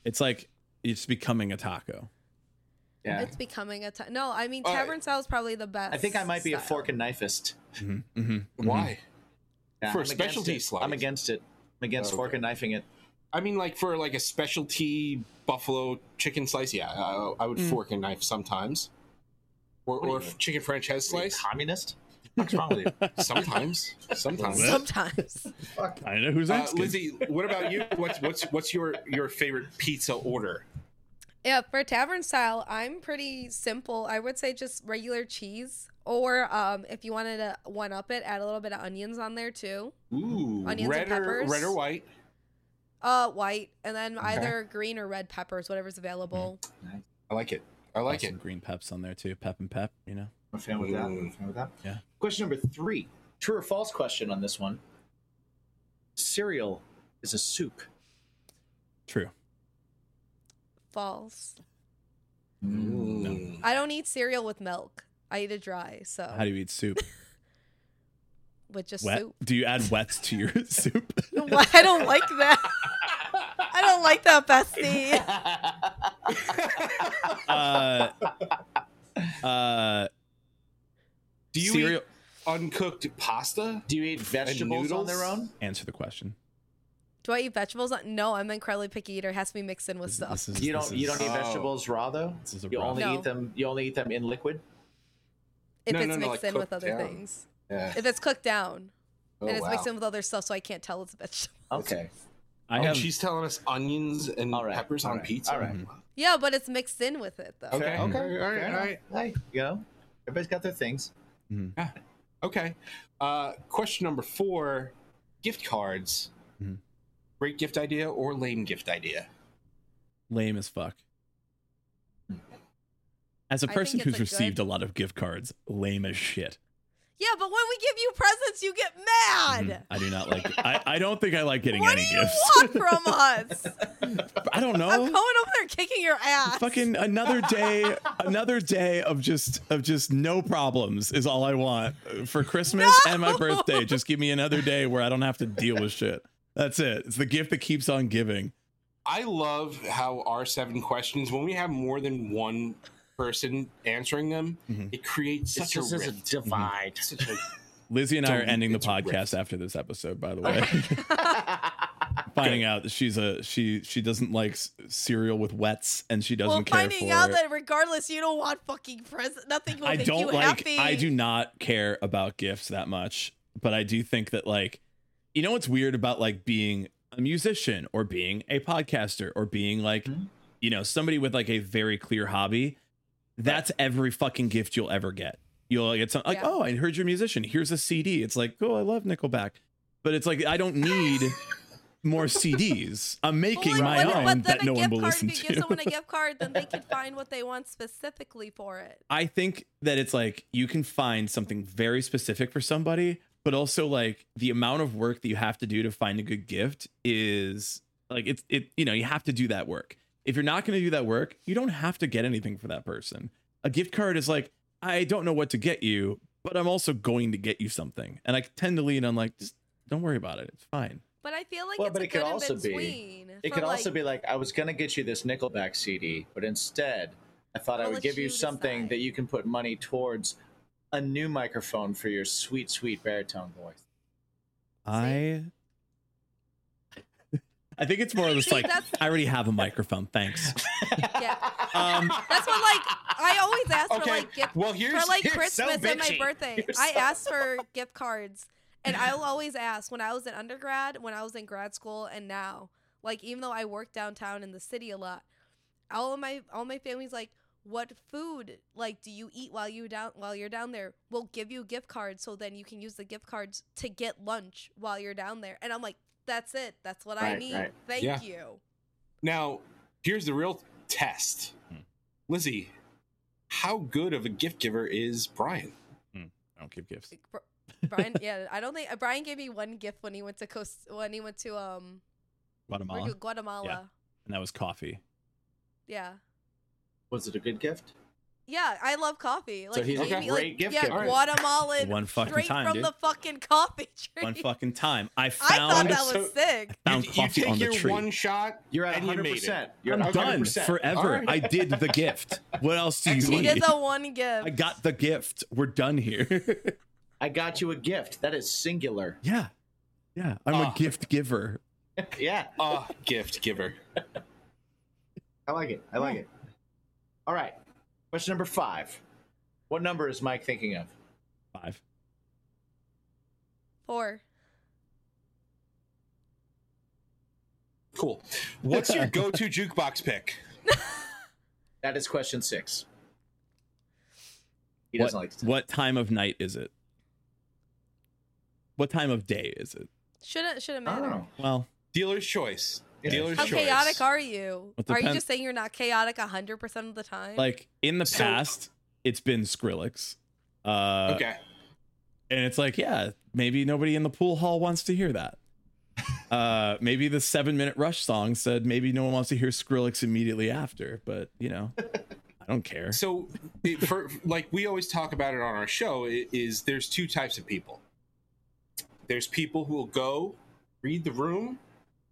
[SPEAKER 2] It's like it's becoming a taco.
[SPEAKER 3] Yeah.
[SPEAKER 1] It's becoming a ta- no. I mean,
[SPEAKER 4] All right.
[SPEAKER 1] tavern style is probably the best.
[SPEAKER 3] I think I might be a
[SPEAKER 1] style.
[SPEAKER 3] fork and knifeist.
[SPEAKER 2] Mhm, mhm, mhm.
[SPEAKER 4] Why?
[SPEAKER 3] Yeah,
[SPEAKER 4] For a
[SPEAKER 3] I'm against
[SPEAKER 4] specialty
[SPEAKER 3] it.
[SPEAKER 4] slice.
[SPEAKER 3] I'm against it. I'm against
[SPEAKER 4] Oh,
[SPEAKER 3] fork
[SPEAKER 4] okay.
[SPEAKER 3] and knifing it.
[SPEAKER 4] I mean, like for like a specialty buffalo chicken slice. Yeah, I, I would
[SPEAKER 1] Mm.
[SPEAKER 4] fork and knife sometimes. Or,
[SPEAKER 3] do you
[SPEAKER 4] or
[SPEAKER 3] mean?
[SPEAKER 4] chicken franchise
[SPEAKER 3] Are you
[SPEAKER 4] slice.
[SPEAKER 3] communist? What's wrong with you?
[SPEAKER 4] Sometimes, sometimes. Uh,
[SPEAKER 1] Sometimes
[SPEAKER 2] I know who's asking.
[SPEAKER 4] Lizzie, what about you? What's what's what's your your favorite pizza order?
[SPEAKER 1] Yeah, for tavern style, I'm pretty simple. I would say just regular cheese, or um, if you wanted to one up it, add a little bit of onions on there too,
[SPEAKER 4] Ooh,
[SPEAKER 1] Onions and
[SPEAKER 4] red or
[SPEAKER 1] peppers.
[SPEAKER 4] red or white?
[SPEAKER 1] uh, white, and then either green or red peppers, whatever's available.
[SPEAKER 2] Mm-hmm.
[SPEAKER 4] I like it. I like
[SPEAKER 2] Have
[SPEAKER 4] it.
[SPEAKER 2] some green peps on there too. Pep and pep, you know.
[SPEAKER 3] I'm a fan with that. I'm a
[SPEAKER 4] Mm.
[SPEAKER 3] fan with that.
[SPEAKER 2] Yeah.
[SPEAKER 3] Question number three. True or false question on this one. Cereal is a soup.
[SPEAKER 2] True.
[SPEAKER 1] False.
[SPEAKER 4] Mm.
[SPEAKER 1] I don't eat cereal with milk. I eat it dry, so
[SPEAKER 2] How do you eat soup?
[SPEAKER 1] with just
[SPEAKER 2] Wet?
[SPEAKER 1] soup.
[SPEAKER 2] Do you add wets to your soup?
[SPEAKER 1] Why- I don't like that. I don't like that, bestie.
[SPEAKER 2] Uh, uh,
[SPEAKER 4] Do you
[SPEAKER 2] cereal?
[SPEAKER 4] eat uncooked pasta?
[SPEAKER 3] Do you eat vegetables on their
[SPEAKER 4] noodles?
[SPEAKER 3] own?
[SPEAKER 2] Answer the question.
[SPEAKER 1] Do I eat vegetables? No, I'm incredibly picky eater. It has to be mixed in with
[SPEAKER 2] This-
[SPEAKER 1] stuff.
[SPEAKER 2] this is-
[SPEAKER 3] You
[SPEAKER 2] this
[SPEAKER 3] don't. You
[SPEAKER 2] is-
[SPEAKER 3] don't eat
[SPEAKER 4] Oh.
[SPEAKER 3] vegetables raw though.
[SPEAKER 2] This is a
[SPEAKER 3] You
[SPEAKER 2] problem.
[SPEAKER 3] only
[SPEAKER 1] No.
[SPEAKER 3] eat them. You only eat them in liquid.
[SPEAKER 1] if
[SPEAKER 4] No,
[SPEAKER 1] it's
[SPEAKER 4] no, no,
[SPEAKER 1] mixed
[SPEAKER 4] like
[SPEAKER 1] in with
[SPEAKER 4] cooked
[SPEAKER 1] other
[SPEAKER 4] down.
[SPEAKER 1] things.
[SPEAKER 4] Yeah.
[SPEAKER 1] If it's cooked down
[SPEAKER 4] Oh,
[SPEAKER 1] and it's
[SPEAKER 4] wow.
[SPEAKER 1] mixed in with other stuff, so I can't tell it's a vegetable.
[SPEAKER 3] Okay.
[SPEAKER 2] I
[SPEAKER 4] oh,
[SPEAKER 2] have
[SPEAKER 4] she's telling us onions and
[SPEAKER 3] All right,
[SPEAKER 4] peppers
[SPEAKER 3] all
[SPEAKER 4] on
[SPEAKER 3] right,
[SPEAKER 4] pizza.
[SPEAKER 3] all right.
[SPEAKER 1] Yeah, but it's mixed in with it though.
[SPEAKER 3] Okay.
[SPEAKER 4] Okay. Okay. All right.
[SPEAKER 3] Fair
[SPEAKER 4] All
[SPEAKER 3] enough.
[SPEAKER 4] right.
[SPEAKER 3] Hey, you know, everybody's got their things.
[SPEAKER 4] Okay. Uh, question number four: gift cards.
[SPEAKER 2] Mhm.
[SPEAKER 4] Great gift idea or lame gift idea?
[SPEAKER 2] lame as fuck. As a
[SPEAKER 1] I think
[SPEAKER 2] person
[SPEAKER 1] it's
[SPEAKER 2] who's
[SPEAKER 1] a
[SPEAKER 2] received
[SPEAKER 1] good-
[SPEAKER 2] a lot of gift cards, lame as shit.
[SPEAKER 1] Yeah, but when we give you presents, you get mad.
[SPEAKER 2] Mhm. I do not like. I, I don't think I like getting
[SPEAKER 1] What do
[SPEAKER 2] any
[SPEAKER 1] you
[SPEAKER 2] gifts. Oh.
[SPEAKER 1] want from us?
[SPEAKER 2] I don't know.
[SPEAKER 1] I'm going over there kicking your ass.
[SPEAKER 2] Fucking another day, another day of just of just no problems is all I want for Christmas and my
[SPEAKER 1] No!
[SPEAKER 2] birthday. Just give me another day where I don't have to deal with shit. That's it. It's the gift that keeps on giving.
[SPEAKER 4] I love how our seven questions, when we have more than one person answering them,
[SPEAKER 2] Mhm.
[SPEAKER 4] it creates
[SPEAKER 3] It's
[SPEAKER 4] such a
[SPEAKER 3] just as a
[SPEAKER 4] rift.
[SPEAKER 3] divide.
[SPEAKER 4] Such a-
[SPEAKER 2] Lizzie and I are
[SPEAKER 4] Don't-
[SPEAKER 2] ending the
[SPEAKER 4] it's a riff.
[SPEAKER 2] podcast after this episode, by the way. finding out that she's a she she doesn't like s- cereal with wets and she doesn't
[SPEAKER 1] well,
[SPEAKER 2] care
[SPEAKER 1] finding
[SPEAKER 2] for
[SPEAKER 1] out
[SPEAKER 2] it.
[SPEAKER 1] that regardless, you don't want fucking presents. Nothing will
[SPEAKER 2] I
[SPEAKER 1] make
[SPEAKER 2] don't
[SPEAKER 1] you
[SPEAKER 2] like
[SPEAKER 1] happy.
[SPEAKER 2] I do not care about gifts that much, but I do think that like you know what's weird about like being a musician or being a podcaster or being like
[SPEAKER 3] Mhm.
[SPEAKER 2] you know somebody with like a very clear hobby that's every fucking gift you'll ever get. You'll get some like
[SPEAKER 1] Yeah.
[SPEAKER 2] oh I heard you're a musician here's a CD. It's like cool I love Nickelback. But it's like I don't need more CDs. I'm
[SPEAKER 1] Well,
[SPEAKER 2] making
[SPEAKER 1] like,
[SPEAKER 2] my
[SPEAKER 1] what-
[SPEAKER 2] own
[SPEAKER 1] but then
[SPEAKER 2] that
[SPEAKER 1] a
[SPEAKER 2] no one
[SPEAKER 1] gift
[SPEAKER 2] will
[SPEAKER 1] card,
[SPEAKER 2] listen
[SPEAKER 1] if you
[SPEAKER 2] to.
[SPEAKER 1] give someone a gift card, then they can find what they want specifically for it.
[SPEAKER 2] I think that it's like you can find something very specific for somebody, but also like the amount of work that you have to do to find a good gift is like it's it you know, you have to do that work. If you're not going to do that work, you don't have to get anything for that person. A gift card is like I don't know what to get you, but I'm also going to get you something. And I tend to lean on like just don't worry about it. It's fine.
[SPEAKER 1] But I feel like
[SPEAKER 3] Well,
[SPEAKER 1] it's
[SPEAKER 3] but
[SPEAKER 1] a
[SPEAKER 3] it could
[SPEAKER 1] good
[SPEAKER 3] also
[SPEAKER 1] in
[SPEAKER 3] be-
[SPEAKER 1] between.
[SPEAKER 3] It
[SPEAKER 1] for,
[SPEAKER 3] could
[SPEAKER 1] like,
[SPEAKER 3] also be like, I was going to get you this Nickelback CD, but instead, I thought I
[SPEAKER 1] I'll
[SPEAKER 3] would
[SPEAKER 1] let
[SPEAKER 3] give you,
[SPEAKER 1] you
[SPEAKER 3] something
[SPEAKER 1] decide.
[SPEAKER 3] that you can put money towards a new microphone for your sweet, sweet baritone voice.
[SPEAKER 2] I I think it's more or less
[SPEAKER 1] See,
[SPEAKER 2] like
[SPEAKER 1] that's-
[SPEAKER 2] I already have a microphone. Thanks.
[SPEAKER 1] Yeah.
[SPEAKER 2] Um
[SPEAKER 1] That's what like I always ask for like gift
[SPEAKER 4] well, here's
[SPEAKER 1] for like
[SPEAKER 4] here's
[SPEAKER 1] Christmas
[SPEAKER 4] so
[SPEAKER 1] and my
[SPEAKER 4] bitchy.
[SPEAKER 1] birthday.
[SPEAKER 3] You're
[SPEAKER 1] I
[SPEAKER 3] so-
[SPEAKER 1] asked for gift cards, and I'll always ask when I was in undergrad, when I was in grad school, and now. Like even though I work downtown in the city a lot, all of my all my family's like, "What food like do you eat while you down while you're down there?" We'll give you gift cards, so then you can use the gift cards to get lunch while you're down there. And I'm like, "That's it. That's what I
[SPEAKER 3] Right,
[SPEAKER 1] need.
[SPEAKER 3] right.
[SPEAKER 1] Thank
[SPEAKER 4] Yeah.
[SPEAKER 1] you."
[SPEAKER 4] Now, here's the real test.
[SPEAKER 2] Hmm.
[SPEAKER 4] Lizzie, how good of a gift giver is Brian?
[SPEAKER 2] I don't give gifts.
[SPEAKER 1] Br- Brian, yeah, I don't think Brian gave me one gift when he went to Coast when he went to um where
[SPEAKER 2] Guatemala.
[SPEAKER 1] to Guatemala.
[SPEAKER 2] and that was coffee.
[SPEAKER 1] Yeah.
[SPEAKER 3] Was it a good gift?
[SPEAKER 1] yeah, I love coffee. Like,
[SPEAKER 3] he's
[SPEAKER 1] he
[SPEAKER 4] a
[SPEAKER 1] gave me,
[SPEAKER 3] great
[SPEAKER 1] like,
[SPEAKER 3] gift
[SPEAKER 1] yeah,
[SPEAKER 3] giver.
[SPEAKER 1] Guatemalan
[SPEAKER 2] One fucking
[SPEAKER 1] straight
[SPEAKER 2] time,
[SPEAKER 1] from
[SPEAKER 2] dude.
[SPEAKER 1] the fucking coffee tree.
[SPEAKER 2] One fucking time. I
[SPEAKER 1] I thought
[SPEAKER 2] found
[SPEAKER 1] that was
[SPEAKER 4] So-
[SPEAKER 1] sick.
[SPEAKER 2] found
[SPEAKER 4] you,
[SPEAKER 2] coffee
[SPEAKER 4] you take
[SPEAKER 2] on the
[SPEAKER 4] your
[SPEAKER 2] tree.
[SPEAKER 4] one shot.
[SPEAKER 3] You're at
[SPEAKER 4] And you made
[SPEAKER 3] 100%.
[SPEAKER 4] it.
[SPEAKER 3] You are
[SPEAKER 2] I'm
[SPEAKER 3] at
[SPEAKER 2] done
[SPEAKER 3] 100%.
[SPEAKER 2] forever.
[SPEAKER 4] All right.
[SPEAKER 2] I did the gift. What else do you
[SPEAKER 1] He did
[SPEAKER 2] need?
[SPEAKER 1] the one gift.
[SPEAKER 2] I got the gift. We're done here.
[SPEAKER 3] I got you a gift. That is singular.
[SPEAKER 2] yeah. Yeah. I'm a
[SPEAKER 4] Ah.
[SPEAKER 2] gift giver.
[SPEAKER 3] yeah,
[SPEAKER 4] Ah, gift giver.
[SPEAKER 3] I like it. I like it. All right. Question number five. What number is Mike thinking of?
[SPEAKER 2] Five.
[SPEAKER 1] four.
[SPEAKER 4] Cool. What's your go-to jukebox pick?
[SPEAKER 3] That is question six. He
[SPEAKER 2] What,
[SPEAKER 3] doesn't like to
[SPEAKER 2] what time of night is it? What time of day is it?
[SPEAKER 1] Shouldn't shouldn't
[SPEAKER 3] I don't
[SPEAKER 1] matter.
[SPEAKER 3] know.
[SPEAKER 2] Well,
[SPEAKER 4] Dealer's choice.
[SPEAKER 3] Yeah.
[SPEAKER 4] Dealer's
[SPEAKER 1] How
[SPEAKER 4] choice.
[SPEAKER 1] chaotic are you?
[SPEAKER 2] It
[SPEAKER 1] Are you
[SPEAKER 2] depends-
[SPEAKER 1] just saying you're not chaotic hundred percent of the time?
[SPEAKER 2] like in the
[SPEAKER 4] So-
[SPEAKER 2] past, it's been Skrillex. Uh,
[SPEAKER 4] Okay.
[SPEAKER 2] and it's like yeah maybe nobody in the pool hall wants to hear that uh maybe the seven minute rush song said maybe no one wants to hear skrillex immediately after but you know i don't care
[SPEAKER 4] So, it- for like we always talk about it on our show, i- is there's two types of people. There's people who will go, read the room,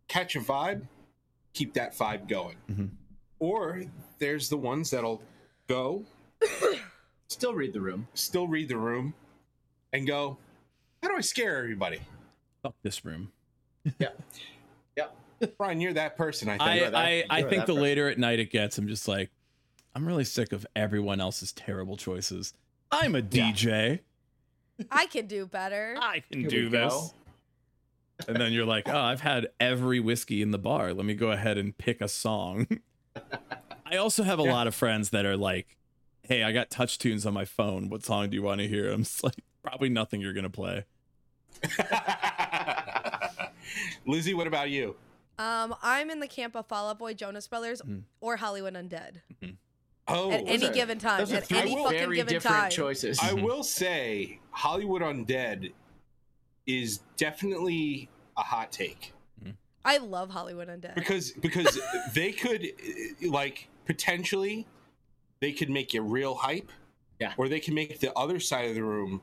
[SPEAKER 4] catch a vibe, keep that vibe going,
[SPEAKER 2] Mhm.
[SPEAKER 4] or there's the ones that'll go,
[SPEAKER 3] Still read the room.
[SPEAKER 4] still read the room, and go, how do I scare everybody?
[SPEAKER 2] fuck this room
[SPEAKER 4] Brian, you're that person. I
[SPEAKER 2] i
[SPEAKER 4] think.
[SPEAKER 3] you're that-
[SPEAKER 2] i, I
[SPEAKER 3] you're
[SPEAKER 2] think
[SPEAKER 3] that
[SPEAKER 2] the
[SPEAKER 3] person.
[SPEAKER 2] later at night it gets i'm just like i'm really sick of everyone else's terrible choices i'm a dj
[SPEAKER 1] I can do better.
[SPEAKER 2] i can
[SPEAKER 3] Here
[SPEAKER 2] do
[SPEAKER 3] we
[SPEAKER 2] this
[SPEAKER 3] go.
[SPEAKER 2] and then you're like, oh, I've had every whiskey in the bar. Let me go ahead and pick a song. I also have a
[SPEAKER 4] Yeah.
[SPEAKER 2] lot of friends that are like, hey, I got touch tunes on my phone. What song do you want to hear? I'm just like, probably nothing you're going to play.
[SPEAKER 4] Lizzie, what about you?
[SPEAKER 1] Um, I'm in the camp of Fall Out Boy, Jonas Brothers,
[SPEAKER 2] Mhm.
[SPEAKER 1] or Hollywood Undead
[SPEAKER 4] Oh,
[SPEAKER 1] at any
[SPEAKER 3] are-
[SPEAKER 1] given time.
[SPEAKER 3] Those are
[SPEAKER 1] Uh, At
[SPEAKER 3] three
[SPEAKER 1] any
[SPEAKER 4] will-
[SPEAKER 1] fucking
[SPEAKER 3] very
[SPEAKER 1] given
[SPEAKER 3] different
[SPEAKER 1] time.
[SPEAKER 3] choices.
[SPEAKER 4] I will say Hollywood Undead is definitely a hot take
[SPEAKER 1] I love Hollywood Undead.
[SPEAKER 4] because because they could uh, like potentially they could make you real hype,
[SPEAKER 3] Yeah.
[SPEAKER 4] or they can make the other side of the room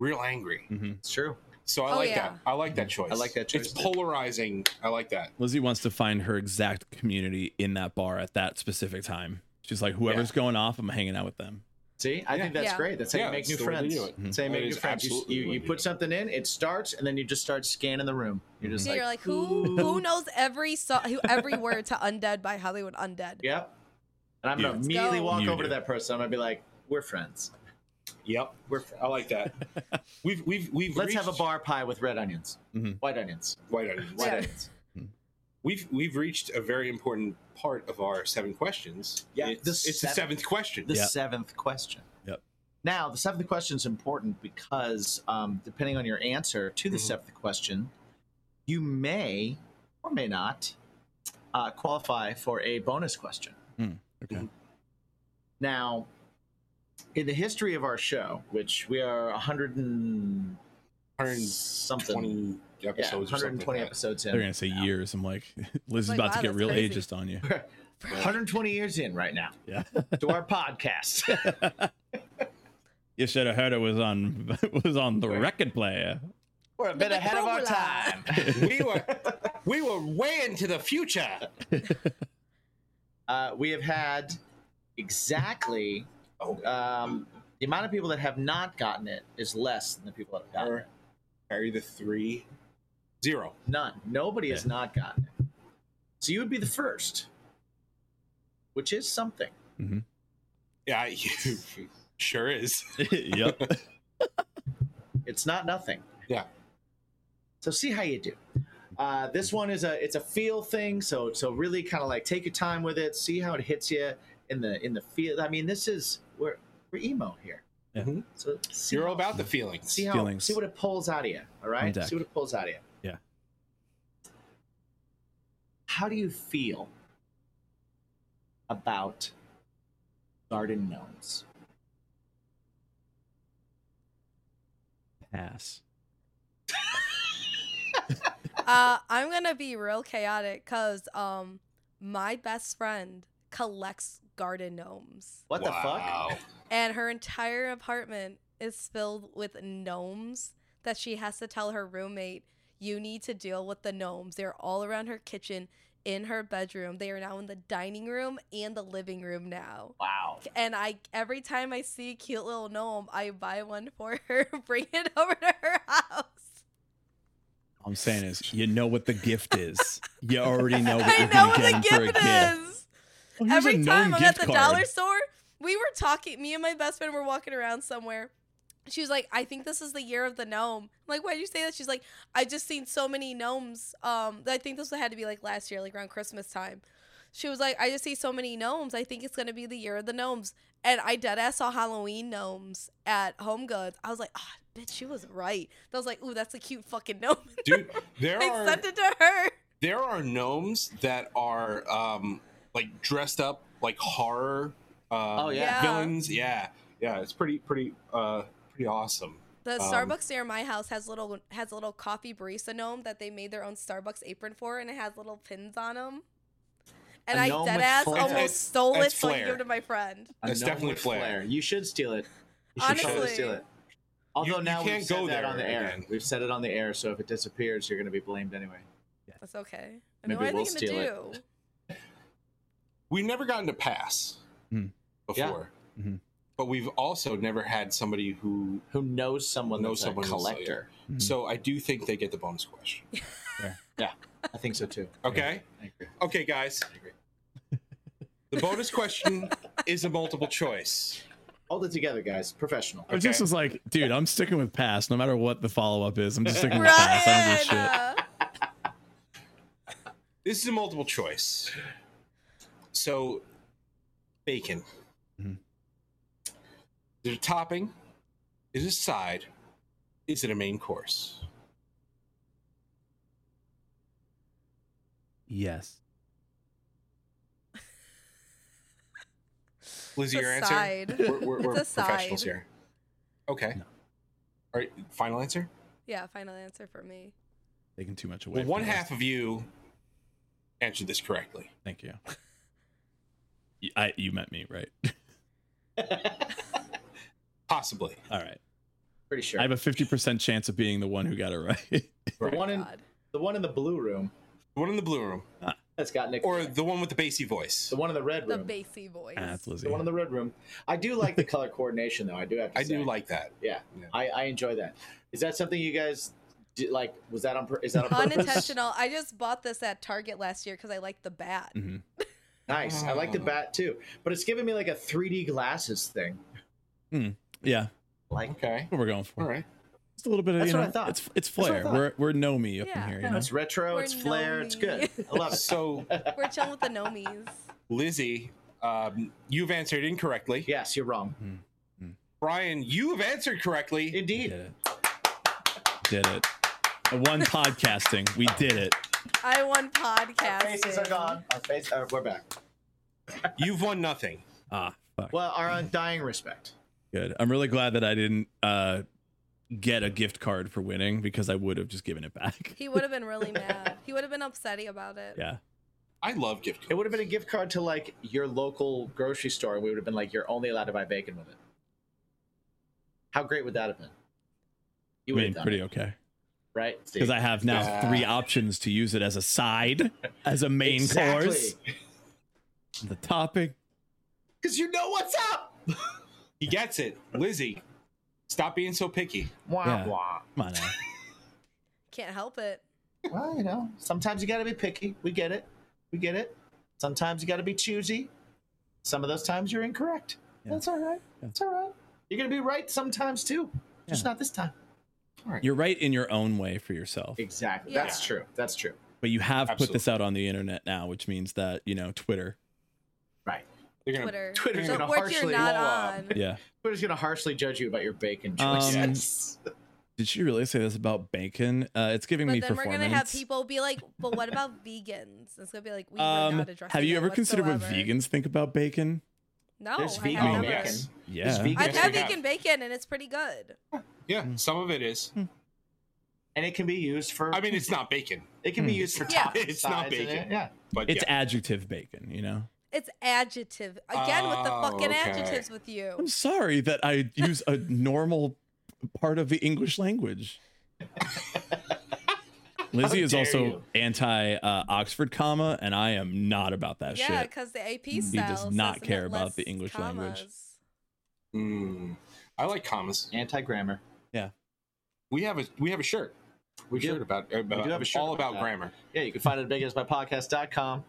[SPEAKER 4] real angry.
[SPEAKER 3] it's true.
[SPEAKER 4] So I
[SPEAKER 1] Oh,
[SPEAKER 4] like
[SPEAKER 1] yeah.
[SPEAKER 4] that. I like that choice.
[SPEAKER 3] I like that choice,
[SPEAKER 4] It's
[SPEAKER 3] too.
[SPEAKER 4] polarizing. I like that.
[SPEAKER 2] Lizzie wants to find her exact community in that bar at that specific time. She's like, whoever's going off, I'm hanging out with them.
[SPEAKER 3] See, I think that's
[SPEAKER 1] Yeah.
[SPEAKER 3] great. That's how
[SPEAKER 4] Yeah,
[SPEAKER 3] you make
[SPEAKER 4] that's
[SPEAKER 3] new
[SPEAKER 4] the way to
[SPEAKER 3] friends.
[SPEAKER 4] do it. Mm-hmm.
[SPEAKER 3] That's how you
[SPEAKER 4] That
[SPEAKER 3] make new
[SPEAKER 4] is
[SPEAKER 3] friends. You,
[SPEAKER 4] absolutely
[SPEAKER 3] you,
[SPEAKER 4] the way
[SPEAKER 3] you
[SPEAKER 4] to
[SPEAKER 3] put
[SPEAKER 4] do it.
[SPEAKER 3] something in, it starts, and then you just start scanning the room. You're just
[SPEAKER 1] So
[SPEAKER 3] like,
[SPEAKER 1] you're like, who who knows every so- who, every word to Undead by Hollywood Undead?
[SPEAKER 3] yep. And I'm gonna
[SPEAKER 2] Let's
[SPEAKER 3] immediately
[SPEAKER 1] go.
[SPEAKER 3] walk
[SPEAKER 2] You
[SPEAKER 3] over
[SPEAKER 2] do.
[SPEAKER 3] to that person. I'm gonna be like, we're friends.
[SPEAKER 4] Yep, we're, I like that. We've we've we've
[SPEAKER 3] Let's have a
[SPEAKER 4] reached-
[SPEAKER 3] bar pie with red onions,
[SPEAKER 2] Mhm.
[SPEAKER 3] white onions.
[SPEAKER 4] Why not? Why
[SPEAKER 1] Yeah.
[SPEAKER 4] not? We've we've reached a very important part of our seven questions.
[SPEAKER 3] Yeah,
[SPEAKER 4] it's,
[SPEAKER 3] the
[SPEAKER 4] it's the
[SPEAKER 3] seventh-
[SPEAKER 4] seventh question.
[SPEAKER 3] The
[SPEAKER 2] Yep.
[SPEAKER 3] seventh question.
[SPEAKER 2] Yep.
[SPEAKER 3] Now, the seventh question is important because um, depending on your answer to the
[SPEAKER 4] Mhm.
[SPEAKER 3] seventh question, you may or may not uh, qualify for a bonus question.
[SPEAKER 2] Okay.
[SPEAKER 3] Now, in the history of our show, which we are 100 and
[SPEAKER 4] 120
[SPEAKER 3] something, yeah,
[SPEAKER 4] episodes. or something
[SPEAKER 3] 120
[SPEAKER 4] like that.
[SPEAKER 3] episodes
[SPEAKER 2] They're
[SPEAKER 3] in,
[SPEAKER 2] gonna say years. I'm like, Lizzie's
[SPEAKER 1] Like,
[SPEAKER 2] about
[SPEAKER 1] wow,
[SPEAKER 2] to get
[SPEAKER 1] that's
[SPEAKER 2] real
[SPEAKER 1] crazy.
[SPEAKER 2] ageist on you.
[SPEAKER 3] 120 years in right now
[SPEAKER 2] Yeah.
[SPEAKER 3] to our podcast.
[SPEAKER 2] You should have heard it was on was on the record player.
[SPEAKER 3] We're a bit
[SPEAKER 1] The
[SPEAKER 3] ahead of our
[SPEAKER 1] Metropolis.
[SPEAKER 3] time.
[SPEAKER 4] we were we were way into the future.
[SPEAKER 3] uh, we have had exactly
[SPEAKER 4] Oh,
[SPEAKER 3] um, the amount of people that have not gotten it is less than the people that have gotten it.
[SPEAKER 4] Or carry the three zero.
[SPEAKER 3] None. Nobody has
[SPEAKER 2] Yeah.
[SPEAKER 3] not gotten it. So you would be the first, which is something.
[SPEAKER 4] Yeah, sure is.
[SPEAKER 2] yep.
[SPEAKER 3] It's not nothing.
[SPEAKER 4] Yeah.
[SPEAKER 3] So see how you do. Uh, this one is a it's a feel thing. So so really kind of like take your time with it. See how it hits you in the in the feel. I mean, this is we're we're emo here.
[SPEAKER 2] Yeah.
[SPEAKER 4] Mhm.
[SPEAKER 3] So see
[SPEAKER 4] You're
[SPEAKER 3] how-
[SPEAKER 4] all about the feelings.
[SPEAKER 3] see how
[SPEAKER 2] Feelings.
[SPEAKER 3] see what it pulls out of you. All
[SPEAKER 2] On
[SPEAKER 3] right,
[SPEAKER 2] deck.
[SPEAKER 3] see what it pulls out of you.
[SPEAKER 2] Yeah.
[SPEAKER 3] How do you feel about garden gnomes?
[SPEAKER 2] Pass.
[SPEAKER 1] Uh, I'm gonna be real chaotic because um, my best friend collects garden gnomes,
[SPEAKER 3] What
[SPEAKER 4] Wow.
[SPEAKER 3] the fuck?
[SPEAKER 1] and her entire apartment is filled with gnomes that she has to tell her roommate, "You need to deal with the gnomes. They're all around her kitchen." In her bedroom, they are now in the dining room and the living room now.
[SPEAKER 3] Wow.
[SPEAKER 1] And I every time I see a cute little gnome, I buy one for her, bring it over to her house.
[SPEAKER 2] All I'm saying is, you know what the gift is. You already know what
[SPEAKER 1] I
[SPEAKER 2] you're
[SPEAKER 1] know
[SPEAKER 2] gonna
[SPEAKER 1] what
[SPEAKER 2] get
[SPEAKER 1] the
[SPEAKER 2] him for a
[SPEAKER 1] gift
[SPEAKER 2] gift.
[SPEAKER 1] is.
[SPEAKER 2] Well, here's a
[SPEAKER 1] Every
[SPEAKER 2] known
[SPEAKER 1] time I'm at
[SPEAKER 2] gift
[SPEAKER 1] the
[SPEAKER 2] card.
[SPEAKER 1] dollar store, we were talking. Me and my best friend were walking around somewhere. She was like, "I think this is the year of the gnome." I'm like, why did you say that? She's like, "I just seen so many gnomes. Um, I think this had to be like last year, like around Christmas time." She was like, "I just see so many gnomes. I think it's gonna be the year of the gnomes." And I dead ass saw Halloween gnomes at Home Goods. I was like, "Ah, bitch, she was right." I was like, "Ooh, that's a cute fucking gnome."
[SPEAKER 4] Dude, there
[SPEAKER 1] I
[SPEAKER 4] are
[SPEAKER 1] sent it to her.
[SPEAKER 4] there are gnomes that are um like dressed up like horror uh
[SPEAKER 3] Oh, yeah.
[SPEAKER 4] villains. Yeah. Yeah, it's pretty pretty uh pretty awesome.
[SPEAKER 1] The
[SPEAKER 4] Um,
[SPEAKER 1] Starbucks near my house has little has a little coffee barista gnome that they made their own Starbucks apron for, and it has little pins on them. And
[SPEAKER 3] A
[SPEAKER 1] I
[SPEAKER 3] gnome
[SPEAKER 1] dead
[SPEAKER 3] with
[SPEAKER 1] ass
[SPEAKER 3] flair.
[SPEAKER 1] almost
[SPEAKER 4] It's-
[SPEAKER 1] stole it
[SPEAKER 4] it's
[SPEAKER 1] so I could give
[SPEAKER 4] flair.
[SPEAKER 1] it to my friend.
[SPEAKER 3] A
[SPEAKER 4] That's
[SPEAKER 3] gnome
[SPEAKER 4] definitely
[SPEAKER 3] with
[SPEAKER 4] flair.
[SPEAKER 3] You should steal it. You should totally
[SPEAKER 1] Honestly.
[SPEAKER 3] steal it. Although
[SPEAKER 4] you
[SPEAKER 3] now
[SPEAKER 4] can't
[SPEAKER 3] we've said
[SPEAKER 4] go
[SPEAKER 3] that
[SPEAKER 4] there
[SPEAKER 3] on the air.
[SPEAKER 4] again.
[SPEAKER 3] We've said it on the air, so if it disappears, you're going to be blamed anyway.
[SPEAKER 1] That's okay. I mean,
[SPEAKER 3] Maybe
[SPEAKER 1] what are
[SPEAKER 3] we'll
[SPEAKER 1] they
[SPEAKER 3] steal
[SPEAKER 1] gonna
[SPEAKER 3] it.
[SPEAKER 1] do?
[SPEAKER 4] We've never gotten to pass
[SPEAKER 2] Hmm.
[SPEAKER 4] before.
[SPEAKER 2] Yeah. Mhm.
[SPEAKER 4] But we've also never had somebody who
[SPEAKER 3] Who knows someone
[SPEAKER 4] Knows
[SPEAKER 3] that's
[SPEAKER 4] someone
[SPEAKER 3] a
[SPEAKER 4] who's- uh,
[SPEAKER 3] collector?
[SPEAKER 2] Mhm.
[SPEAKER 4] so I do think they get the bonus question.
[SPEAKER 3] I think so too.
[SPEAKER 4] Okay?
[SPEAKER 3] I agree.
[SPEAKER 4] Okay, guys. The bonus question is a multiple choice.
[SPEAKER 3] Hold it together, guys. Professional.
[SPEAKER 2] I just
[SPEAKER 4] Okay.
[SPEAKER 2] was like, dude, I'm sticking with pass, no matter what the follow up is. I'm just sticking with pass. I don't give a shit.
[SPEAKER 1] Brian,
[SPEAKER 4] This is a multiple choice. So, bacon.
[SPEAKER 2] Mhm.
[SPEAKER 4] There's a topping. Is it a side? Is it a main course?
[SPEAKER 2] Yes.
[SPEAKER 4] Lizzie, your
[SPEAKER 1] It's a
[SPEAKER 4] answer.
[SPEAKER 1] side.
[SPEAKER 4] We're, we're,
[SPEAKER 1] It's
[SPEAKER 4] we're
[SPEAKER 1] a side.
[SPEAKER 4] professionals here. Okay.
[SPEAKER 2] No.
[SPEAKER 4] All right. Final answer.
[SPEAKER 1] Yeah, final answer for me.
[SPEAKER 2] Taking too much away.
[SPEAKER 4] Well,
[SPEAKER 2] from
[SPEAKER 4] one
[SPEAKER 2] us.
[SPEAKER 4] half of you answered this correctly.
[SPEAKER 2] Thank you. Y- I, you met me, right?
[SPEAKER 4] Possibly.
[SPEAKER 2] All right.
[SPEAKER 3] Pretty sure.
[SPEAKER 2] I have a 50% chance of being the one who got it right.
[SPEAKER 3] the
[SPEAKER 4] Right.
[SPEAKER 3] one in
[SPEAKER 1] Oh God.
[SPEAKER 3] the one in the blue room.
[SPEAKER 4] The one in the blue room,
[SPEAKER 3] That's got Nick.
[SPEAKER 4] or the one with the bassy voice.
[SPEAKER 3] the one in the red
[SPEAKER 1] The
[SPEAKER 3] room.
[SPEAKER 1] bassy voice.
[SPEAKER 2] Ah, that's Lizzie.
[SPEAKER 3] the one in the red room. I do like the color coordination, though. I do have. To
[SPEAKER 4] I
[SPEAKER 3] say.
[SPEAKER 4] do like that.
[SPEAKER 3] Yeah,
[SPEAKER 4] Yeah.
[SPEAKER 3] I, I enjoy that. Is that something you guys did, like? Was that on? pur- Is that on purpose?
[SPEAKER 1] Unintentional. I just bought this at Target last year because I like the bat.
[SPEAKER 2] Mhm.
[SPEAKER 3] Nice. I like the
[SPEAKER 4] Oh.
[SPEAKER 3] bat too, but it's giving me like a 3D glasses thing.
[SPEAKER 2] Yeah,
[SPEAKER 3] Like,
[SPEAKER 4] Okay.
[SPEAKER 2] what we're going for.
[SPEAKER 4] All right.
[SPEAKER 2] It's a little bit of,
[SPEAKER 3] That's
[SPEAKER 2] you know,
[SPEAKER 3] what I thought.
[SPEAKER 2] it's it's
[SPEAKER 3] what I
[SPEAKER 2] flair.
[SPEAKER 3] thought.
[SPEAKER 2] We're we're no me up
[SPEAKER 1] Yeah.
[SPEAKER 2] in here, you
[SPEAKER 1] Yeah,
[SPEAKER 2] know.
[SPEAKER 3] it's retro,
[SPEAKER 1] We're
[SPEAKER 3] it's flair, it's good.
[SPEAKER 1] gnome-y.
[SPEAKER 3] I love it.
[SPEAKER 4] So,
[SPEAKER 1] We're chilling with the nomies.
[SPEAKER 4] Lizzie, um, you've answered incorrectly.
[SPEAKER 3] yes, you're wrong.
[SPEAKER 4] Brian, you have answered correctly.
[SPEAKER 2] We
[SPEAKER 3] Indeed.
[SPEAKER 2] Did it. Did it. The One podcasting. We did it.
[SPEAKER 1] I won
[SPEAKER 3] Our
[SPEAKER 1] podcast.
[SPEAKER 3] faces are gone. Our face. Uh, we're back.
[SPEAKER 4] You've won nothing.
[SPEAKER 2] Ah, fuck.
[SPEAKER 3] Well, our undying respect.
[SPEAKER 2] Good. I'm really glad that I didn't uh get a gift card for winning because I would have just given it back.
[SPEAKER 1] He would have been really mad. He would have been upsetty about it.
[SPEAKER 2] Yeah.
[SPEAKER 4] I love gift cards.
[SPEAKER 3] It would have been a gift card to like your local grocery store, and we would have been like, "You're only allowed to buy bacon with it." How great would that have been?
[SPEAKER 2] I
[SPEAKER 3] You would
[SPEAKER 2] mean,
[SPEAKER 3] have done
[SPEAKER 2] pretty
[SPEAKER 3] it,
[SPEAKER 2] okay.
[SPEAKER 3] right? Steve?
[SPEAKER 2] Because I have now
[SPEAKER 4] Yeah.
[SPEAKER 2] three options to use it as a side, as a main course, the topic.
[SPEAKER 3] Because you know what's up.
[SPEAKER 4] He gets it. Lizzie, stop being so picky.
[SPEAKER 3] Wah
[SPEAKER 2] Yeah.
[SPEAKER 3] wah.
[SPEAKER 2] Come on now.
[SPEAKER 1] Can't help it.
[SPEAKER 3] Well, you know, sometimes you got to be picky. We get it. We get it. Sometimes you got to be choosy. Some of those times you're incorrect.
[SPEAKER 2] Yeah.
[SPEAKER 3] That's all right. That's all right. You're gonna be right sometimes too, just
[SPEAKER 2] Yeah.
[SPEAKER 3] not this time.
[SPEAKER 2] You're right in your own way for yourself.
[SPEAKER 3] Exactly.
[SPEAKER 1] Yeah.
[SPEAKER 3] That's true. That's true.
[SPEAKER 2] But you have put
[SPEAKER 4] Absolutely.
[SPEAKER 2] this out on the internet now, which means that, you know, Twitter.
[SPEAKER 3] Right.
[SPEAKER 4] They're gonna,
[SPEAKER 1] Twitter.
[SPEAKER 3] Twitter's
[SPEAKER 1] the
[SPEAKER 3] gonna
[SPEAKER 1] work you're
[SPEAKER 3] harshly
[SPEAKER 1] not
[SPEAKER 3] blow up.
[SPEAKER 1] on.
[SPEAKER 2] Yeah.
[SPEAKER 3] Twitter's gonna harshly judge you about your bacon
[SPEAKER 2] Um,
[SPEAKER 3] choices.
[SPEAKER 2] Did she really say this about bacon? Uh, it's giving me
[SPEAKER 1] But then we're
[SPEAKER 2] performance.
[SPEAKER 1] gonna have people be like, "But what about vegans?" It's gonna be like, "We were
[SPEAKER 2] um,
[SPEAKER 1] not addressing."
[SPEAKER 2] have you
[SPEAKER 1] that
[SPEAKER 2] ever considered what
[SPEAKER 1] whatsoever."
[SPEAKER 2] vegans think about bacon?
[SPEAKER 1] No,
[SPEAKER 3] There's
[SPEAKER 1] I
[SPEAKER 3] vegan
[SPEAKER 1] have
[SPEAKER 4] Oh,
[SPEAKER 1] never.
[SPEAKER 3] bacon.
[SPEAKER 4] yes.
[SPEAKER 2] Yeah.
[SPEAKER 3] vegan.
[SPEAKER 1] I've
[SPEAKER 4] Yes,
[SPEAKER 1] had
[SPEAKER 4] we have.
[SPEAKER 1] vegan bacon and it's pretty good.
[SPEAKER 4] Yeah, some of it is.
[SPEAKER 3] and it can be used for.
[SPEAKER 4] I mean, it's not bacon,
[SPEAKER 3] it can be used for
[SPEAKER 1] Yeah.
[SPEAKER 3] top.
[SPEAKER 4] It's not bacon.
[SPEAKER 3] Yeah.
[SPEAKER 4] but
[SPEAKER 2] It's
[SPEAKER 4] yeah.
[SPEAKER 2] adjective bacon, you know?
[SPEAKER 1] It's adjective again with the
[SPEAKER 4] Oh,
[SPEAKER 1] fucking
[SPEAKER 4] okay.
[SPEAKER 1] adjectives with you.
[SPEAKER 2] I'm sorry that I use a normal part of the English language. Lizzie
[SPEAKER 3] How
[SPEAKER 2] is
[SPEAKER 3] dare
[SPEAKER 2] also
[SPEAKER 3] you.
[SPEAKER 2] anti uh, Oxford comma, and I am not about that
[SPEAKER 1] Yeah,
[SPEAKER 2] shit.
[SPEAKER 1] because the AP
[SPEAKER 2] does
[SPEAKER 1] style. says
[SPEAKER 2] not
[SPEAKER 1] to
[SPEAKER 2] care
[SPEAKER 1] let
[SPEAKER 2] about
[SPEAKER 1] less
[SPEAKER 2] the English language.
[SPEAKER 1] commas.
[SPEAKER 4] Mm, I like commas.
[SPEAKER 3] Anti grammar.
[SPEAKER 4] We have a we have a shirt. We
[SPEAKER 3] do.
[SPEAKER 4] shirt about, about
[SPEAKER 3] have a shirt
[SPEAKER 4] all
[SPEAKER 3] about
[SPEAKER 4] about,
[SPEAKER 3] that.
[SPEAKER 4] grammar.
[SPEAKER 3] Yeah, you can find it at bigasbypodcast.com.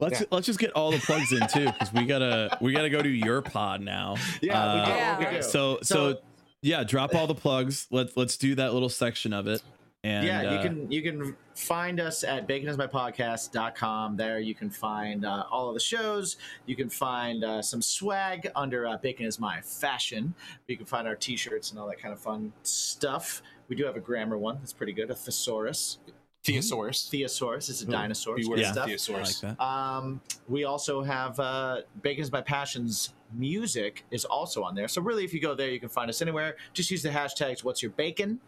[SPEAKER 2] Let's
[SPEAKER 4] Yeah.
[SPEAKER 2] let's just get all the plugs in too, because we gotta we gotta go to your pod now. Uh,
[SPEAKER 3] Yeah, we do,
[SPEAKER 1] Yeah.
[SPEAKER 3] we do.
[SPEAKER 2] So, so
[SPEAKER 3] So-
[SPEAKER 2] yeah, drop all the plugs. Let's let's do that little section of it. And
[SPEAKER 3] yeah, you
[SPEAKER 2] uh,
[SPEAKER 3] can you can find us at baconismypodcast.com. There you can find uh, all of the shows. You can find uh, some swag under uh, Bacon is My Fashion. You can find our t-shirts and all that kind of fun stuff. We do have a grammar one that's pretty good, a thesaurus. Mm-hmm.
[SPEAKER 4] Theosaurus.
[SPEAKER 3] Theosaurus is a dinosaur. it's
[SPEAKER 4] Beware
[SPEAKER 3] good
[SPEAKER 2] Yeah.
[SPEAKER 4] of
[SPEAKER 3] stuff.
[SPEAKER 2] I
[SPEAKER 4] Theosaurus.
[SPEAKER 2] like that.
[SPEAKER 3] Um, we also have uh, Bacon's by Passions music is also on there. So really, if you go there, you can find us anywhere. Just use the hashtags What's Your Bacon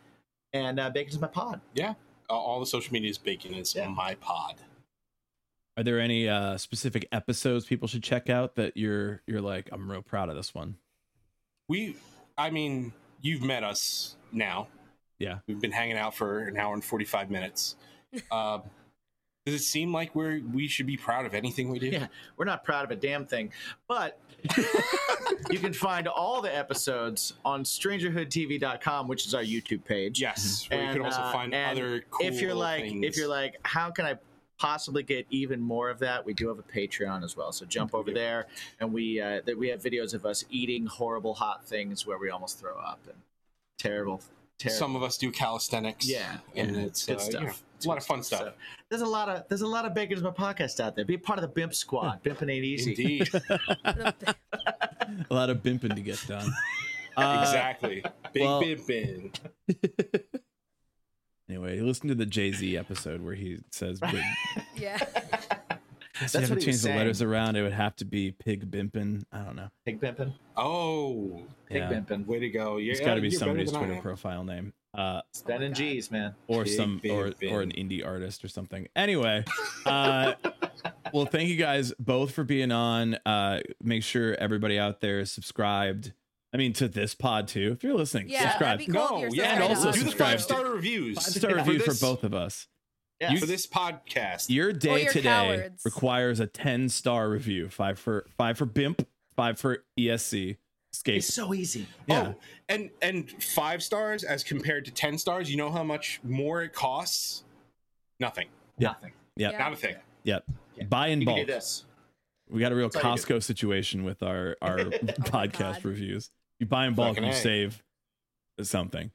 [SPEAKER 3] and uh, Bacon's My Pod.
[SPEAKER 4] Yeah. Uh, all the social media is bacon. It's
[SPEAKER 3] Yeah.
[SPEAKER 4] my pod.
[SPEAKER 2] Are there any uh, specific episodes people should check out that you're you're like I'm real proud of this one?
[SPEAKER 4] We, I mean, you've met us now.
[SPEAKER 2] Yeah.
[SPEAKER 4] We've been hanging out for an hour and forty five minutes. Uh, does it seem like we're we should be proud of anything we do?
[SPEAKER 3] Yeah, we're not proud of a damn thing, but you can find all the episodes on StrangerhoodTV.com, which is our YouTube page.
[SPEAKER 4] Yes.
[SPEAKER 2] Mm-hmm.
[SPEAKER 4] Where you can also
[SPEAKER 3] uh,
[SPEAKER 4] find
[SPEAKER 3] and
[SPEAKER 4] other cool
[SPEAKER 3] if you're like
[SPEAKER 4] things.
[SPEAKER 3] if you're like how can i possibly get even more of that we do have a patreon as well so jump over there and we uh that we have videos of us eating horrible hot things where we almost throw up and terrible terrible
[SPEAKER 4] some of us do calisthenics.
[SPEAKER 3] yeah,
[SPEAKER 4] and
[SPEAKER 3] yeah,
[SPEAKER 4] it's
[SPEAKER 3] good
[SPEAKER 4] uh,
[SPEAKER 3] stuff.
[SPEAKER 4] yeah, it's a lot of fun
[SPEAKER 3] So,
[SPEAKER 4] stuff.
[SPEAKER 3] there's a lot of there's a lot of bakers my podcast out there. Be part of the Bimp Squad. Bimping ain't easy.
[SPEAKER 4] Indeed,
[SPEAKER 1] The-
[SPEAKER 2] A lot of bimping to get done. Uh,
[SPEAKER 4] exactly. Big
[SPEAKER 2] well-
[SPEAKER 4] bimpin.
[SPEAKER 2] Anyway, listen to the Jay Z episode where he says big,
[SPEAKER 1] Yeah.
[SPEAKER 2] That's if
[SPEAKER 3] That's
[SPEAKER 2] you
[SPEAKER 3] what he was
[SPEAKER 2] change the
[SPEAKER 3] saying.
[SPEAKER 2] letters around, it would have to be pig bimpin. I don't know.
[SPEAKER 3] Pig pimpin.
[SPEAKER 4] Oh,
[SPEAKER 3] Pig
[SPEAKER 2] Yeah.
[SPEAKER 3] pimpin.
[SPEAKER 4] way to go! You're,
[SPEAKER 2] It's got to be
[SPEAKER 4] you're better
[SPEAKER 2] somebody's
[SPEAKER 4] than I
[SPEAKER 2] Twitter
[SPEAKER 4] am.
[SPEAKER 2] profile name, uh,
[SPEAKER 3] It's Ben and G's, man.
[SPEAKER 2] or
[SPEAKER 4] Pig
[SPEAKER 2] some, or or an
[SPEAKER 4] bimpin.
[SPEAKER 2] indie artist or something. Anyway, uh, well, thank you guys both for being on. Uh, make sure everybody out there is subscribed. I mean, to this pod too. If you're listening,
[SPEAKER 1] Yeah, that'd
[SPEAKER 2] subscribe.
[SPEAKER 1] be cool.
[SPEAKER 4] No,
[SPEAKER 1] You're
[SPEAKER 4] yeah,
[SPEAKER 2] subscribed
[SPEAKER 4] and also
[SPEAKER 2] to
[SPEAKER 4] do the
[SPEAKER 2] us.
[SPEAKER 4] five star reviews.
[SPEAKER 2] Five star
[SPEAKER 4] Yeah.
[SPEAKER 2] review for,
[SPEAKER 4] this-
[SPEAKER 2] both of us.
[SPEAKER 3] Yeah.
[SPEAKER 4] for this podcast.
[SPEAKER 2] Your day
[SPEAKER 1] you're
[SPEAKER 2] today
[SPEAKER 1] cowards.
[SPEAKER 2] requires a ten star review. Five for five for bimp. Five for esc. Escape.
[SPEAKER 3] it's so easy.
[SPEAKER 2] yeah.
[SPEAKER 4] Oh, and and five stars as compared to ten stars. You know how much more it costs? Nothing.
[SPEAKER 2] Yeah.
[SPEAKER 3] Nothing.
[SPEAKER 2] Yep.
[SPEAKER 1] Yeah.
[SPEAKER 4] Not a thing.
[SPEAKER 2] Yep.
[SPEAKER 3] Yeah.
[SPEAKER 2] Buy in
[SPEAKER 3] You can do
[SPEAKER 2] bulk.
[SPEAKER 3] this.
[SPEAKER 2] We got a real
[SPEAKER 3] That's all you Oh,
[SPEAKER 2] Costco situation with our our podcast
[SPEAKER 1] God.
[SPEAKER 2] reviews. You buy in bulk,
[SPEAKER 4] Fucking
[SPEAKER 2] you
[SPEAKER 4] A.
[SPEAKER 2] save something.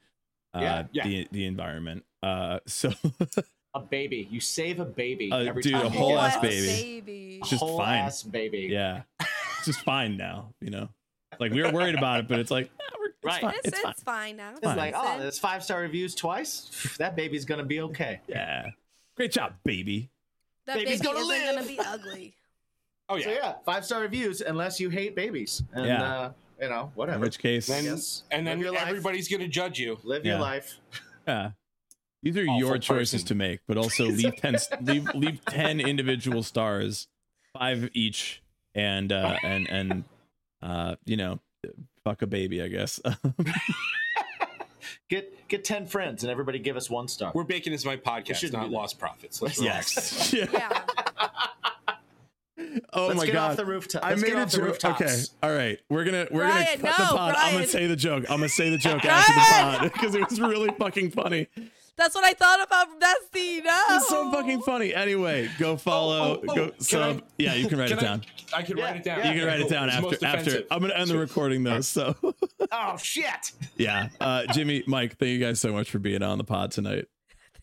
[SPEAKER 2] uh,
[SPEAKER 4] Yeah, yeah.
[SPEAKER 2] The the environment. Uh, so
[SPEAKER 3] A baby. You save a baby
[SPEAKER 2] Uh,
[SPEAKER 3] every
[SPEAKER 2] dude,
[SPEAKER 3] time.
[SPEAKER 2] a
[SPEAKER 3] you
[SPEAKER 2] whole
[SPEAKER 3] get
[SPEAKER 2] ass
[SPEAKER 3] one.
[SPEAKER 2] baby.
[SPEAKER 1] baby.
[SPEAKER 2] It's just
[SPEAKER 3] whole
[SPEAKER 2] fine.
[SPEAKER 3] ass baby.
[SPEAKER 2] yeah, it's just fine now. You know, like we were worried about it, but it's like nah, we're, it's
[SPEAKER 3] Right.
[SPEAKER 2] fine.
[SPEAKER 1] It's,
[SPEAKER 2] It's,
[SPEAKER 1] it's, fine
[SPEAKER 2] fine.
[SPEAKER 1] now.
[SPEAKER 3] It's
[SPEAKER 2] Fine.
[SPEAKER 3] like, oh, there's five star reviews twice. That baby's gonna be okay.
[SPEAKER 2] Yeah. Great job, baby.
[SPEAKER 1] that baby
[SPEAKER 3] baby's gonna
[SPEAKER 1] isn't
[SPEAKER 3] live.
[SPEAKER 1] gonna be ugly.
[SPEAKER 4] Oh
[SPEAKER 3] So
[SPEAKER 4] yeah.
[SPEAKER 3] yeah, five star reviews unless you hate babies. And
[SPEAKER 2] Yeah.
[SPEAKER 3] uh, you know,
[SPEAKER 2] In
[SPEAKER 3] whatever.
[SPEAKER 2] which case,
[SPEAKER 4] Then
[SPEAKER 3] Yes.
[SPEAKER 4] and
[SPEAKER 3] Live
[SPEAKER 4] then
[SPEAKER 3] your life.
[SPEAKER 4] everybody's gonna judge you.
[SPEAKER 3] Live
[SPEAKER 2] Yeah.
[SPEAKER 3] your life.
[SPEAKER 2] yeah. These are
[SPEAKER 4] Awful
[SPEAKER 2] your choices
[SPEAKER 4] person.
[SPEAKER 2] to make, but also leave ten leave leave ten individual stars, five each, and uh, and and uh, you know, fuck a baby, I guess.
[SPEAKER 3] Get get ten friends and everybody give us one star.
[SPEAKER 4] We're baking this my podcast,
[SPEAKER 3] shouldn't do
[SPEAKER 4] not
[SPEAKER 3] that.
[SPEAKER 4] lost profits. Let's
[SPEAKER 2] yes.
[SPEAKER 4] relax.
[SPEAKER 2] Yeah.
[SPEAKER 1] Yeah.
[SPEAKER 2] Oh
[SPEAKER 3] Let's
[SPEAKER 2] my
[SPEAKER 3] get
[SPEAKER 2] god.
[SPEAKER 3] off the rooftop.
[SPEAKER 2] I
[SPEAKER 3] Let's
[SPEAKER 2] made
[SPEAKER 3] get
[SPEAKER 2] a
[SPEAKER 3] off the
[SPEAKER 2] joke.
[SPEAKER 3] rooftops.
[SPEAKER 2] Okay, all right. We're gonna we're
[SPEAKER 1] Brian,
[SPEAKER 2] gonna cut the
[SPEAKER 1] no,
[SPEAKER 2] pod. I'm gonna
[SPEAKER 1] Brian.
[SPEAKER 2] say the joke. I'm gonna say the joke after the pod because it was really fucking funny.
[SPEAKER 1] That's what I thought about from that scene. No.
[SPEAKER 2] It's so fucking
[SPEAKER 1] Oh.
[SPEAKER 2] funny. Anyway, go follow.
[SPEAKER 4] oh, oh,
[SPEAKER 2] go
[SPEAKER 4] can
[SPEAKER 2] sub.
[SPEAKER 4] I-
[SPEAKER 2] yeah, you can write
[SPEAKER 4] Can
[SPEAKER 2] it down.
[SPEAKER 4] I, I can write it down.
[SPEAKER 3] Yeah.
[SPEAKER 2] you can write it down
[SPEAKER 4] It's most
[SPEAKER 2] after after.
[SPEAKER 4] offensive.
[SPEAKER 2] I'm gonna end the recording though. So
[SPEAKER 3] Oh shit.
[SPEAKER 2] yeah, uh, Jimmy, Mike, thank you guys so much for being on the pod tonight.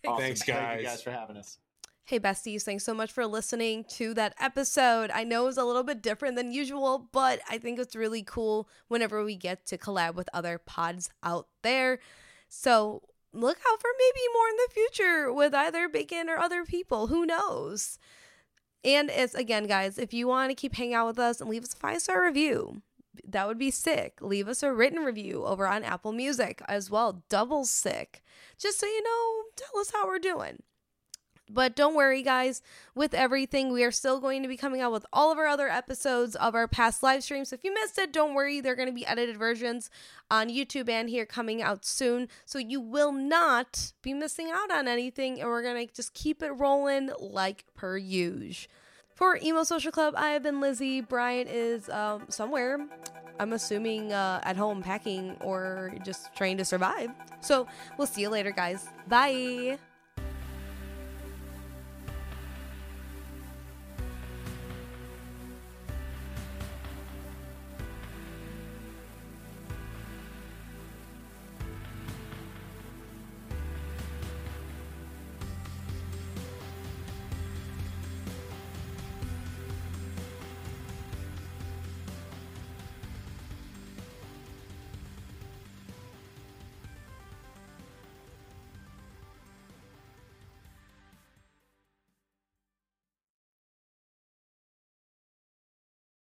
[SPEAKER 4] Thanks,
[SPEAKER 3] Thank you
[SPEAKER 4] guys.
[SPEAKER 3] guys for having us.
[SPEAKER 1] Hey, besties, thanks so much for listening to that episode. I know it was a little bit different than usual, but I think it's really cool whenever we get to collab with other pods out there. So look out for maybe more in the future with either Bacon or other people. Who knows? And it's again, guys, if you want to keep hanging out with us and leave us a five star review, that would be sick. Leave us a written review over on Apple Music as well. Double sick. Just so you know, tell us how we're doing. But don't worry, guys. With everything, we are still going to be coming out with all of our other episodes of our past live streams. If you missed it, don't worry. They're going to be edited versions on YouTube and here coming out soon. So you will not be missing out on anything. And we're going to just keep it rolling like per usual. For Emo Social Club, I have been Lizzie. Brian is um, somewhere, I'm assuming, uh, at home packing or just trying to survive. So we'll see you later, guys. Bye.